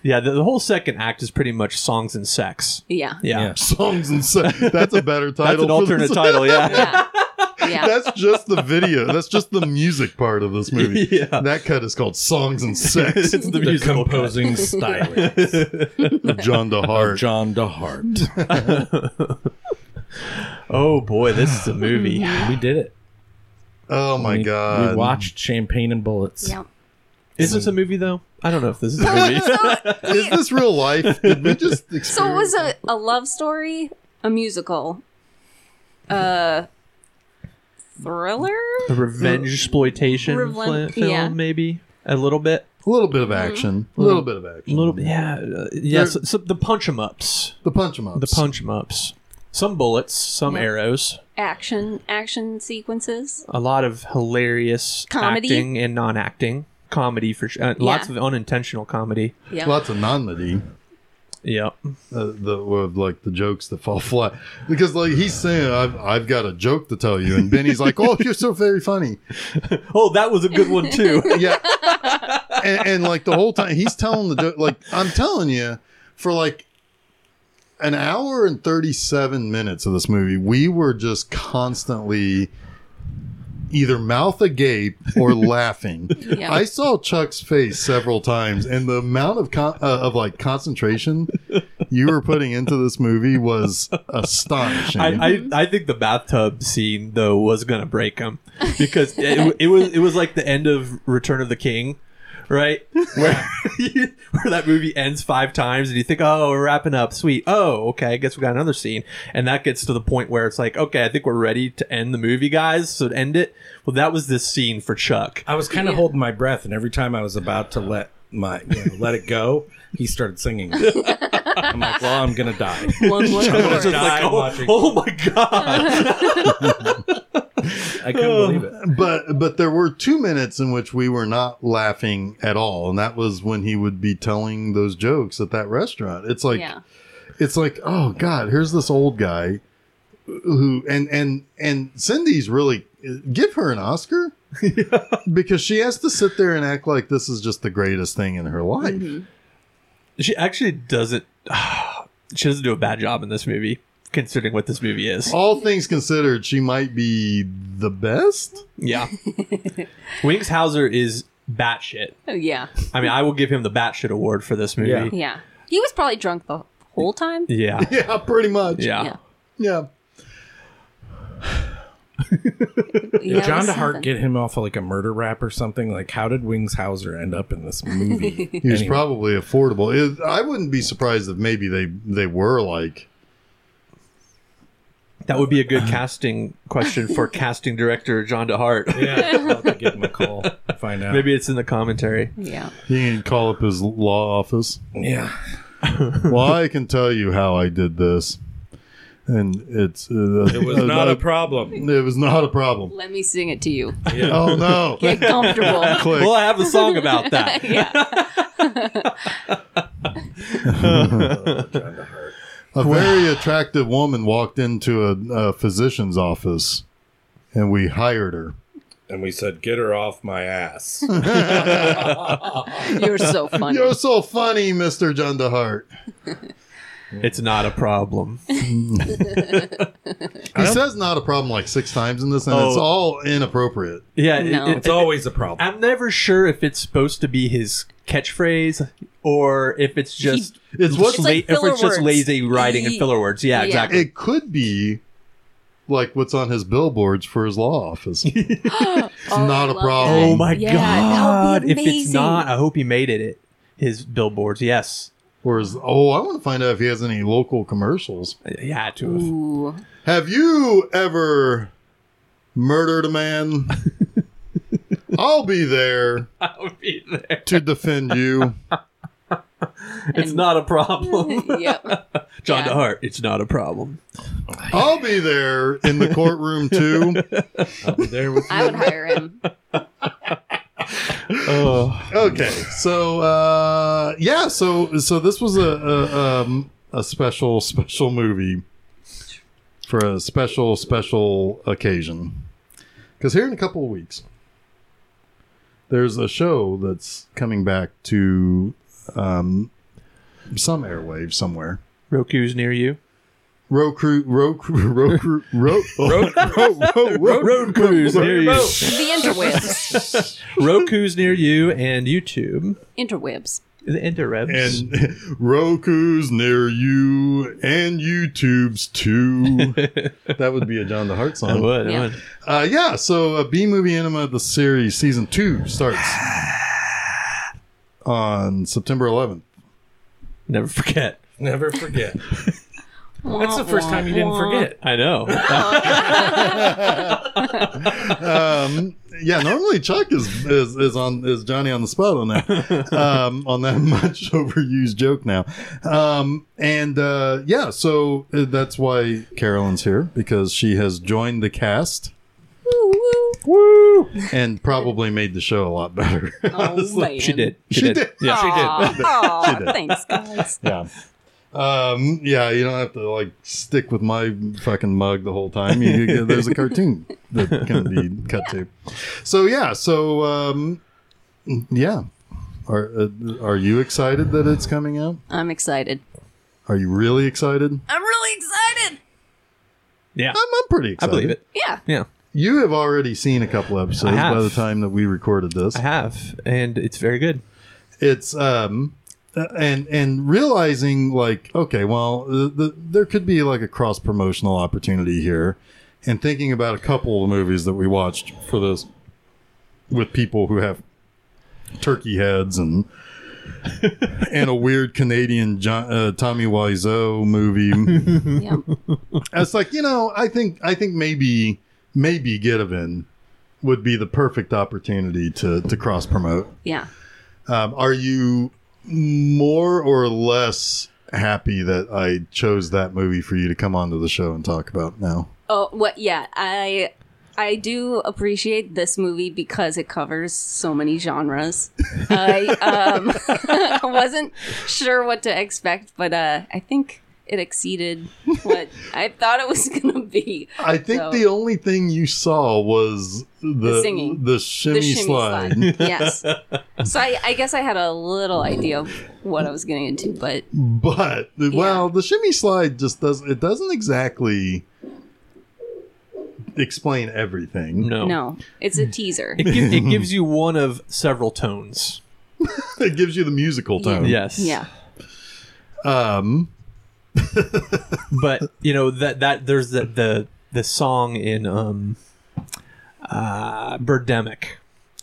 B: Yeah, the, the whole second act is pretty much songs and sex.
D: yeah.
B: Yeah,
C: Yeah.
A: songs and so that's a better
B: that's
A: title
B: an
A: for
B: alternate
A: this-
B: title. Yeah,
D: Yeah. Yeah.
A: that's just the video that's just the music part of this movie
B: Yeah.
A: that cut is called songs and sex
B: it's the
C: The
B: musical composer.
C: composing style.
A: of john dehart
C: John DeHart.
B: Oh boy, this is a movie.
C: we did it.
A: oh my
C: we,
A: god
C: We watched Champagne and Bullets.
D: Yeah.
B: is this a movie though? I don't know if this is a movie.
A: is this real life did we just experience
D: So it was a, a love story, a musical, uh, thriller.
B: a revenge exploitation
D: Reven-
B: film,
D: yeah.
B: maybe a little bit.
A: A little bit of action. A little bit of
B: A
A: action.
B: Mm-hmm. little bit, yeah, uh, yeah.
A: There-
B: So, so the punch 'em ups,
A: The punch em ups.
B: the punch 'em ups, some bullets, some arrows,
D: Action, action sequences.
B: a lot of hilarious
D: Comedy.
B: acting and non-acting comedy for sure. Uh, Lots
D: Yeah.
B: of unintentional comedy.
D: Yeah.
A: Lots of nonity.
B: Yep.
A: Uh, the of like the jokes that fall flat because like he's saying I've I've got a joke to tell you and Benny's like oh you're so very funny
B: Oh, that was a good one too.
A: yeah and, and like the whole time he's telling the joke like I'm telling you for like an hour and 37 minutes of this movie we were just constantly either mouth agape or laughing
D: Yeah.
A: I saw Chuck's face several times, and the amount of con- uh, of like concentration you were putting into this movie was astonishing.
B: I, I, I think the bathtub scene though was gonna break him because it, it was it was like the end of Return of the King, right? Where where that movie ends five times and you think, oh, we're wrapping up, sweet. Oh, okay, I guess we got another scene, and that gets to the point where it's like, okay, I think we're ready to end the movie, guys. So to end it, well, that was this scene for Chuck.
C: I was kind of
D: Yeah.
C: holding my breath, and every time I was about to let my you know, let it go, he started singing. I'm like, well, I'm gonna die.
D: One look
C: I
D: away.
C: was just like,
B: Like, oh,
C: watching.
B: oh my god!
C: I couldn't
B: Oh.
C: believe it.
A: but but there were two minutes in which we were not laughing at all, and that was when he would be telling those jokes at that restaurant. It's like
D: yeah.
A: it's like oh god, here's this old guy who and and and Cindy's really give her an Oscar because she has to sit there and act like this is just the greatest thing in her life.
B: She actually doesn't. she doesn't do a bad job in this movie, considering what this movie is.
A: All things considered, she might be the best.
B: Yeah, Wings Hauser is batshit.
D: Oh, yeah.
B: I mean, I will give him the batshit award for this movie.
C: Yeah.
D: Yeah. He was probably drunk the whole time.
B: Yeah,
A: Yeah, pretty much.
B: yeah.
A: yeah.
D: Yeah, it
C: John
D: was
C: DeHart
D: something.
C: get him off of like a murder rap or something? Like, how did Wings Hauser end up in this movie?
A: He was
C: Anyway.
A: probably affordable. It, I wouldn't be surprised if maybe they they were like
B: That would be a good casting question for casting director John DeHart.
C: yeah, I'll have to give him a call. Find out.
B: Maybe it's in the commentary.
D: Yeah.
A: he can call up his law office.
C: Yeah.
A: well, I can tell you how I did this, and it's uh,
C: It was
A: uh,
C: not a problem.
A: It was not a problem.
D: Let me sing it to you.
A: Oh no!
D: Get comfortable.
A: Click.
B: Well, I have a song about that.
D: yeah.
A: A very attractive woman walked into a, a physician's office, and we hired her.
C: And we said, get her off my ass.
D: You're so funny.
A: You're so funny, Mister John DeHart.
B: It's not a problem.
A: He says "not a problem" like six times in this, and it's
B: Oh.
A: all inappropriate.
B: Yeah, it-
D: No.
B: it-
C: It's always a problem.
B: I'm never sure if it's supposed to be his catchphrase or if it's just
A: It's what
B: just
D: It's like
B: la- if
D: filler
B: it's just
D: words.
B: lazy writing and filler words. Yeah,
D: Yeah.
B: exactly.
A: it could be. Like what's on his billboards for his law office. it's
D: Oh, I
A: not a
D: love
A: problem.
B: oh my
D: Yeah, that
B: god!
D: would
B: If
D: be
B: it's
D: amazing.
B: not, I hope he made it. It his billboards. Yes,
A: Or is oh, I want to find out if he has any local commercials.
B: he had to. Have.
D: Ooh.
A: Have you ever murdered a man? I'll be there
B: I would be there.
A: to defend you.
B: It's not a problem,
D: yep.
B: John
D: Yeah.
B: DeHart. It's not a problem.
A: I'll be there in the courtroom too.
C: I'll be there with
D: I would hire him.
B: Oh,
A: Okay, so uh, yeah, so so this was a a, um, a special special movie for a special special occasion because here in a couple of weeks there's a show that's coming back to um, some airwaves somewhere.
B: Roku's near you.
A: Roku, Roku, Roku, Roku,
B: Roku's near you.
D: The interwebs.
B: Roku's near you and YouTube.
D: interwebs.
B: The interwebs.
A: and Roku's near you and YouTube's too. that would be a John the Heart
B: I
A: song.
B: would. I
D: Yeah.
B: would.
A: Uh, yeah, so uh, B Movie Anima the series season two starts on September 11th.
B: Never forget.
C: Never forget. That's the first time you didn't forget.
B: I know.
A: Um, yeah, normally Chuck is, is is on is Johnny on the spot on that um, on that much overused joke now, um, and uh, yeah, so uh, that's why Carolyn's here because she has joined the cast.
D: Woo, woo.
B: Woo!
A: and probably made the show a lot better.
D: Oh, man.
B: She did.
A: She did.
B: Yeah.
D: Aw, aw,
A: She did.
D: Thanks, guys.
A: yeah. Um, yeah, you don't have to like stick with my fucking mug the whole time. You, you- there's a cartoon that can be cut to. So yeah, so um, yeah. Are uh, are you excited that it's coming out?
D: I'm excited.
A: Are you really excited?
D: I'm really excited.
B: Yeah.
A: I'm, I'm pretty
B: I
A: excited.
B: believe it.
D: Yeah.
B: Yeah.
A: You have already seen a couple episodes
B: I have.
A: by the time that we recorded this.
B: I have. And it's very good.
A: it's um uh, and and realizing like okay well the, the, there could be like a cross promotional opportunity here and thinking about a couple of movies that we watched for this with people who have turkey heads and and a weird Canadian John, uh, Tommy Wiseau movie.
D: Yeah.
A: It's like you know, I think I think maybe maybe Gitovan would be the perfect opportunity to to cross promote.
D: Yeah.
A: Um, are you more or less happy that I chose that movie for you to come onto the show and talk about now?
D: Oh, what? Yeah, I I do appreciate this movie because it covers so many genres. I um, wasn't sure what to expect, but uh, I think it exceeded what I thought it was going to be.
A: I think
D: So-
A: the only thing you saw was the the,
D: singing.
A: shimmy, slide.
D: yes. So I, I guess I had a little idea of what I was getting into, but
A: But well, the shimmy slide just does it doesn't exactly explain everything.
B: No.
D: no, it's a teaser.
B: It, gi- it gives you one of several tones.
A: It gives you the musical tone.
B: Yes.
D: Yeah.
A: Um
B: But you know that that there's the the, the song in um uh Birdemic,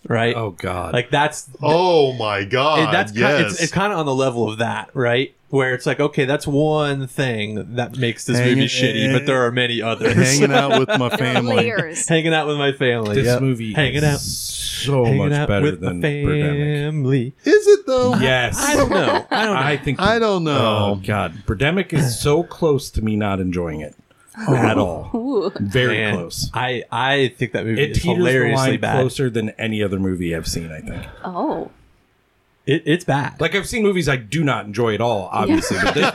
B: right?
C: Oh God!
B: Like that's
A: oh my god.
B: it- that's kind,
A: yes.
B: it's, it's kind of on the level of that, right? Where it's like, okay, that's one thing that makes this
A: Hanging-
B: movie shitty, but there are many others.
A: hanging out with my
D: There are
A: family.
D: layers.
B: Hanging out with my family.
C: this
B: yep.
C: movie
B: Hanging
C: is
B: out.
C: so
B: hanging
C: much
B: out
C: better
B: with
C: than
B: my
C: Birdemic.
B: family.
A: Is it though?
C: Yes,
B: I don't know. I don't know.
C: I think
A: I don't know.
C: Oh God, Birdemic is so close to me not enjoying it at
B: Oh.
C: all.
D: Ooh.
C: Very
B: Man,
C: close.
B: I I think that movie
C: It
B: is
C: teeters the
B: hilariously
C: line
B: bad.
C: closer than any other movie I've seen. I think.
D: Oh.
B: It, it's bad.
C: Like I've seen movies I do not enjoy at all, obviously. But this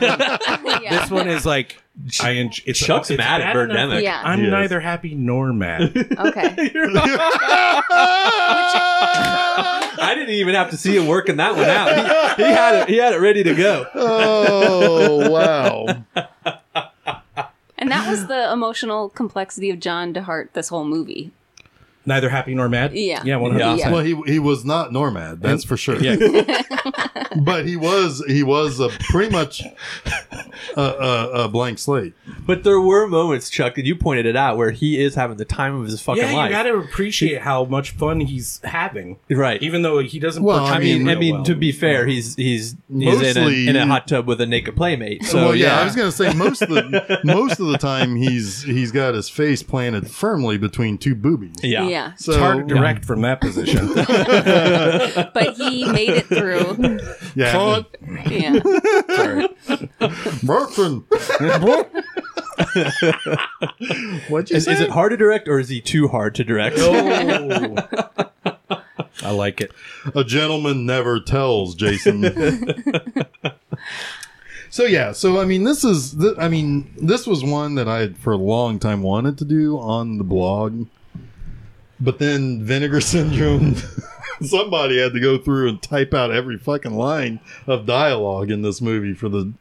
C: one,
D: Yeah.
C: this one is like I. En- it's
B: Chuck's
C: it's
B: mad at
C: bad enough
B: Birdemic.
C: that
D: Yeah.
C: I'm
A: Yes.
C: neither happy nor mad.
D: Okay.
B: I didn't even have to see him working that one out. He, he had it. He had it ready to go.
A: oh wow.
D: And that was the emotional complexity of John DeHart this whole movie.
C: neither happy nor mad.
D: Yeah.
C: Yeah. One hundred
D: Yeah.
A: Well,
C: percent.
A: he he was not Normad, that's for sure. but he was he was a pretty much a, a, a blank slate.
B: But there were moments, Chuck, and you pointed it out, where he is having the time of his fucking
C: Yeah, you
B: life.
C: gotta appreciate how much fun he's having,
B: Right.
C: Even though he doesn't.
A: Well,
C: portray
B: I mean,
C: it
B: I
C: real
B: mean,
C: well.
B: to be fair, he's he's he's in
A: Mostly-
B: a, in a hot tub with a naked playmate. So
A: well, Oh, yeah,
B: yeah,
A: I was gonna say most of the most of the time he's he's got his face planted firmly between two boobies.
B: yeah,
D: Yeah.
A: So
C: it's hard to direct from that position.
D: But he made it through.
A: yeah.
D: Yeah.
A: Merkin. What'd you
B: Is,
A: say?
B: is it hard to direct or is he too hard to direct?
C: I like it.
A: a gentleman never tells, Jason. so yeah, so I mean, this is th- I mean, this was one that I had for a long time wanted to do on the blog, but then Vinegar Syndrome. Somebody had to go through and type out every fucking line of dialogue in this movie for the.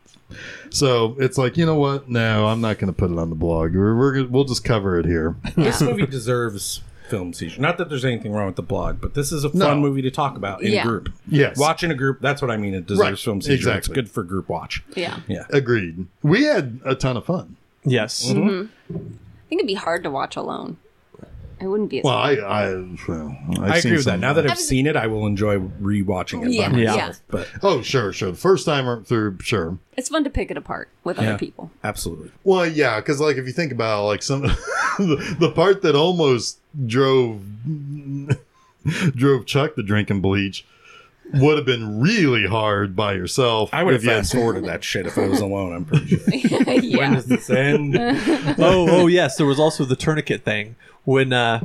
A: So it's like you know what? No, I'm not going to put it on the blog. We're, we're gonna- we'll just cover it here.
C: This movie deserves film seizure. Not that there's anything wrong with the blog, but this is a fun
A: No.
C: movie to talk about in
D: Yeah.
C: group.
A: Yes.
C: Watch in a group. That's what I mean. It deserves
A: Right.
C: film seizure. It's
A: Exactly.
C: good for group watch.
D: Yeah.
C: Yeah.
A: Agreed. We had a ton of fun.
B: yes,
D: I think it'd be hard to watch alone. It wouldn't be as
A: Well, I I, well, I've
C: i
A: seen
C: agree with that.
A: some-
C: Now that I've
D: was-
C: seen it, I will enjoy rewatching it
D: Yeah.
C: by
D: Yeah.
C: myself. But
A: Oh, sure, sure. The first time through, sure.
D: It's fun to pick it apart with
C: Yeah.
D: other people.
C: absolutely.
A: Well, yeah, because like if you think about it, like some the, the part that almost drove drove Chuck to drinking bleach would have been really hard by yourself.
C: I would have
A: if you had-
C: fast forwarded that shit if I was alone, I'm pretty sure.
D: yeah.
C: Does this end?
B: oh, oh, yes. There was also the tourniquet thing when uh,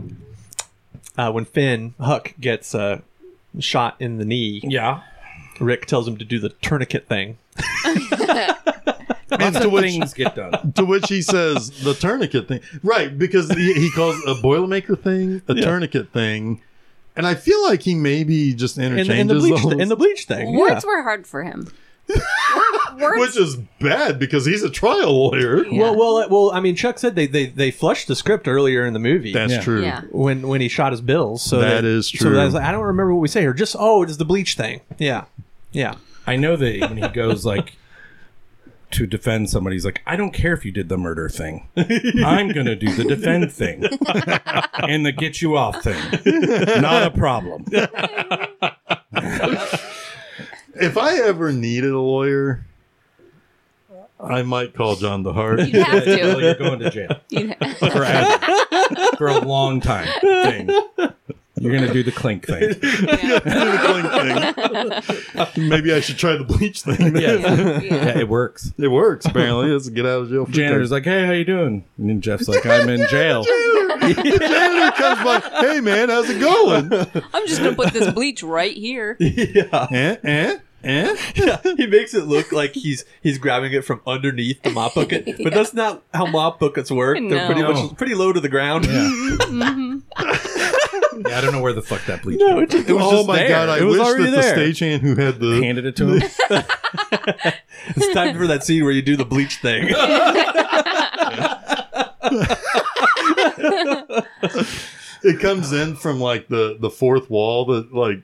B: uh, when Finn Huck gets uh, shot in the knee.
C: Yeah.
B: Rick tells him to do the tourniquet thing.
C: Lots of things get done.
A: to which he says the tourniquet thing, right? Because he, he calls it a boilermaker thing a tourniquet thing, and I feel like he maybe just
B: In the, in the
A: interchanges
B: bleach,
A: those.
B: in the bleach thing. Yeah.
D: Words were hard for him. Words,
A: which is bad because he's a trial lawyer.
D: Yeah.
B: Well, well, uh, well. I mean, Chuck said they they they flushed the script earlier in the movie.
A: That's
C: Yeah.
A: true.
D: yeah.
B: when when he shot his bills. So
A: That
B: that
A: is
B: So
A: true.
B: I was like, I don't remember what we say here. Just oh, it is the bleach thing. Yeah, yeah.
C: I know that when he goes like to defend somebody, he's like, I don't care if you did the murder thing. I'm gonna do the defend thing and the get you off thing. Not a problem.
A: If I ever needed a lawyer, I might call John DeHart.
D: You'd have
C: Well,
D: to.
C: You're going to jail
D: You'd ha-
C: forever for a long time. Thing. You're gonna do the clink thing.
D: yeah.
A: Do the clink thing. Maybe I should try the bleach thing.
D: Yeah. Yeah.
C: Yeah, it works.
A: It works, apparently. It's a get out of jail free
C: Janitor's
A: card.
C: like, "Hey, how you doing?" And then Jeff's like, "I'm in jail."
A: Janitor comes by, hey man, how's it going?
D: I'm just gonna put this bleach right here.
A: eh, eh? Eh?
B: Yeah, he makes it look like he's he's grabbing it from underneath the mop bucket, but that's not how mop buckets work. They're pretty
D: No.
B: much pretty low to the ground.
C: Yeah.
D: Mhm.
C: yeah, I don't know where the fuck that bleach
B: No, it just, it was
A: oh
B: just
A: my
B: there.
A: god! I
B: it was
A: wish
B: already
A: that
B: there.
A: the stagehand who had the
C: handed it to him.
B: It's time for that scene where you do the bleach thing.
A: it comes in from like the the fourth wall that like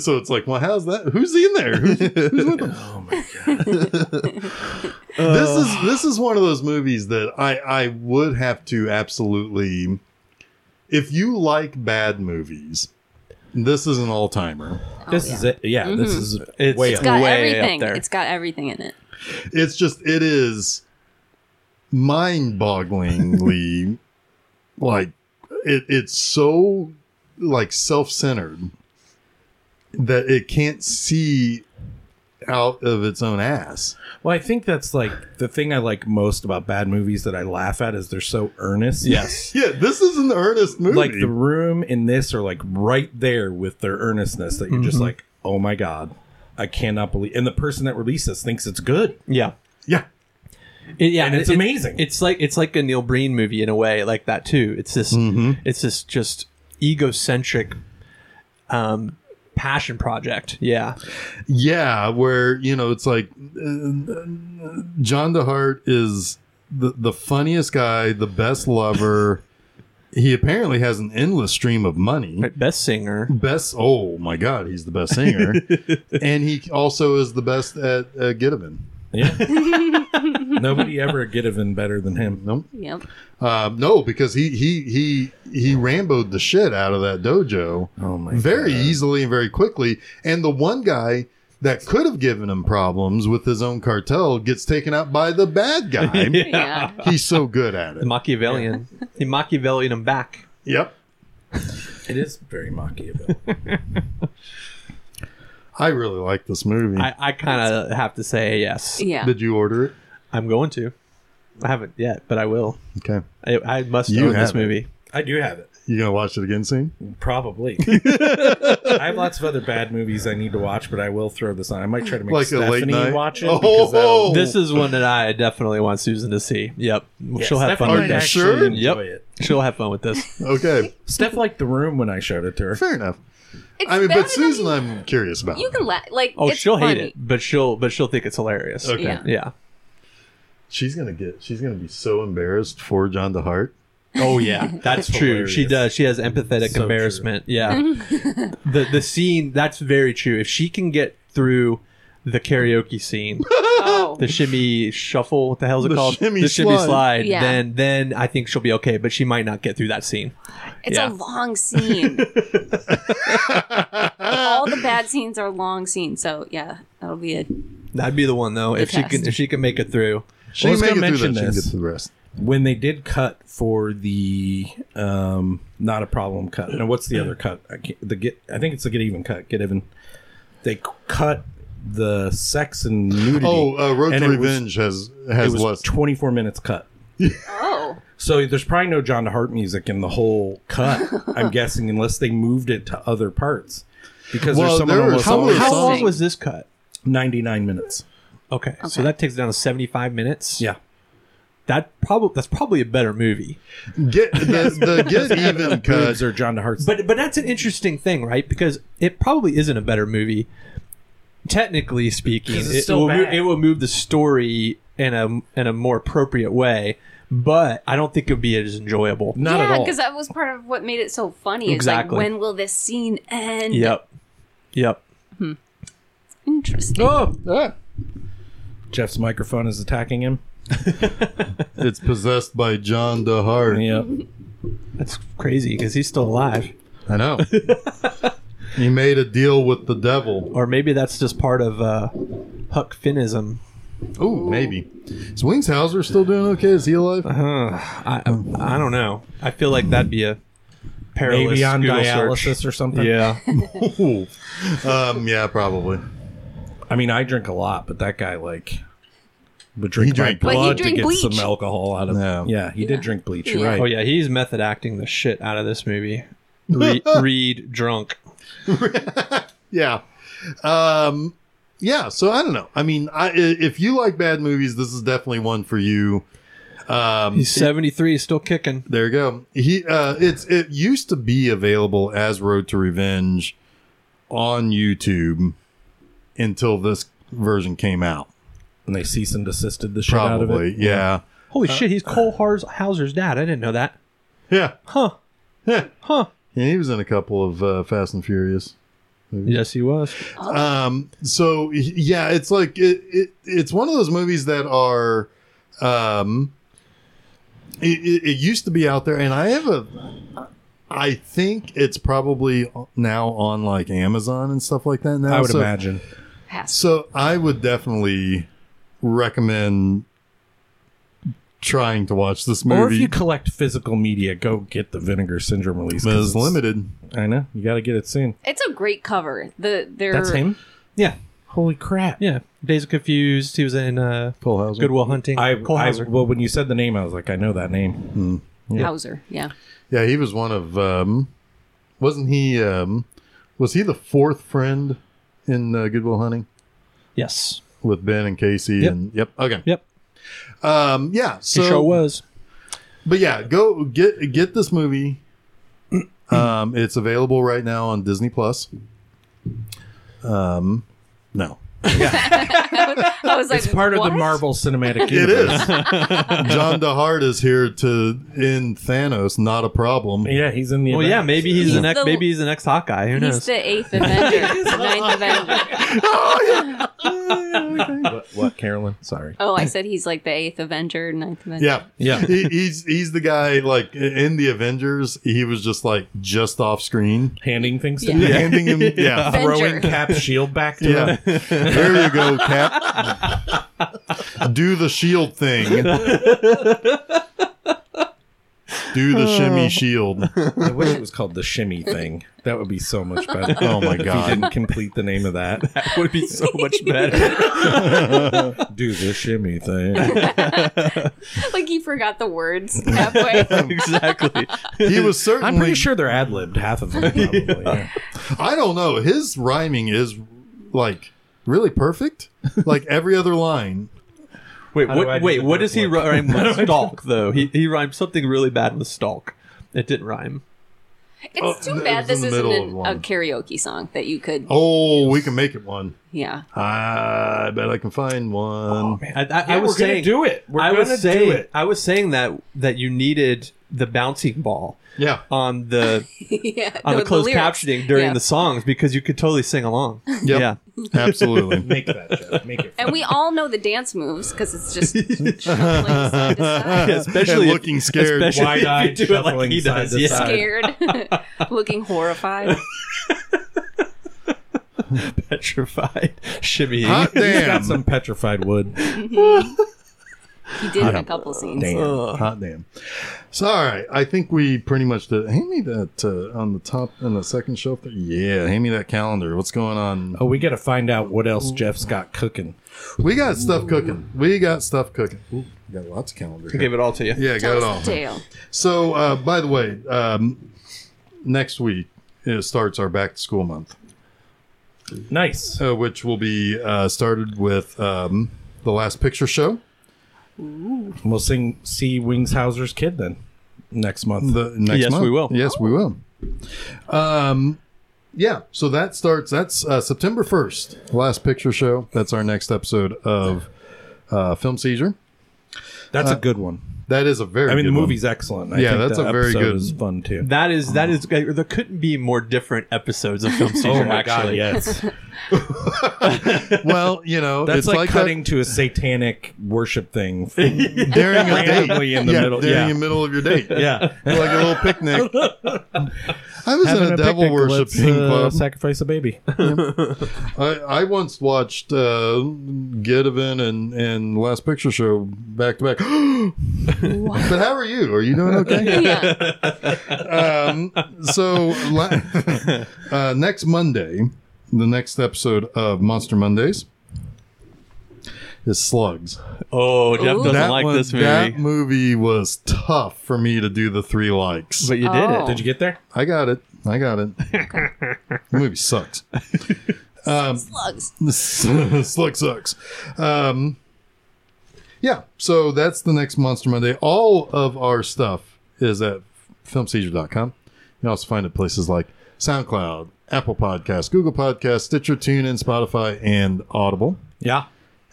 A: so it's like well how's that who's in there Who's- who's with them?
C: oh my god.
A: this is this is one of those movies that i i would have to absolutely if you like bad movies this is an all-timer
C: This is it. Yeah, this is
B: It's-
C: way
B: it's
C: up.
D: got
B: Way up
D: everything.
B: there.
D: It's got everything in it.
A: it's just it is mind-bogglingly like it it's so like self-centered that it can't see out of its own ass
C: Well, I think that's like the thing I like most about bad movies that I laugh at is they're so earnest.
B: yes.
A: yeah this is an earnest movie
C: Like the room in this are like right there with their earnestness that you're
A: Mm-hmm.
C: just like, oh my god, I cannot believe. And the person that released this thinks it's good.
B: Yeah.
A: yeah
B: It- yeah,
C: And it's
B: it-
C: amazing.
B: It's like it's like a Neil Breen movie in a way, like that too. It's this it's this just egocentric um passion project. Yeah.
A: yeah where you know it's like uh, john dehart is the, the funniest guy the best lover he apparently has an endless stream of money
B: Best singer.
A: best oh my god he's the best singer and he also is the best at uh, Gitaven.
C: Yeah. Nobody ever get even better than him.
A: Nope.
D: Yep.
A: Uh, no because he he he he ramboed the shit out of that dojo
C: Oh my
A: very
C: God.
A: easily and very quickly and the one guy that could have given him problems with his own cartel gets taken out by the bad guy
D: Yeah.
A: he's so good at
B: The
A: it
B: Machiavellian. He Machiavellian him back.
A: yep
C: It is very Machiavellian.
A: i really like this movie
B: I, I kinda have to say yes.
D: Yeah.
A: did you order it
B: I'm going to. I haven't yet, but I will.
A: okay
B: I, I must
A: You
B: own this
A: haven't.
B: movie.
C: I do have it.
A: you gonna watch it again soon
C: Probably. I have lots of other bad movies I need to watch, but I will throw this on. I might try to make
A: Like a late
C: Stephanie
A: night?
C: watch it.
A: Oh,
C: because that'll-
B: This is one that I definitely want Susan to see. Yep. She'll have fun
A: might
B: with
A: Are you
B: this.
A: actually- sure?
B: Yep.
C: enjoy it.
B: She'll have fun with this.
A: okay
C: Steph liked the room when I showed it to her.
A: fair enough
D: It's
A: i mean
D: better
A: but
D: than
A: susan
D: you-
A: i'm curious about
D: you can la- like.
B: Oh,
D: it's
B: she'll hate
D: funny.
B: it, but she'll but she'll think it's hilarious.
A: Okay.
D: Yeah.
B: Yeah.
A: She's gonna get. She's gonna be so embarrassed for John DeHart.
B: Oh yeah, that's true. She
C: hilarious.
B: does. She has empathetic
C: So
B: embarrassment. Yeah. the the scene that's very true. If she can get through the karaoke scene,
D: Oh.
B: the shimmy shuffle, what the hell's it
A: The
B: called?
A: shimmy
B: the shimmy
A: slide.
B: slide.
D: Yeah.
B: Then then I think she'll be okay, but she might not get through that scene.
D: It's
B: Yeah.
D: a long scene. All the bad scenes are long scenes, so yeah, that'll be it.
B: That'd be the one though. If she
D: test.
B: can if she can make it through.
A: She
C: Well,
A: can
C: I was
A: make it
C: gonna
A: through that.
C: mention
A: She can
C: this.
A: get through the rest.
C: When they did cut for the um, not a problem cut. No, what's the other cut? I can't, the get. I think it's the get even cut. Get even. They c- cut the sex and nudity.
A: Oh, uh, Road
C: and
A: to
C: it was-
A: Revenge has has
C: it was
A: less.
C: 24 minutes cut.
D: Oh,
C: So there's probably no John DeHart music in the whole cut. I'm guessing, unless they moved it to other parts. Because
A: Well,
C: there's someone
A: there was-
C: almost
B: How,
A: Some of the
B: how
A: songs-
B: long was this cut?
C: 99 minutes.
B: Okay, so that takes it down to seventy five minutes.
C: Yeah.
B: that probably that's probably a better movie.
A: Get the, the get even
C: Boobs
A: cut.
C: or John DeHart's.
B: But but that's an interesting thing, right? Because it probably isn't a better movie, technically speaking.
C: 'Cause it's
B: It,
C: still
B: will move,
C: bad.
B: it will move the story in a in a more appropriate way, but I don't think it'd be as enjoyable.
C: not
D: yeah,
C: at all.
D: because that was part of what made it so funny. It's
B: Exactly.
D: like, when will this scene end?
B: Yep, yep.
D: Interesting.
B: Oh,
C: Jeff's microphone is attacking him.
A: It's possessed by John DeHart.
C: Yeah.
B: that's crazy because he's still alive.
A: I know. he made a deal with the devil.
B: Or maybe that's just part of uh, Huck Finnism.
A: Ooh, maybe. Is Wingshauser still doing okay? Is he alive?
B: Uh, I I don't know. I feel like that'd be a perilous
C: Maybe on
B: Google
C: dialysis
B: search.
C: or something.
B: Yeah,
A: Ooh. Um, yeah, probably.
C: I mean, I drink a lot, but that guy, like, would drink
A: He drank-
C: my
D: But he
C: blood to
D: drank
C: get some
D: bleach.
C: alcohol out of
A: Yeah.
C: Yeah, he did drink bleach. You're
D: Yeah.
C: right.
B: Oh yeah, he's method acting the shit out of this movie. Reed, Reed drunk.
A: Yeah. Um, yeah so i don't know i mean I, i- if you like bad movies this is definitely one for you um
B: He's 73, still kicking.
A: there you go he uh it's it used to be available as road to revenge on youtube until this version came out
C: And they cease and desisted the shit out of
A: probably
C: it.
A: yeah
B: Holy shit, he's Cole Hars- Hauser's dad. I didn't know that.
A: yeah
B: Huh.
A: yeah
B: Huh.
A: he was in a couple of uh, fast and furious
B: Yes, he was.
A: um so yeah it's like it, it it's one of those movies that are um it, it, it used to be out there and i have a i think it's probably now on like amazon and stuff like that now
C: I would
A: so,
C: imagine.
D: Has-
A: so i would definitely recommend trying to watch this movie
C: Or if you collect physical media, go get the Vinegar Syndrome release. 'cause
A: but it's
C: it's-
A: limited
C: I know. You got to get it soon.
D: It's a great cover. The they're
C: That's him?
B: Yeah.
C: Holy crap.
B: Yeah. Days of Confused. He was in uh,
A: Cole Hauser.
B: Goodwill Hunting.
C: I,
B: Cole
C: I
B: Hauser.
C: well, when you said the name, I was like, I know that name.
D: Hauser. Yeah.
A: yeah he was one of um wasn't he um was he the fourth friend in uh, goodwill hunting
B: yes.
A: with Ben and Casey
B: Yep.
A: and yep okay
B: Yep.
A: um yeah so
B: he sure was.
A: but yeah go get get this movie um it's available right now on Disney Plus um no
D: I was like,
C: It's part of
D: what?
C: the Marvel Cinematic
A: it
C: Universe.
A: is John DeHart is here to end Thanos not a problem
C: Yeah, he's in the.
B: Well, yeah,
C: Avengers.
B: maybe he's,
D: He's
B: the next.
D: the-
B: maybe he's the next Hawkeye. Who
D: He's
B: knows?
D: the eighth Avenger, ninth Avenger.
C: what, what, Carolyn? Sorry.
D: Oh, I said he's like the eighth Avenger, ninth Avenger.
A: yeah
C: Yeah.
A: he, he's he's the guy like in the Avengers he was just like just off screen
C: Handing things to
D: Yeah.
C: him.
A: handing him yeah
C: Throwing
D: Avenger.
C: Cap shield back to
A: Yeah.
C: him.
A: there you go, Cap. Do the shield thing. Do the
C: Oh.
A: shimmy shield.
C: I wish it was called the shimmy thing. That would be so much better.
A: Oh my
C: If
A: God.
C: He didn't complete the name of that.
B: That would be so much better.
C: Do the shimmy thing.
A: Oh
D: Like he forgot the words halfway.
B: exactly.
A: He was certainly.
C: I'm pretty sure they're ad libbed half of them. Probably. yeah.
A: I don't know. His rhyming is like really perfect. Like every other line.
B: Wait,
C: How do
B: what,
C: I do
B: wait,
C: the
B: what does he
C: fourth
B: rhyme with stalk though? He he rhymed something really bad with stalk. It didn't rhyme.
D: It's
A: Oh,
D: too
A: it
D: bad
A: was in
D: this
A: the
D: isn't
A: middle
D: an-
A: of
D: a
A: one.
D: karaoke song that you could.
A: Oh, we can make it one.
D: Yeah.
A: I bet I can find
C: Oh,
A: one.
B: I, I, I was
C: we're gonna
B: saying
C: do it. We're
B: I
C: gonna
B: was saying
C: do it.
B: I was saying that that you needed the bouncing ball
A: Yeah.
B: on the
D: yeah.
B: on
D: no,
B: the closed
D: lyrics.
B: captioning during
D: Yeah.
B: the songs because you could totally sing along. Yeah.
A: Absolutely.
C: Make that joke. Make it.
D: And we all know the dance moves because it's just shuffling side to side.
B: especially
A: And
B: if-
A: looking scared.
B: especially if you
C: Wide-eyed,
B: do it like
C: shuffling
B: he
C: side
B: does.
C: to
B: yeah.
C: side.
D: scared, looking horrified.
B: petrified, shimmying.
A: Hot
C: He's got
A: damn.
C: some petrified wood.
D: He did in a couple scenes.
B: Ugh.
A: Hot damn. So, all right. I think we pretty much did. Hand me that uh, on the top, on the second shelf there. Yeah. Hand me that calendar. What's going on?
C: Oh, we got to find out what else Jeff's got cooking.
A: We got stuff cooking. We got stuff cooking. Ooh, we got lots of calendar.
B: I
A: here.
B: gave it all to you.
A: Yeah, got
D: Tell
A: it
D: us the
A: all.
D: tale.
A: So, uh, by the way, um, next week it starts our back to school month,
C: Nice.
A: uh, which will be uh, started with um, the last picture show.
C: We'll sing see Wingshauser's kid then next month.
A: the next
B: Yes,
A: month.
B: we will.
A: Yes, we will. Um, yeah. So that starts. That's uh, September first. Last picture show. That's our next episode of uh, Film Seizure.
C: That's a good one.
A: That is a very.
C: I mean,
A: good
C: the
A: one.
C: movie's excellent. I
A: Uh, Yeah,
C: think
A: that's
C: the
A: a very
C: episode
A: good-
C: Is fun too.
B: That is that is uh, there couldn't be more different episodes of film season. actually,
C: Oh yes.
A: Well, you know,
C: That's
A: it's
C: like,
A: like that
C: cutting to a satanic worship thing.
A: during a
C: randomly
A: date.
C: in the
A: yeah,
C: middle-
A: During
C: yeah.
A: the middle of your date.
C: yeah.
A: Like a little picnic. I was in a, devil worshiping
B: uh,
A: club.
C: uh, sacrifice a baby.
A: I, I once watched uh, Gideon and and Last Picture Show back to back. But how are you? Are you doing okay?
D: Yeah.
A: um, so la- uh, next Monday, the next episode of Monster Mondays is Slugs.
B: Oh, Jeff
D: Ooh.
B: doesn't
A: That
B: like
A: one-
B: this movie,
A: That movie was tough for me to do the three likes.
B: but you did
D: Oh.
B: it.
C: Did you get there?
A: I got it. I got it. the movie sucks.
D: slugs.
A: Slug sucks. Um, yeah, so that's the next Monster Monday. All of our stuff is at filmseizure.com. You can also find it places like SoundCloud, Apple Podcasts, Google Podcasts, Stitcher, TuneIn, Spotify, and Audible,
C: Yeah.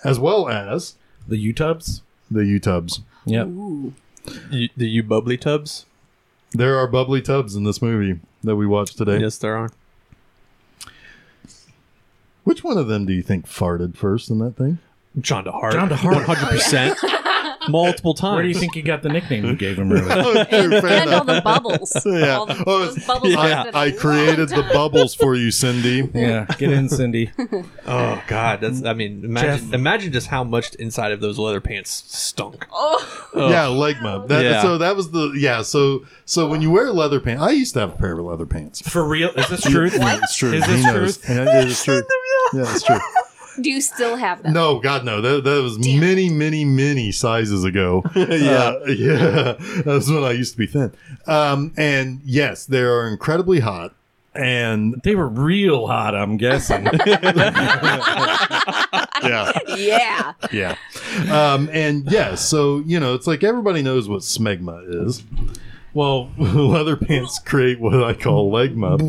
A: as well as
C: The U-tubs.
A: the U-Tubs.
C: Yeah.
D: Ooh.
B: You, the you bubbly tubs?
A: There are bubbly tubs in this movie that we watched today.
B: Yes, there are.
A: Which one of them do you think farted first in that thing?
B: John DeHart.
C: John DeHart.
B: 100%. multiple times.
C: Where do you think you got the nickname you gave him? Really?
A: Oh, true, fair
D: And all
A: enough.
D: the bubbles.
A: Yeah.
D: All the,
A: Oh,
D: those bubbles
A: I, I created the bubbles for you, Cindy.
C: yeah. Get in, Cindy.
B: Oh God, that's. I mean, imagine
C: Jeff.
B: imagine just how much inside of those leather pants stunk.
D: Oh,
A: Yeah, leg mub. That,
B: Yeah.
A: So that was the yeah. So so when you wear leather pants, I used to have a pair of leather pants.
C: For real? Is this truth?
A: Yeah, it's true.
C: Is this
A: He knows.
C: truth?
A: Yeah, it is true. Yeah, it's true.
D: do you still have them?
A: No, God, no. That, that was many, many, many sizes ago. yeah, yeah. That's when I used to be thin. Um, and yes, they are incredibly hot. And
C: They were real hot, I'm guessing.
A: yeah,
D: Yeah.
A: yeah. Um, and yeah, so you know, it's like everybody knows what smegma is. Well, leather pants create what I call legma.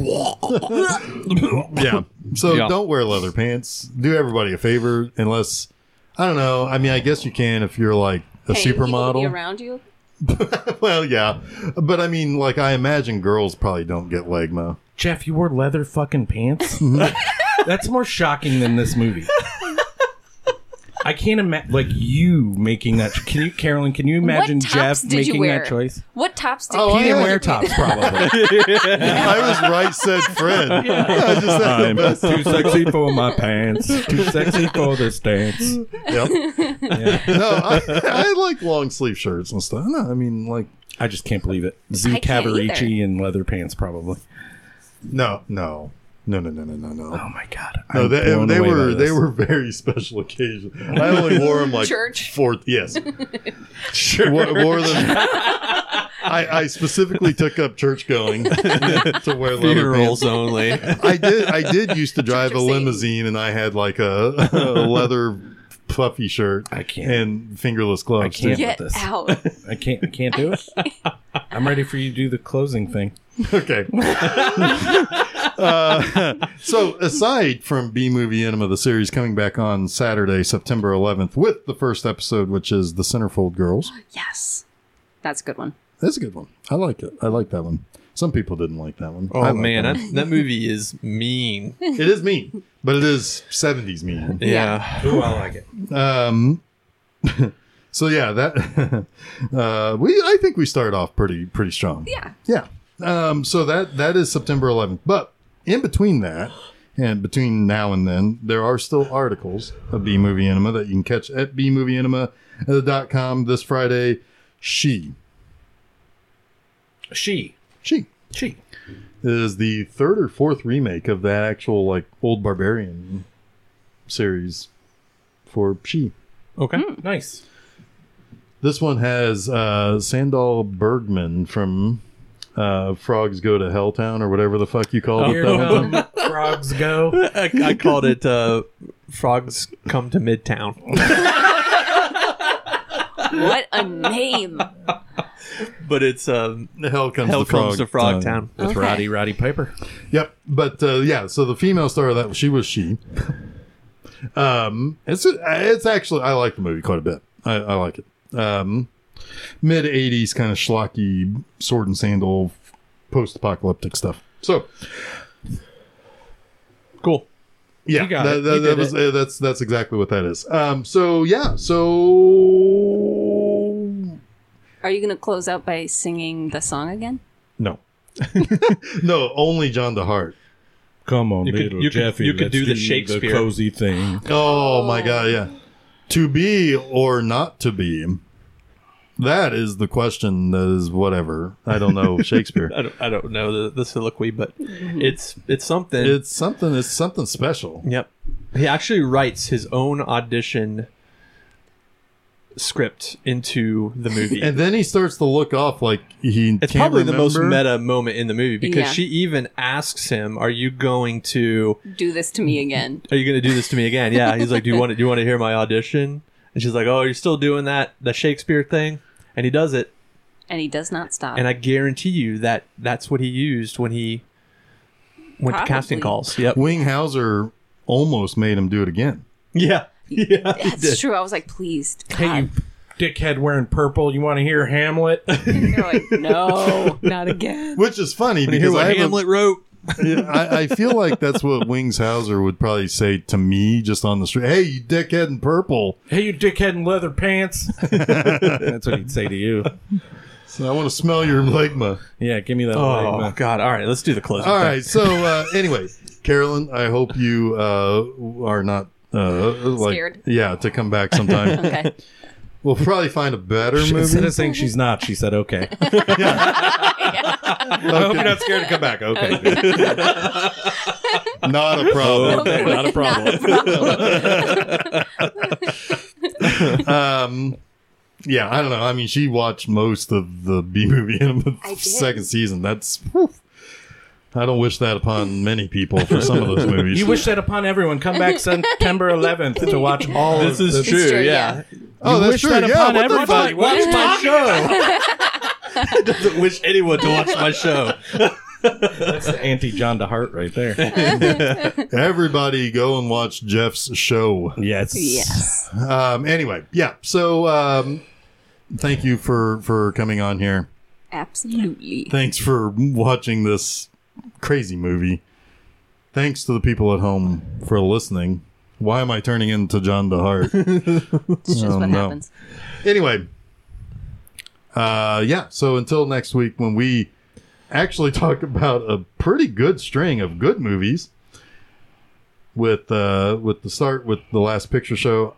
A: yeah. So
B: Yeah.
A: don't wear leather pants. Do everybody a favor, unless I don't know. I mean, I guess you can if you're like a
D: Paying people to be
A: supermodel.
D: around you.
A: well, yeah, but I mean, like I imagine girls probably don't get legma.
C: Jeff, you wore leather fucking pants?
A: Mhm.
C: That's more shocking than this movie. I can't imagine like you making that. Can you, Carolyn? Can you imagine
D: what
C: Jeff
D: tops did you
C: making
D: wear?
C: that choice?
D: What tops did
A: Oh,
D: you
A: I
C: He didn't
A: yeah.
C: wear tops, probably.
A: I was right, said Fred. I just had the best-
C: too sexy for my pants. Too sexy for this dance.
A: Yep. No, I, I like long sleeve shirts and stuff. No, I mean, like
C: I just can't believe it.
D: I
C: Z
D: can't
C: Cavarici in leather pants, probably.
A: No, no, no, no, no, no, no, no.
C: Oh my god!
A: No,
C: I'm
A: they,
C: blown
A: they
C: away by
A: were they
C: this.
A: were very special occasions. I only wore them like
D: Church.
A: fourth. Yes, sure. Wore, wore them. I, I specifically took up church going to wear leather pants.
B: Funerals only.
A: I did. I did used to drive
D: or
A: a
D: Satan.
A: limousine, and I had like a, a leather puffy shirt.
C: I can't.
A: and fingerless gloves.
C: I can't.
A: too.
D: Get
C: this.
D: out.
C: I can't. I can't do it. I'm ready for you to do the closing thing.
A: Okay. Uh, so, aside from B Movie Enema, the series coming back on Saturday, September 11th, with the first episode, which is The Centerfold Girls.
D: Yes. That's a good one.
A: That's a good one. I like it. I like that one. Some people didn't like that one.
B: Oh
A: I like
B: man,
A: that
B: that,
A: one.
B: that movie is mean. Yeah.
A: it is mean, but it is 70s mean.
C: Ooh, I like it.
A: Um, so yeah, that uh, we I think we started off pretty pretty strong.
D: Yeah.
A: Yeah. Um, so that that is September 11th. But in between that and between now and then, there are still articles of B Movie Enema that you can catch at bmovieanima.com uh, this Friday. She
C: She.
A: she
C: She.
A: is the third or fourth remake of that actual like old barbarian series for she.
B: Okay.
C: Nice.
A: This one has uh, Sandal Bergman from uh, Frogs Go to Helltown or whatever the fuck you called
C: Here
A: it.
B: Oh,
A: that one.
C: come frogs go.
B: I, I called it uh, frogs come to Midtown,
D: What a name.
B: but it's um,
A: The Hell comes
B: hell
A: to Frog,
B: comes to Frog Town.
C: With
D: Okay.
C: Roddy Roddy Piper.
A: Yep. But uh, yeah, so the female star of that she was she. um, it's it's actually I like the movie quite a bit. I, I like it. Um, Mid '80s kind of schlocky sword and sandal, post-apocalyptic stuff. So
B: Cool.
A: Yeah,
C: You got
A: that,
C: it.
A: that-
C: You
A: that
C: did
A: was
C: it.
A: uh, that's that's exactly what that is. Um, so yeah, so
D: Are you going to close out by singing the song again?
A: no, no, only John DeHart.
C: Come on,
B: You could- you could- you could
C: let's
B: do the Shakespeare.
C: cozy thing.
A: Oh, my god, yeah. To be or not to be, that is the question. That is whatever. I don't know Shakespeare.
B: I don't, I don't know the, the soliloquy, but it's it's something.
A: it's something. It's something special.
B: Yep. He actually writes his own audition script into the movie.
A: And then he starts to look off like he.
B: it's
A: can't
B: probably the most
A: remember.
B: meta moment in the movie because
D: Yeah.
B: she even asks him, "Are you going to
D: Do this to me again.
B: Are you going to do this to me again?" Yeah, he's like, "Do you want to do you want to hear my audition?" And she's like, "Oh, you're still doing that the Shakespeare thing." And he does it,
D: And he does not stop.
B: and I guarantee you that that's what he used when he went to casting
D: Probably.
B: calls. Yep.
A: Winghauser almost made him do it again.
B: Yeah. Yeah. he
D: That's
B: did.
D: true. I was like, please.
C: Hey, you
D: God.
C: dickhead wearing purple. You want to hear Hamlet?
D: You're like, no, not again.
A: Which is funny
B: You hear
A: because
B: what
A: I, have
B: Hamlet wrote?
A: a, I, I feel like that's what Wings Hauser would probably say to me just on the street. Hey, you dickhead in purple.
C: hey, you dickhead in leather pants. That's what he'd say to you.
A: So I want to smell your ligma.
C: Yeah, give me that.
B: Oh
C: ligma.
B: God! All right, let's do the closing.
A: All right. So uh, anyway, Carolyn, I hope you uh, are not uh, like
D: Scared.
A: yeah to come back sometime.
D: Okay.
A: We'll probably find a better
C: She-
A: movie.
C: Instead of saying she's not, she said, okay. I hope you're not scared to come back. Okay. good.
A: Not a problem.
C: Okay, not a problem.
A: um, yeah, I don't know. I mean, she watched most of the B movie in
D: I
A: the
D: did.
A: second season. That's. whew. I don't wish that upon many people for some of those movies.
C: You wish that upon everyone. Come back September 11th to watch all
B: This
C: of
B: is
C: the-
B: true.
D: true,
B: yeah.
A: oh,
C: You
A: that's
C: wish
A: true.
C: that
A: yeah,
C: upon
A: what the
C: everybody.
A: fuck?
C: Watch my show.
B: Doesn't wish anyone to watch my show.
C: That's the anti John DeHart right there.
A: Everybody go and watch Jeff's show.
C: Yes.
D: Yes.
A: Um, anyway, yeah. So um, thank you for for coming on here.
D: Absolutely.
A: Thanks for watching this crazy movie. Thanks to the people at home for listening. Why am I turning into John DeHart?
D: It's just
A: Oh,
D: what
A: no.
D: happens.
A: anyway, uh, yeah. So until next week, when we actually talk about a pretty good string of good movies, with uh, with the start with the Last Picture Show.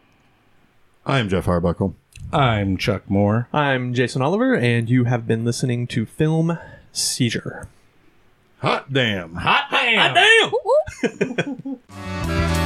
A: I am Jeff Harbuckle.
C: I'm Chuck Moore.
B: I'm Jason Oliver, and you have been listening to Film Seizure.
A: Hot damn.
C: Hot damn.
D: Whoop, whoop.